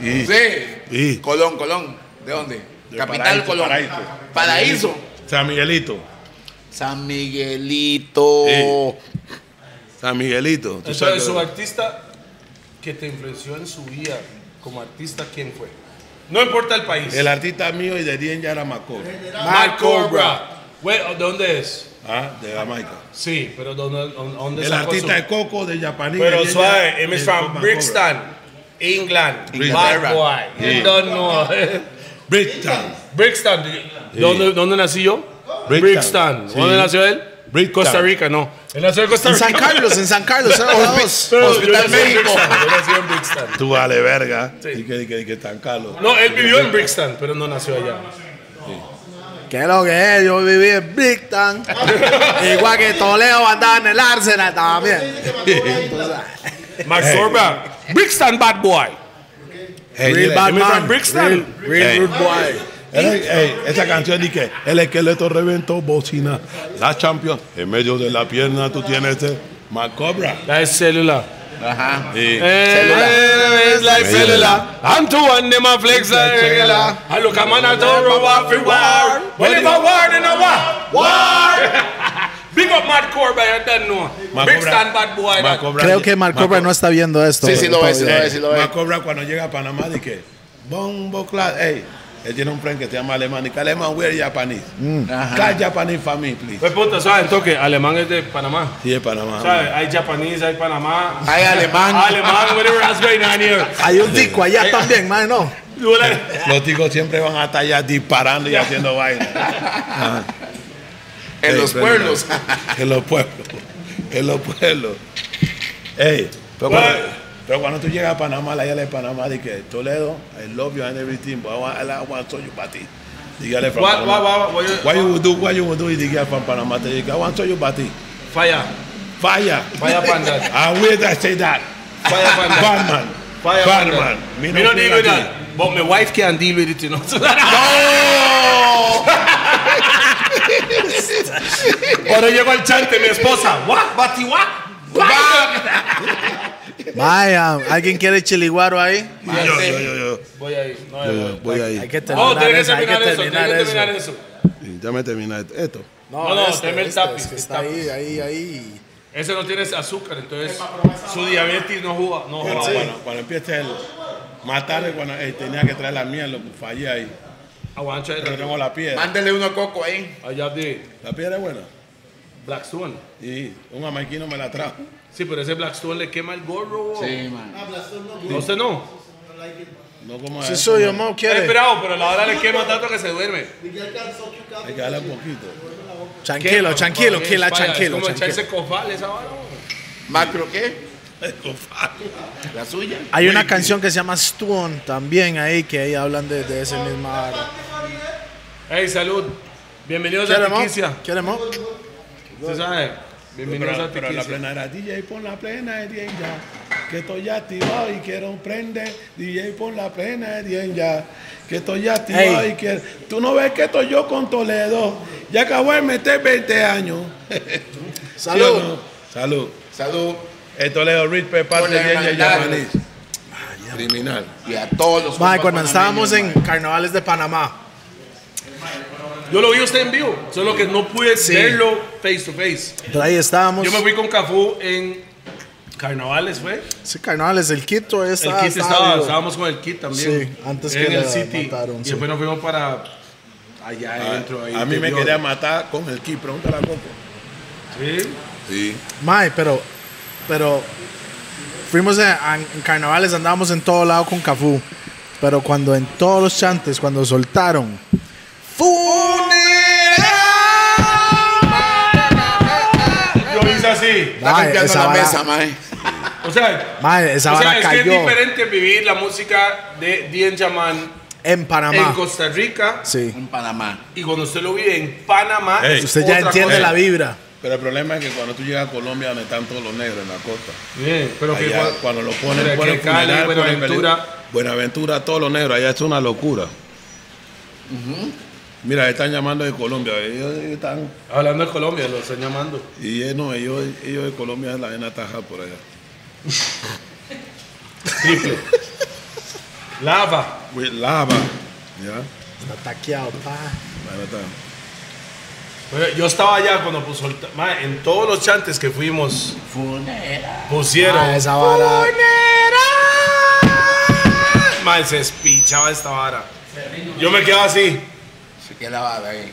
Y,
Sí.
y
Colón, Colón. ¿De dónde?
De
Capital
Paraíso,
Colón.
Paraíso.
Paraíso.
San Miguelito.
San Miguelito.
Sí. San Miguelito. tú
Entonces,
sabes que-
su artista que te influenció en su vida como artista, ¿quién fue? No importa el país.
el artista mío y de Dien Yaramacó.
Mad Cobra. Güey, ¿de ¿Dónde es?
Ah, de Jamaica.
Sí, pero ¿dónde, dónde- dónde
El
sacó su-
artista de Coco de Japanese.
Pero suave, him is from Brixton, England.
Inglaterra.
Bad boy. You don't
[LAUGHS]
know.
Brixton.
Brixton. ¿Dónde, ¿Dónde nací yo?
Brixton.
Brixton.
Sí.
¿Dónde nació él?
Brixton.
Costa Rica, no. Él nació en Costa
En San
Rica.
Carlos, en San
[LAUGHS]
Carlos, dos.
Pero yo
Hospital
nací en
Médico.
Brixton, Yo nací en Brixton.
Tú vale verga.
Sí.
Y que, y que, y que tan calo. [LAUGHS]
No, él vivió en Brixton, pero no nació allá.
¿Qué es lo que es? Yo viví en Brickton. Igual que Toledo andaba en el Arsenal también. Entonces,
Max Sorba, Brixton Bad Boy.
Hey,
Real
dile,
bad
dime-
man.
Brixton.
Real, real
Hey.
rude boy.
Él es- ey, esa canción dice que el esqueleto reventó bocina. La Champions, en medio de la pierna tú tienes este Macobra.
La es célula.
Ajá.
Sí.
Es la es célula. I'm to one de my flex la regla. I look a man I don't know what we war. But if I war, then I war. War. [LAUGHS] Big up Matt Corba, I don't know.
Matt
Brixton
Cobra.
Bad Boy. that-
Macobra-
Creo que Marco
Maco-
no está viendo esto.
Sí, sí, lo es,
Todavía.
lo es, sí, lo es.
Macobra cuando llega a Panamá dice que Bombo Class. Ey, él tiene un friend que se llama Alemán. Y que Alemán, we're Japanese.
Mm.
Call Japanese family, please.
Pues puta, ¿sabes? Entonces, alemán es de Panamá.
Sí, es Panamá.
¿Sabes? Hay japonés, hay Panamá.
Hay alemán.
Alemán, whatever has been on here.
Hay un tico allá también, man, no.
You like-
Los ticos siempre van hasta allá disparando y haciendo vaina.
En
Ey,
los
pero-
pueblos.
[LAUGHS] en los pueblos. En los pueblos. Ey, pero cuando, pero cuando tú llegas a Panamá, la isla de Panamá, di que Toledo, I love you and everything, but I want, I want to show you party. Dígale from
What-
Panamá.
what- what- what you-
What you would do, what you would do, y diga from Panamá, te diga, I want to show you party.
Fire.
Fire.
Fire [LAUGHS] panda.
I will that say that.
Fire panda.
Batman.
Fire
Batman.
Me no
feel
deal with
like
that. But my wife can deal with it, [LAUGHS] you know. Ahora llego al chante, mi esposa. What? Bati, what?
Vaya, ah, ¿alguien quiere chiliguaro ahí?
it. Yo, yo, yo, yo,
Voy ahí. No,
yo, yo, voy
Hay
ahí.
que terminar,
Oh, tiene que
eso, hay
terminar eso, tiene que
eso.
terminar eso.
Y Ya me terminé esto. esto.
No, no, teme el
es
tapiz,
que este,
el
está ahí, ahí, ahí.
Ese no tiene azúcar, entonces su diabetes no juega. No
Cuando,
juega bueno.
cuando, Oh, cuando empiece el. Más tarde, cuando eh, tenía que traer la mía, lo fallé ahí.
Aguanta
Pero
el
tengo la
[LAUGHS]
piedra.
Mándele uno a Coco ¿eh? ahí.
Allá de
La piedra es buena.
Black Stone.
Y un jamaiquino me la trajo.
Sí, pero ese Black Stone le quema el gorro.
Sí, man.
No, usted no.
No como
Ah,
Si
eso,
soy yo,
no.
Mau,
Está
¿quiere?
esperado, pero la hora le quema tanto que se duerme.
Hay que darle un poquito.
Tranquilo, tranquilo,
Vaya,
kila,
es
tranquilo.
Como
tranquilo.
echarse cofales ahora.
Macro, ¿qué? La suya.
Hay una canción que se llama Stone también ahí, que ahí hablan de, de ese mismo.
Ah, Hey, salud. Bienvenidos a
¿Queremos?
Tiquicia.
¿Queremos?
Usted sabe. Bienvenidos
Pero,
a
pero la
Tiquicia.
plena era DJ pon la plena de 10 ya. Que estoy activado y quiero prender. DJ pon la plena de 10 ya. Que estoy activado
Ey.
y quiero. Tú no ves que estoy yo con Toledo. Ya acabo de meter 20 años.
Salud.
[LAUGHS] ¿Sí o no? Salud.
Salud.
El Toledo Rich Pepar
Con
de
hermandad.
10 ya Yamanís. Criminal.
Y a todos los.
Mae,
compas
cuando
panameños,
estábamos en
mae.
carnavales de Panamá,
Yo lo vi a usted en vivo, solo que no pude verlo face to face.
pero ahí estábamos.
Yo me fui con Cafú en carnavales, fue.
Sí, carnavales, el Quito
El
está.
kit estaba, estábamos con el kit también.
Sí, antes
en
que
el
la
City.
mataron,
y
sí.
después nos fuimos para allá adentro. ahí,
Ah, A mí me
interior.
quería matar con el key. Pregúntale a Coco.
Sí.
Sí.
Mae, pero. Pero. Fuimos en, en- en carnavales, andábamos en todo lado con Cafú. Pero cuando en todos los chantes, cuando soltaron.
Yo hice así.
Está
Mae,
cambiando
esa
la
vara-
mesa, eh. mae.
O sea,
Mae, esa
o sea,
vara
es que es
cayó.
diferente vivir la música de Dien Yaman
En
en
Panamá.
Costa Rica
Sí.
En Panamá.
y cuando usted lo vive en Panamá.
Ey.
es
Usted ya
otra
entiende
cosa.
la vibra.
Pero el problema es que cuando tú llegas a Colombia, donde están todos los negros en la costa.
Bien, pero que
Allá,
cuando-
cuando lo
pero que
ponen, ponen
Cali,
funeral, ponen
Buenaventura.
peli- Buenaventura, todos los negros, allá es una locura. Mira, están llamando de Colombia, ellos están,
Hablando de Colombia, lo están llamando.
y eh, no, ellos, ellos de Colombia la ven atajada por allá.
Triple. Lava.
With lava, ¿ya?
Está taqueado, pa.
Bueno, está.
Bueno, yo estaba allá cuando puso el ta- ma, en todos los chantes que fuimos. Pusieron.
Mae, Ah, esa vara.
Ma, se espichaba esta vara. Yo me quedaba así.
Se queda la vara ahí.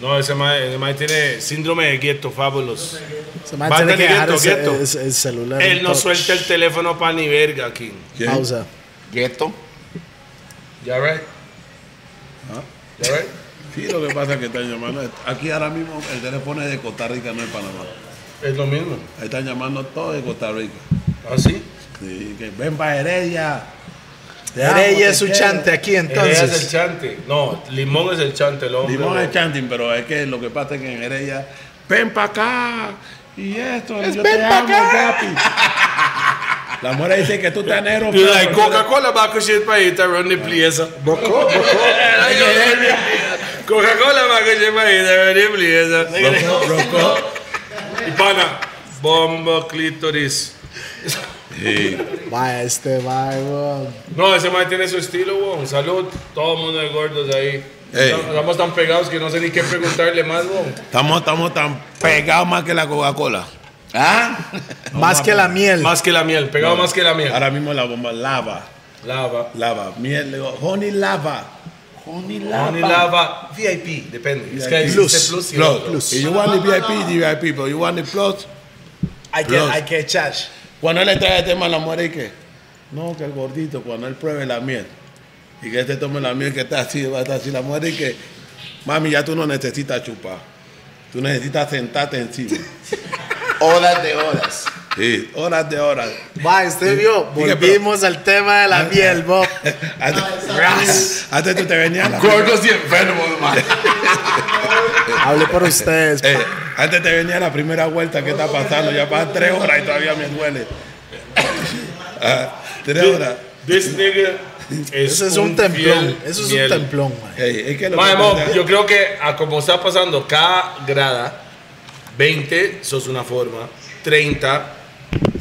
No, ese mae ese mae tiene síndrome de gueto, fábulos.
Se me
Va a
tiene que
tener
dejar
gueto,
ese-
gueto.
ese- el celular.
Él
en
no
touch.
suelta el teléfono para ni verga aquí.
¿Quién?
Pausa.
Gueto.
Ya right?
¿Ah?
Ya right?
Sí, lo que pasa es que están llamando. Aquí ahora mismo el teléfono es de Costa Rica, no es Panamá.
Es lo mismo. ¿Ah,
Ahí están llamando todos de Costa Rica.
Así.
Sí, que ven para Heredia. Te amo,
Ella
te
es su
quiero.
chante aquí
Entonces. es el
entonces.
chante. No, limón es el chante, el hombre.
Limón es chanting, pero es que lo que pasa es que en Heredia, ven para acá. Y esto, yo te amo, papi. La mujer dice que tú estás negro.
You
pero-
like Coca-Cola back shit pa' ahí, Tyrone Pliesa. [LAUGHS] Coca-Cola back shit pa' ahí, Tyrone Pliesa.
Rocó, rocó.
Y pana, bombo clítoris.
Va este, va, weón.
No, ese man tiene su estilo, weón. Salud, todo el mundo de gordos ahí.
Ey.
Estamos- Estamos tan pegados que no sé ni qué preguntarle más, weón.
Estamos, estamos tan pegados más que la Coca-Cola.
Ah.
Más que la miel.
Más que la miel, pegado más que la miel.
Ahora mismo la bomba lava,
Lava.
lava, miel, le digo, honey lava.
Honey
Only lava. VIP, depende. Es que hay
Plus.
este plus y
Plus.
otro.
If you want the VIP, the VIP, pero you want the plus.
Hay que, hay que echar.
Cuando él le trae el tema a la mujer y que, no, que el gordito, cuando él pruebe la miel y que este tome la miel que está así, va a estar así la mujer y que, mami, ya tú no necesitas chupar, tú necesitas
[LAUGHS]
sentarte encima.
Horas de horas.
Sí, horas de
[LAUGHS]
horas.
Va, usted vio.
Diga, pero-
Volvimos al tema de la miel, Bob.
[LAUGHS] antes, antes tú te venías la
Gordos y enfermos, mae.
Hablé por ustedes.
eh, antes te venía la primera vuelta que está pasando, ya pasan tres horas y todavía me duele. [LAUGHS] Ah, tres horas.
This nigga es,
Eso es un templón.
fiel
Eso es un
miel.
templón, mae.
Ey, es que lo
Mae,
que
Mo,
pasa-
yo creo que a como está pasando cada grada, 20 sos una forma, 30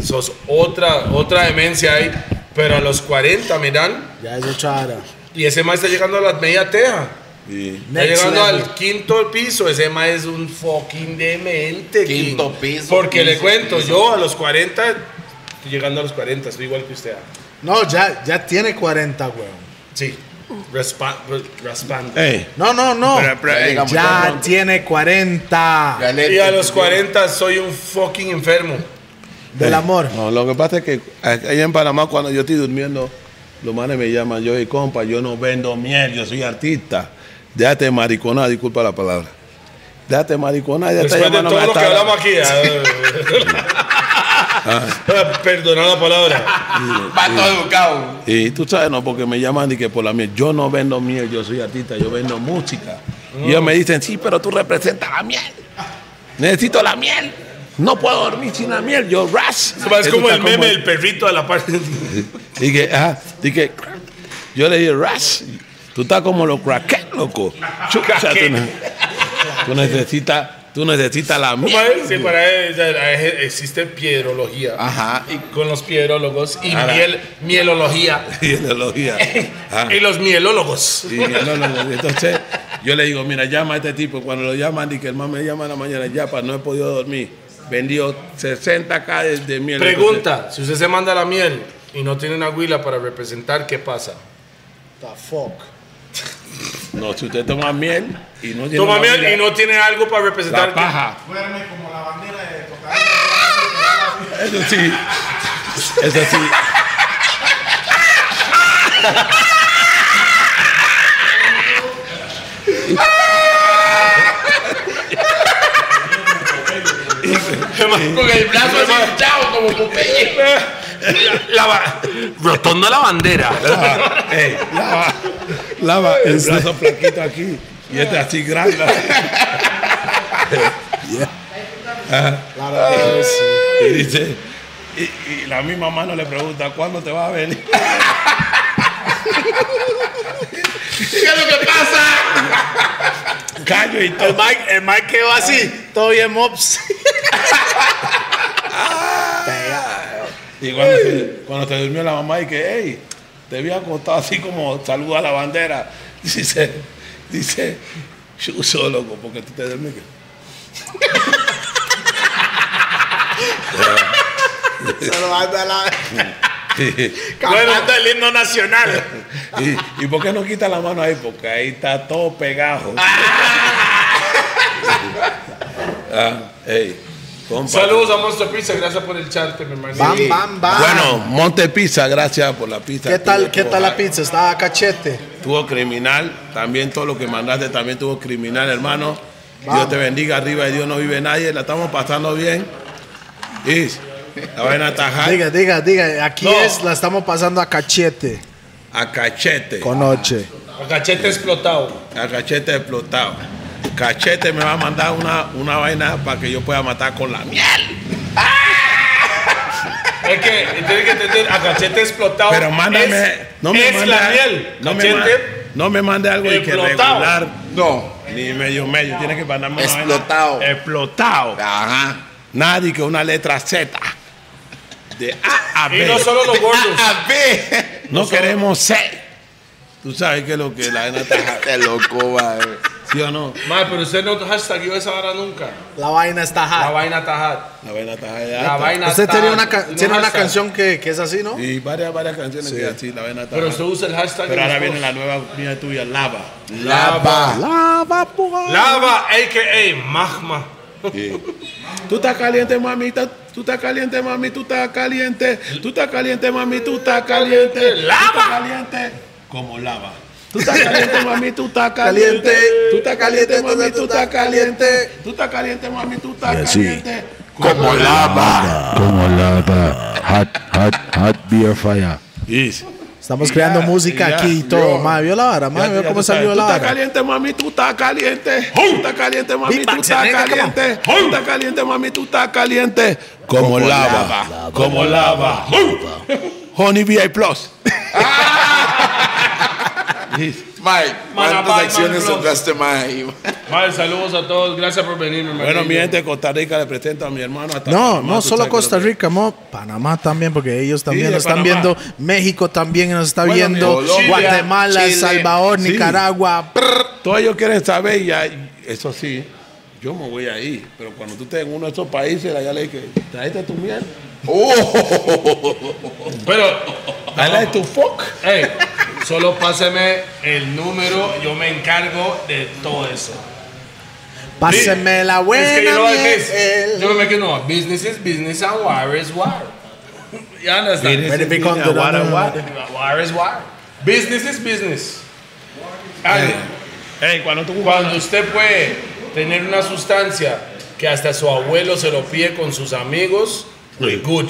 sos otra, otra demencia ahí, pero a los 40 me dan,
Ya es ochara.
y ese mae está llegando a la media teja.
Sí.
Está
Next
llegando
level.
al quinto piso, ese mae es un fucking demente. king.
Quinto piso,
Porque le
piso,
cuento,
piso.
yo a los 40, estoy llegando a los 40, estoy igual que usted. ah.
No, ya, ya tiene 40, weón.
Sí, pues, raspa- raspando.
Ey,
No, no, no.
pero- pero,
Ya
ey,
llegamos.
Ya tiene 40.
Ya le-
eh,
Y a los 40 soy un fucking enfermo.
Del amor.
No, lo que pasa es que allá en Panamá cuando yo estoy durmiendo, los manes me llaman, yo y compa, yo no vendo miel, yo soy artista. Déjate mariconar, disculpa la palabra. Déjate mariconar, ya está
Después de todo lo
llamándome [LAUGHS]
que
hasta ahora.
hablamos aquí. ah,
Perdona la palabra.
Pato educado.
Y tú sabes, no, porque me llaman y que por la miel. Yo no vendo miel, yo soy artista, yo vendo música. Y ellos me dicen, sí, pero tú representas la miel. Necesito la miel. No puedo dormir sin la miel. Yo, ras.
Es como
Eso
el
está
meme del perrito a la
[LAUGHS]
parte.
Y que, ajá, y que, yo le dije, ras, tú estás como los crackers, loco. Chucha, tú, ne- tú necesitas, tú necesitas la miel.
Sí, para él, ya, eh, existe piedrología.
Ajá.
Y con los piedrólogos y miel, mielología.
[LAUGHS] Y ideología. Ajá.
Y los mielólogos.
Y no, no, no. Entonces, yo le digo, mira, llama a este tipo. Cuando lo llaman, y que el man me llama en la mañana, ya, pa, no he podido dormir. Vendió 60 k de, de miel.
Pregunta, si usted se manda la miel y no tiene una huila para representar, ¿qué pasa?
Entonces, No, si usted toma miel y no tiene
Toma
una
miel
vida,
y no tiene algo para
la
representar.
paja. Eso sí. Eso sí.
Con el brazo así hinchado como Popeye.
Rotonda la bandera.
Lava, ey, lava, lava el brazo flaquito aquí y este
[LAUGHS]
así grande. Ajá. y dice, y, y la misma mano le pregunta, ¿cuándo te vas a venir?
¿Qué es lo que pasa?
Callo y todo.
Mike, el Mike quedó así, todo bien mops.
Y cuando, se, cuando se durmió la mamá y que, hey, te había acostado así como saluda a la bandera. [LAUGHS] Dice, dice, yo solo, loco, porque tú te duermes.
Se lo manda la
que-
cantando el himno nacional.
¿Y, ¿Y por qué no quita la mano ahí? Porque ahí está todo pegado. [LAUGHS] Ah, ey, compa.
Saludos a Monster Pizza, gracias por el charte, mi hermano.
Bam, bam, bam.
Bueno, Monte Pizza, gracias por la pizza.
¿Qué tal,
Tuvo-
qué tal la pizza? Estaba cachete.
Tuvo criminal, también todo lo que mandaste también tuvo criminal, hermano. Dios te bendiga, arriba de Dios no vive nadie, la estamos pasando bien. Y la vaina tajar
Diga, diga, diga. Aquí
No.
es, la estamos pasando a cachete
a cachete.
con noche.
Cachete explotado.
A cachete explotado. Cachete me va a mandar una, una vaina para que yo pueda matar con la mía.
Es que tiene que entender, a cachete explotado.
Pero mándame.
es-
no me
es
mande
la
al-
miel.
No me,
cachete.
ma- no me mande algo y que
Explotado.
regular.
No.
Ni medio medio. Tiene que mandarme una vaina-
Explotado.
Explotado.
Ajá.
Nadie que una letra Z. De A a B.
Y no solo los gordos.
A ver.
No queremos C. Tú sabes que lo que la vaina está.
Este loco, madre.
¿Sí o no?
Mae, pero usted no hashtagió esa vara nunca.
La vaina está
La
hard.
vaina tajada.
La vaina está.
La vaina
Usted
tajada.
tenía una, ca-
No
tiene una
hashtag.
canción que, que es así, ¿no?
Y varias, varias canciones que así, la vaina está.
Pero usted
Pero,
usa el hashtag. en
ahora
las
viene la nueva mía tuya, Lava.
Lava.
cosas. Lava, a.k.a. Magma.
Tú estás caliente, mamita. Tú estás caliente, mami. Tú estás caliente. Tú estás caliente, mami. Tú estás caliente.
Lava.
Tú estás caliente como lava. Tú estás caliente, mami. Tú estás caliente.
Caliente.
Tú estás caliente, mami. Tú estás caliente.
caliente.
Tú estás caliente, mami. Tú estás
así.
caliente.
Como lava.
Como lava, hot, hot, hot beer fire.
Estamos
Ya,
creando música
ya,
aquí y todo.
yo-
Ma, vio la vara,
Ya,
ma, vio
ya
cómo
tú sabes,
salió la
Tú estás
vara.
caliente, mami. Tú estás caliente. Tú estás caliente, mami. Tú estás caliente. Tú estás caliente, mami. Tú estás caliente. Como lava. Como lava.
[LAUGHS]
Honey VI Plus.
Mike, ¿cuántas
Mike,
acciones
Mike,
tocaste más ahí?
Mae, saludos a todos. Gracias por venir, mi hermano.
[LAUGHS] Bueno, mi gente de Costa Rica le presento a mi hermano. hasta
No,
Panamá,
no
tú
solo
sabes que
Costa
lo-
Rica, mo, Panamá también, porque ellos también
de
nos están
Panamá.
viendo. México también nos está
Bueno,
viendo.
Colombia,
Guatemala, El
Chile,
Salvador,
sí.
Nicaragua.
Todos ellos quieren saber, y ahí- eso sí, yo me voy ahí. Pero cuando tú estés en uno de esos países, allá le dije, tráete tu miel,
Pero,
tráete tu fuck.
hey, solo páseme el número. Yo me encargo de todo eso.
Pásenme la buena.
Es que yo no
miel.
es. Yo me que no. Business is business and wire is [LAUGHS] wire. You understand?
Ready to be
Mira,
conduct.
guara, guara.
Wire is wire. Business is business.
Eh.
Ay,
Ey, cuando tú
Cuando usted puede tener una sustancia que hasta su abuelo se lo pide con sus amigos,
Sí.
Good.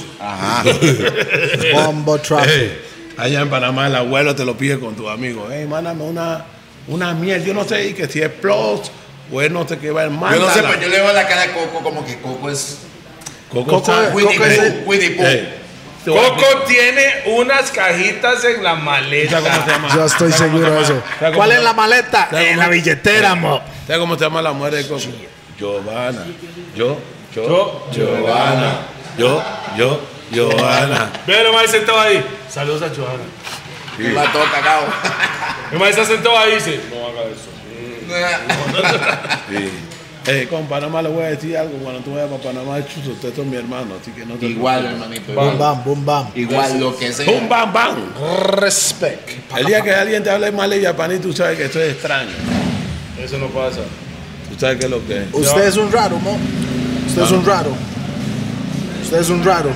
Bombo Trap.
Ey, allá en Panamá el abuelo te lo pide con tu amigo. Hey, mándame una, una miel. Yo no sé y que si es plus o es no sé qué va el
Yo no sé, pero yo le veo la cara a Coco como que Coco es.
Coco, está-
Winnie
Coco es el-
Pooh, Winnie Pooh.
Ey, te voy a-
Coco tiene unas cajitas en la maleta.
¿Sabes cómo se llama?
Yo estoy
¿Sabes cómo
seguro de
se
eso.
llama? ¿Sabes cómo
¿Cuál
se
es la
llama?
maleta?
¿Sabes
En
cómo-
la billetera, mo.
¿Sabes cómo se llama la mujer de Coco? Giovanna. Yo, yo,
Yo-
Giovanna. Yo, yo, Giovanna.
Ve lo más sentado ahí. Saludos a Johanna.
Me va todo cagado.
El más está sentado ahí y dice, no haga eso.
[LAUGHS]
Sí. Ey, con Panamá le voy a decir algo. Cuando tú vayas para Panamá, chuzo, usted es mi hermano, así que no
[LAUGHS]
te
Igual, hermanito.
Boom,
Igual,
bam, boom, bam.
Igual, lo que sea.
¡Bum, bam, bam!
Respect.
El día que alguien te hable mal de japonés, tú sabes que esto es extraño.
Eso no pasa.
Tú sabes que es lo que es.
Usted es un raro, mo. Usted es un raro. Usted es un raro.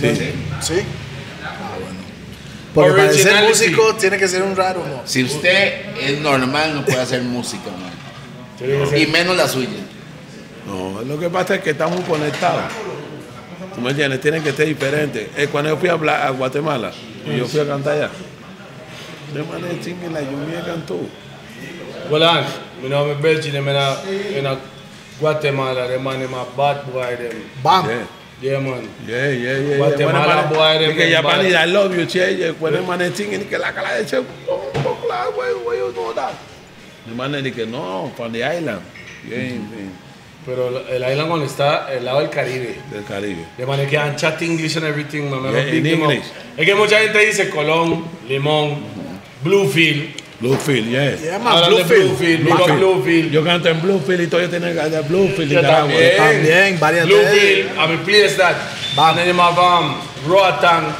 Sí.
¿Sí? Ah, bueno. Porque para ser
Originality.
músico tiene que ser un raro, mo.
Si usted es normal, no puede hacer música, man. Y menos la suya.
No, lo que pasa es que estamos conectados. ¿Tú me entiendes? Tienen que ser diferentes. Eh, cuando yo fui a, Bla- a Guatemala, y yo fui a cantar allá. De manera chingue la lluvia cantó.
Hola, mi nombre es Virgin. I'm in a, in a Guatemala. Them man, I'm a bad boy. Them.
Bam.
Yeah,
Yeah, man.
yeah, yeah, yeah.
Guatemala,
Bueno, man,
Guaire,
y que
man,
Japan
man.
y I love you, che. y Cuando el man es chingue, ni que la cara de che, oh, oh, la, güey, güey, yo no da. El man es de que no, from the island. Yeah, yeah,
Pero el island donde está el lado del Caribe.
del Caribe.
De manera que han chat English and everything, man.
Yeah,
I'm
in
big them up.
English.
Es que mucha gente dice Colón, Limón, Bluefield.
Bluefield, yeah.
Yeah, man,
Hablan de
Bluefield.
Bluefield, big up Bluefield.
Yo canto en Bluefield y todo, yo tengo que cantar Bluefield y
Yo
Caragua.
también.
También, varias veces.
Bluefield, I mean, please that. And then um, my bomb, Roatan.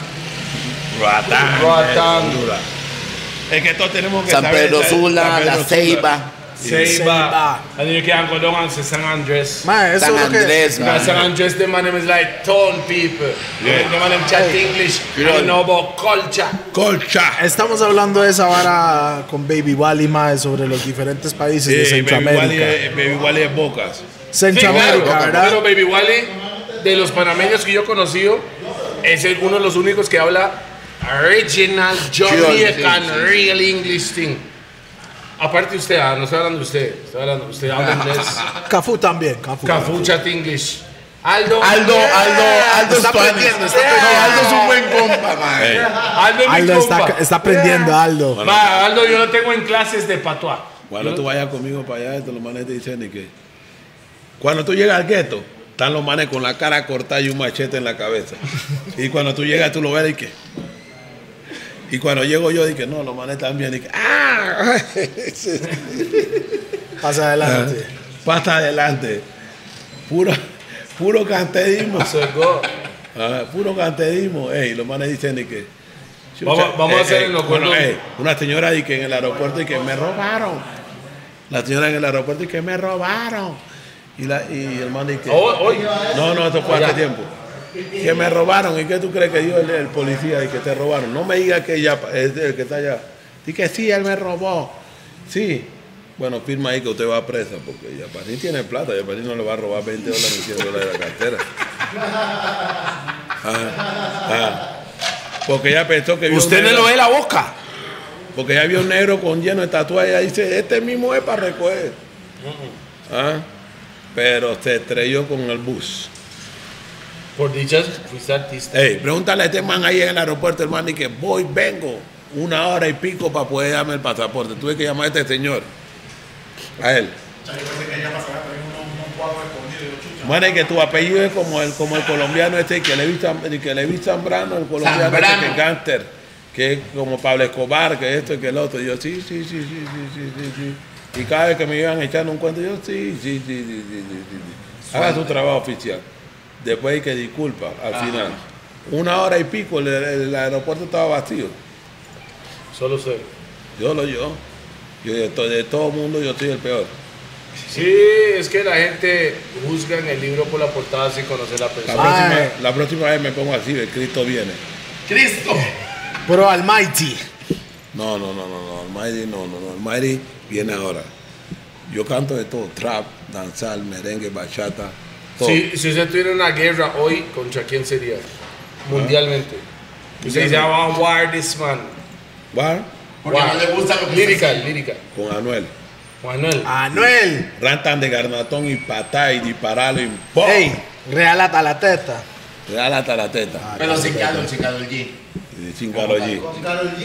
Roatán.
Roatán.
eh, Honduras. Es que todos tenemos que
San
saber
Pedro
esa-
Sula,
San Pedro
La
Sula.
Ceiba,
Ceiba.
Seiba. And then you can go down and say San Andres.
Ma, eso
San
es lo que.
Andrés,
Because
man.
San Andres, the man name is like torn people.
Yeah.
The man them chat English. You don't know about culture.
Colcha.
Estamos hablando de esa vara con Baby Wally, mae, sobre los diferentes países de
Sí, Baby Wally
Centroamérica.
es- Baby Wally es Bocas.
eh. Sí, claro.
Centroamérica,
Pero
¿verdad?
Baby Wally, de los panameños que yo he conocido, es el- uno de los únicos que habla original Jamaican
sí, sí, sí.
real English thing. Aparte usted, ah, no estoy hablando de usted, estoy hablando de usted, habla inglés.
Cafú también, Cafú.
Cafu Chat English. Aldo. eh,
Aldo, Aldo, Aldo
Está
es tu amigo.
aprendiendo, está
No,
aprendiendo.
Aldo es un buen compa, man.
Aldo, es mi
Aldo está,
compa.
está aprendiendo, Aldo.
Va, Aldo, yo lo tengo en clases de patois.
Cuando tú vayas conmigo para allá, te los manes te dicen y que. Cuando tú llegas al gueto, están los manes con la cara cortada y un machete en la cabeza. Y cuando tú llegas, tú lo ves y que. Y cuando llego yo, dije, no, los manes están bien. Y que, ¡ah! [LAUGHS]
Pasa adelante.
Pasa adelante. Puro, puro canterismo.
So go.
Ah, puro canterismo, ey, los manes dicen de que. eh,
Vamos- vamos a hacer en los
bueno,
cuernos.
ey, Una señora y que en el aeropuerto y que me robaron. La señora en el aeropuerto y que me robaron. Y, la, y el man y que.
Hoy, hoy.
No, no, esto fue hace tiempo. Que me robaron. ¿Y qué tú crees que dijo el, el policía y que te robaron? No me digas que ya es el que está allá. Y que sí, él me robó. Sí. Bueno, firma ahí que usted va a presa, porque Yaparín tiene plata, Yaparín no le va a robar 20 dólares ni 100 dólares de la cartera. Ah, ah. Porque ella pensó que vio un negro-
ve la boca.
Porque ella vio un negro con lleno de tatuajes y ella dice, este mismo es para recoger. Ah, Pero se estrelló con el bus.
Por dichas, fuiste artista.
Ey, pregúntale a este man ahí en el aeropuerto, hermano, y que voy, vengo una hora y pico para poder darme el pasaporte. Tuve que llamar a este señor. A él. Mane, que tu apellido es como el, como el colombiano este que le vi, Zam- el que le vi Zambrano, el colombiano este que
Zambrano.
es gánster, que es como Pablo Escobar, que esto y que el otro. Y yo, sí, sí, sí, sí, sí, sí, sí, sí. Y cada vez que me iban echando un cuento, yo, sí, sí, sí, sí, sí, sí, sí, sí. Haga su trabajo oficial. Después hay que disculpa, al final. Una hora y pico, el, el aeropuerto estaba vacío.
Solo soy.
Yo lo yo. Yo de, to- de todo mundo yo soy el peor.
Sí, es que la gente juzga en el libro por la portada sin conocer la
La
persona.
próxima,
Ay.
la próxima vez me pongo así, el Cristo viene.
Cristo.
Pero Almighty.
No, no, no, no, no, Almighty no, no, no, Almighty viene ahora. Yo canto de todo, trap, danzal, merengue, bachata, Todo.
Si, si usted tuviera una guerra hoy, ¿contra quién sería? Mundialmente. Usted dice, "Ah, vamos a war this man.
¿Va?
Porque no le gusta lo que
Lírica, lírica. Ah,
Con Anuel.
Manuel.
Anuel.
Rantan de garnatón y patá y disparalo y ¡pum!
Ey, realata la teta.
Le da lata a la teta.
Pero sin Carol, sin Carol G.
Y Eh, Sin Karol G.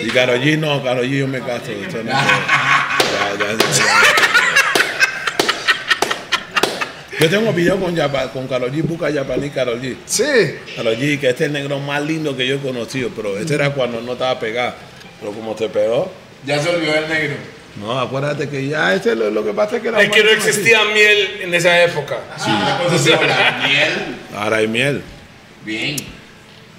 Y Karol G Ah, no, Karol G yo me caso. eso no. Ya, ya, ya. Yo tengo un video con, Yapa- con Karol G, busca Japaní Karol G.
Sí.
Karol G, que este es el negro más lindo que yo he conocido, pero este era cuando no estaba pegado. Pero como se pegó,
Ya se olvidó el negro.
no, acuérdate que ya este lo, lo que pasa es que la
Es que no
mano-
existía miel en esa época. [LAUGHS]
Ah, cuando se habla miel.
Ahora hay miel.
Bien.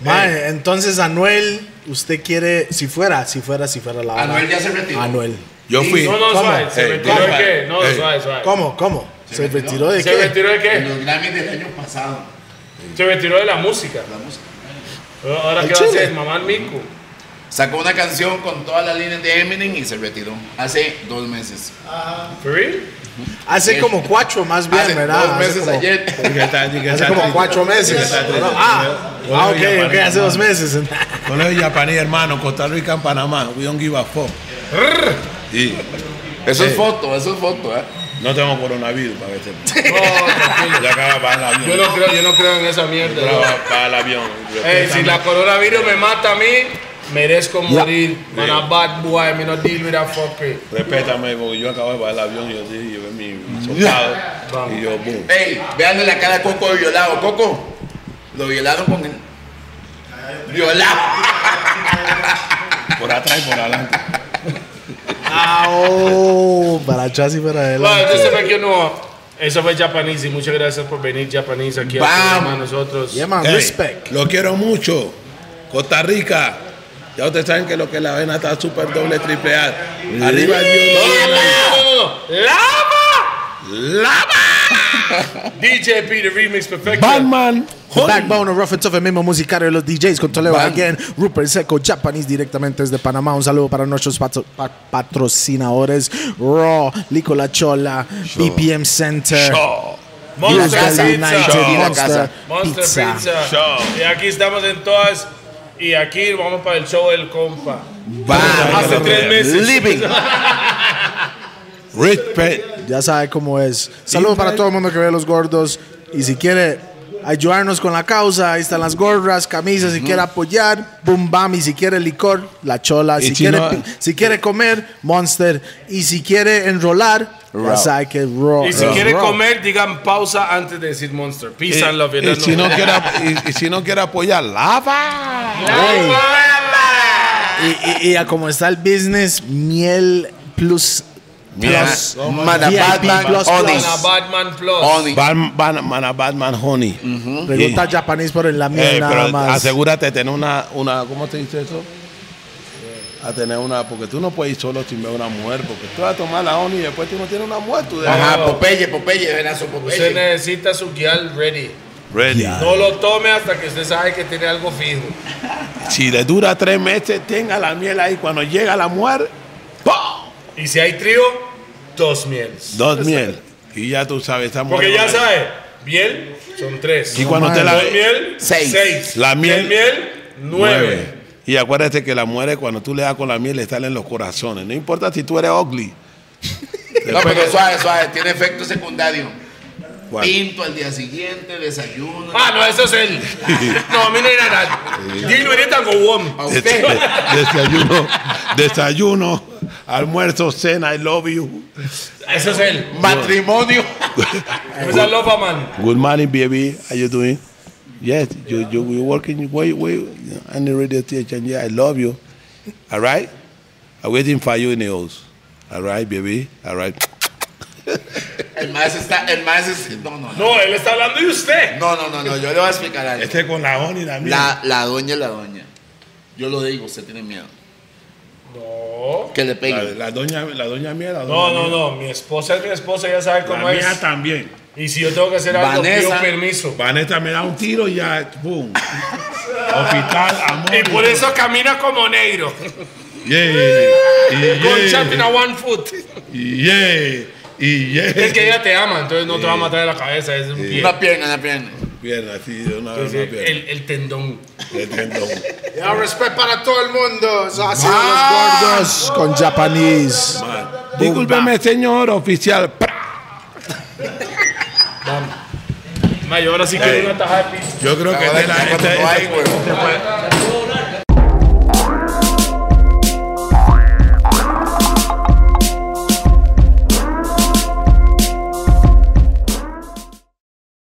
Mae, entonces Anuel, usted quiere, si fuera, si fuera, si fuera la
Anuel ya se retiró.
Anuel.
Yo fui.
No, no,
¿Cómo?
suave. ¿Se
Ey,
retiró de
¿cómo?
qué? No,
Ey.
suave, suave.
¿Cómo? ¿Cómo? ¿Se retiró de
¿Se
qué?
retiró de
En
qué?
los Grammys del año pasado.
Se retiró de la música.
La música.
Ahora, ¿qué va a hacer? Mamá Miku.
Sacó una canción con todas las líneas de Eminem y se retiró. Hace dos meses.
¿For real?
Hace como cuatro más bien,
Hace
¿verdad?
dos
Hace
meses
como-
ayer.
Porque está- que
Hace
está-
como cuatro meses.
Exacto.
Ah,
Yo-
ah,
yo vi a
ok, ok,
Panamá.
hace dos meses.
Con el Japaní, hermano, Costa Rica en Panamá. We don't give a fuck. Sí.
Eso es
Sí.
foto, eso es foto, ¿eh?
No tengo coronavirus para que sepa.
No, tranquilo.
Ya acaba para el
Yo
avión.
no creo, yo no creo en esa mierda.
Acaba
yo.
para el avión.
Ey, Eh, si la coronavirus me mata a mí, merezco morir. Man, a bad boy, me no deal with that fucker.
Respétame, porque yo acabo de bajar el avión y yo sí, llevé mi mi sopado. Y yo, boom.
Ey, veanle la cara a Coco de violado. Coco, lo violaron con el. Violado.
Por atrás y por adelante.
Ah, oh, para atrás y para
Bueno,
adelante.
entonces fue que no. Eso fue Japanese y muchas gracias por venir Japanese aquí a
Vamos.
programa a nosotros.
Yeah, man,
Ey,
Ah, respect.
Lo quiero mucho. Costa Rica. Ya ustedes saben que lo que es la vena está súper doble, triple A. Arriba Dios.
No, no, no. ¡Lava!
¡Lava!
DJ Peter Remix Perfecto.
Batman.
Backbone, Rough and Tough, el mismo musicario de los DJs con Toledo
Bang.
Again, Rupert Seco, Japanese directamente desde Panamá. Un saludo para nuestros patro- pa- patrocinadores: Raw, Lico La Chola, BPM Center,
Monster
Las Gal
Pizza.
United,
Show.
Monster
Casa.
Monster
Pizza.
Pizza. Y aquí estamos en todas. Y aquí vamos para el show del compa. Hace tres meses.
Living.
Respect.
Ya sabe cómo es. Saludos para todo el mundo que ve los gordos. Y si quiere ayudarnos con la causa, ahí están las gorras, camisas. Si quiere apoyar, boom bam. Y si quiere licor, la chola.
Y
Si,
si
quiere,
no-
pi- si quiere comer, monster. Y si quiere enrolar, ya
Raw.
sabe que es raw.
Y si
es
quiere
raw.
comer, digan pausa antes de decir Monster. Peace
Y-
and love.
Eh, y si no quiere ap- y- y si no quiere apoyar, lava.
Ey. Y, y, y a como está el business, miel plus.
Mira,
plus,
Mana
VIP
Batman
plus,
Onis.
plus.
Batman Plus.
Oni.
Batman, Batman, Batman Honey.
Pregunta japonés por el la miel
Eh,
nada
pero
más.
asegúrate de tener una, una, ¿cómo te dice eso? A tener una, porque tú no puedes ir solo sin ver una mujer, porque tú vas a tomar la ONI y después tú no tienes una mujer, tú dejas.
Ajá, Popeye, Popeye, verás su
Usted
Popeye.
necesita su guial ready.
Ready.
No lo tome hasta que usted sabe que tiene algo fijo.
Si le dura tres meses, tenga la miel ahí. Cuando llega la mujer, ¡pum!
Y si hay trío, dos mieles.
Dos miel. Y ya tú sabes, esa mujer.
Porque ya sabe, miel son tres.
Y cuando te la
Dos miel,
Seis.
seis.
La
Tres
miel-
miel, nueve.
Y acuérdate que las mujeres, cuando tú le das con la miel, le salen los corazones. No importa si tú eres [LAUGHS] ugly.
No, pero suave, suave, tiene efecto secundario.
¿Cuál?
Pinto al día siguiente, desayuno.
Ah, no, eso es él. no, a mí no era nada. Deal with it and go home.
¿A
Des-
usted?
[LAUGHS] des- desayuno, desayuno, almuerzo, cena, I love you.
Eso es él.
Matrimonio.
Es a lofa, man.
Good morning, baby. How you doing? Yes, you you you working way way on the radio station. Yeah, I love you. All right, I'm waiting for you in the house. All right, baby. All right.
El más está, el más es. No, no, no.
No, él está hablando de usted.
No, no, no, no, yo le voy a explicar algo.
Este con la ONI la
La, la doña es la doña. Yo lo digo, usted tiene miedo.
No.
Que le peguen.
la doña la doña mía la
No, no, no. Mi esposa es mi esposa, ella sabe cómo es.
también.
Y si yo tengo que hacer algo,
Vanessa.
pido permiso.
Vanessa me da un tiro y ya boom. Hospital amor.
Y por eso camina como negro.
Yeah.
Con champing a one foot.
Yeah. Y yes.
Es que ella te ama, entonces no te va a matar en la cabeza, es un pie.
Una pierna, una pierna.
Pierna, sí, de una vez
Entonces,
una pierna.
el, el tendón.
El tendón.
Ya, respeto para todo el mundo. Eso ha sido
Ah,
los gordos con Japanese.
Man. Discúlpeme, señor oficial. Pra.
Ma, yo ahora sí quiero una taja de pizza.
Yo creo que
Ahora
este,
ya
la-
cuando
este-
no hay,
este-
güey.
este fue-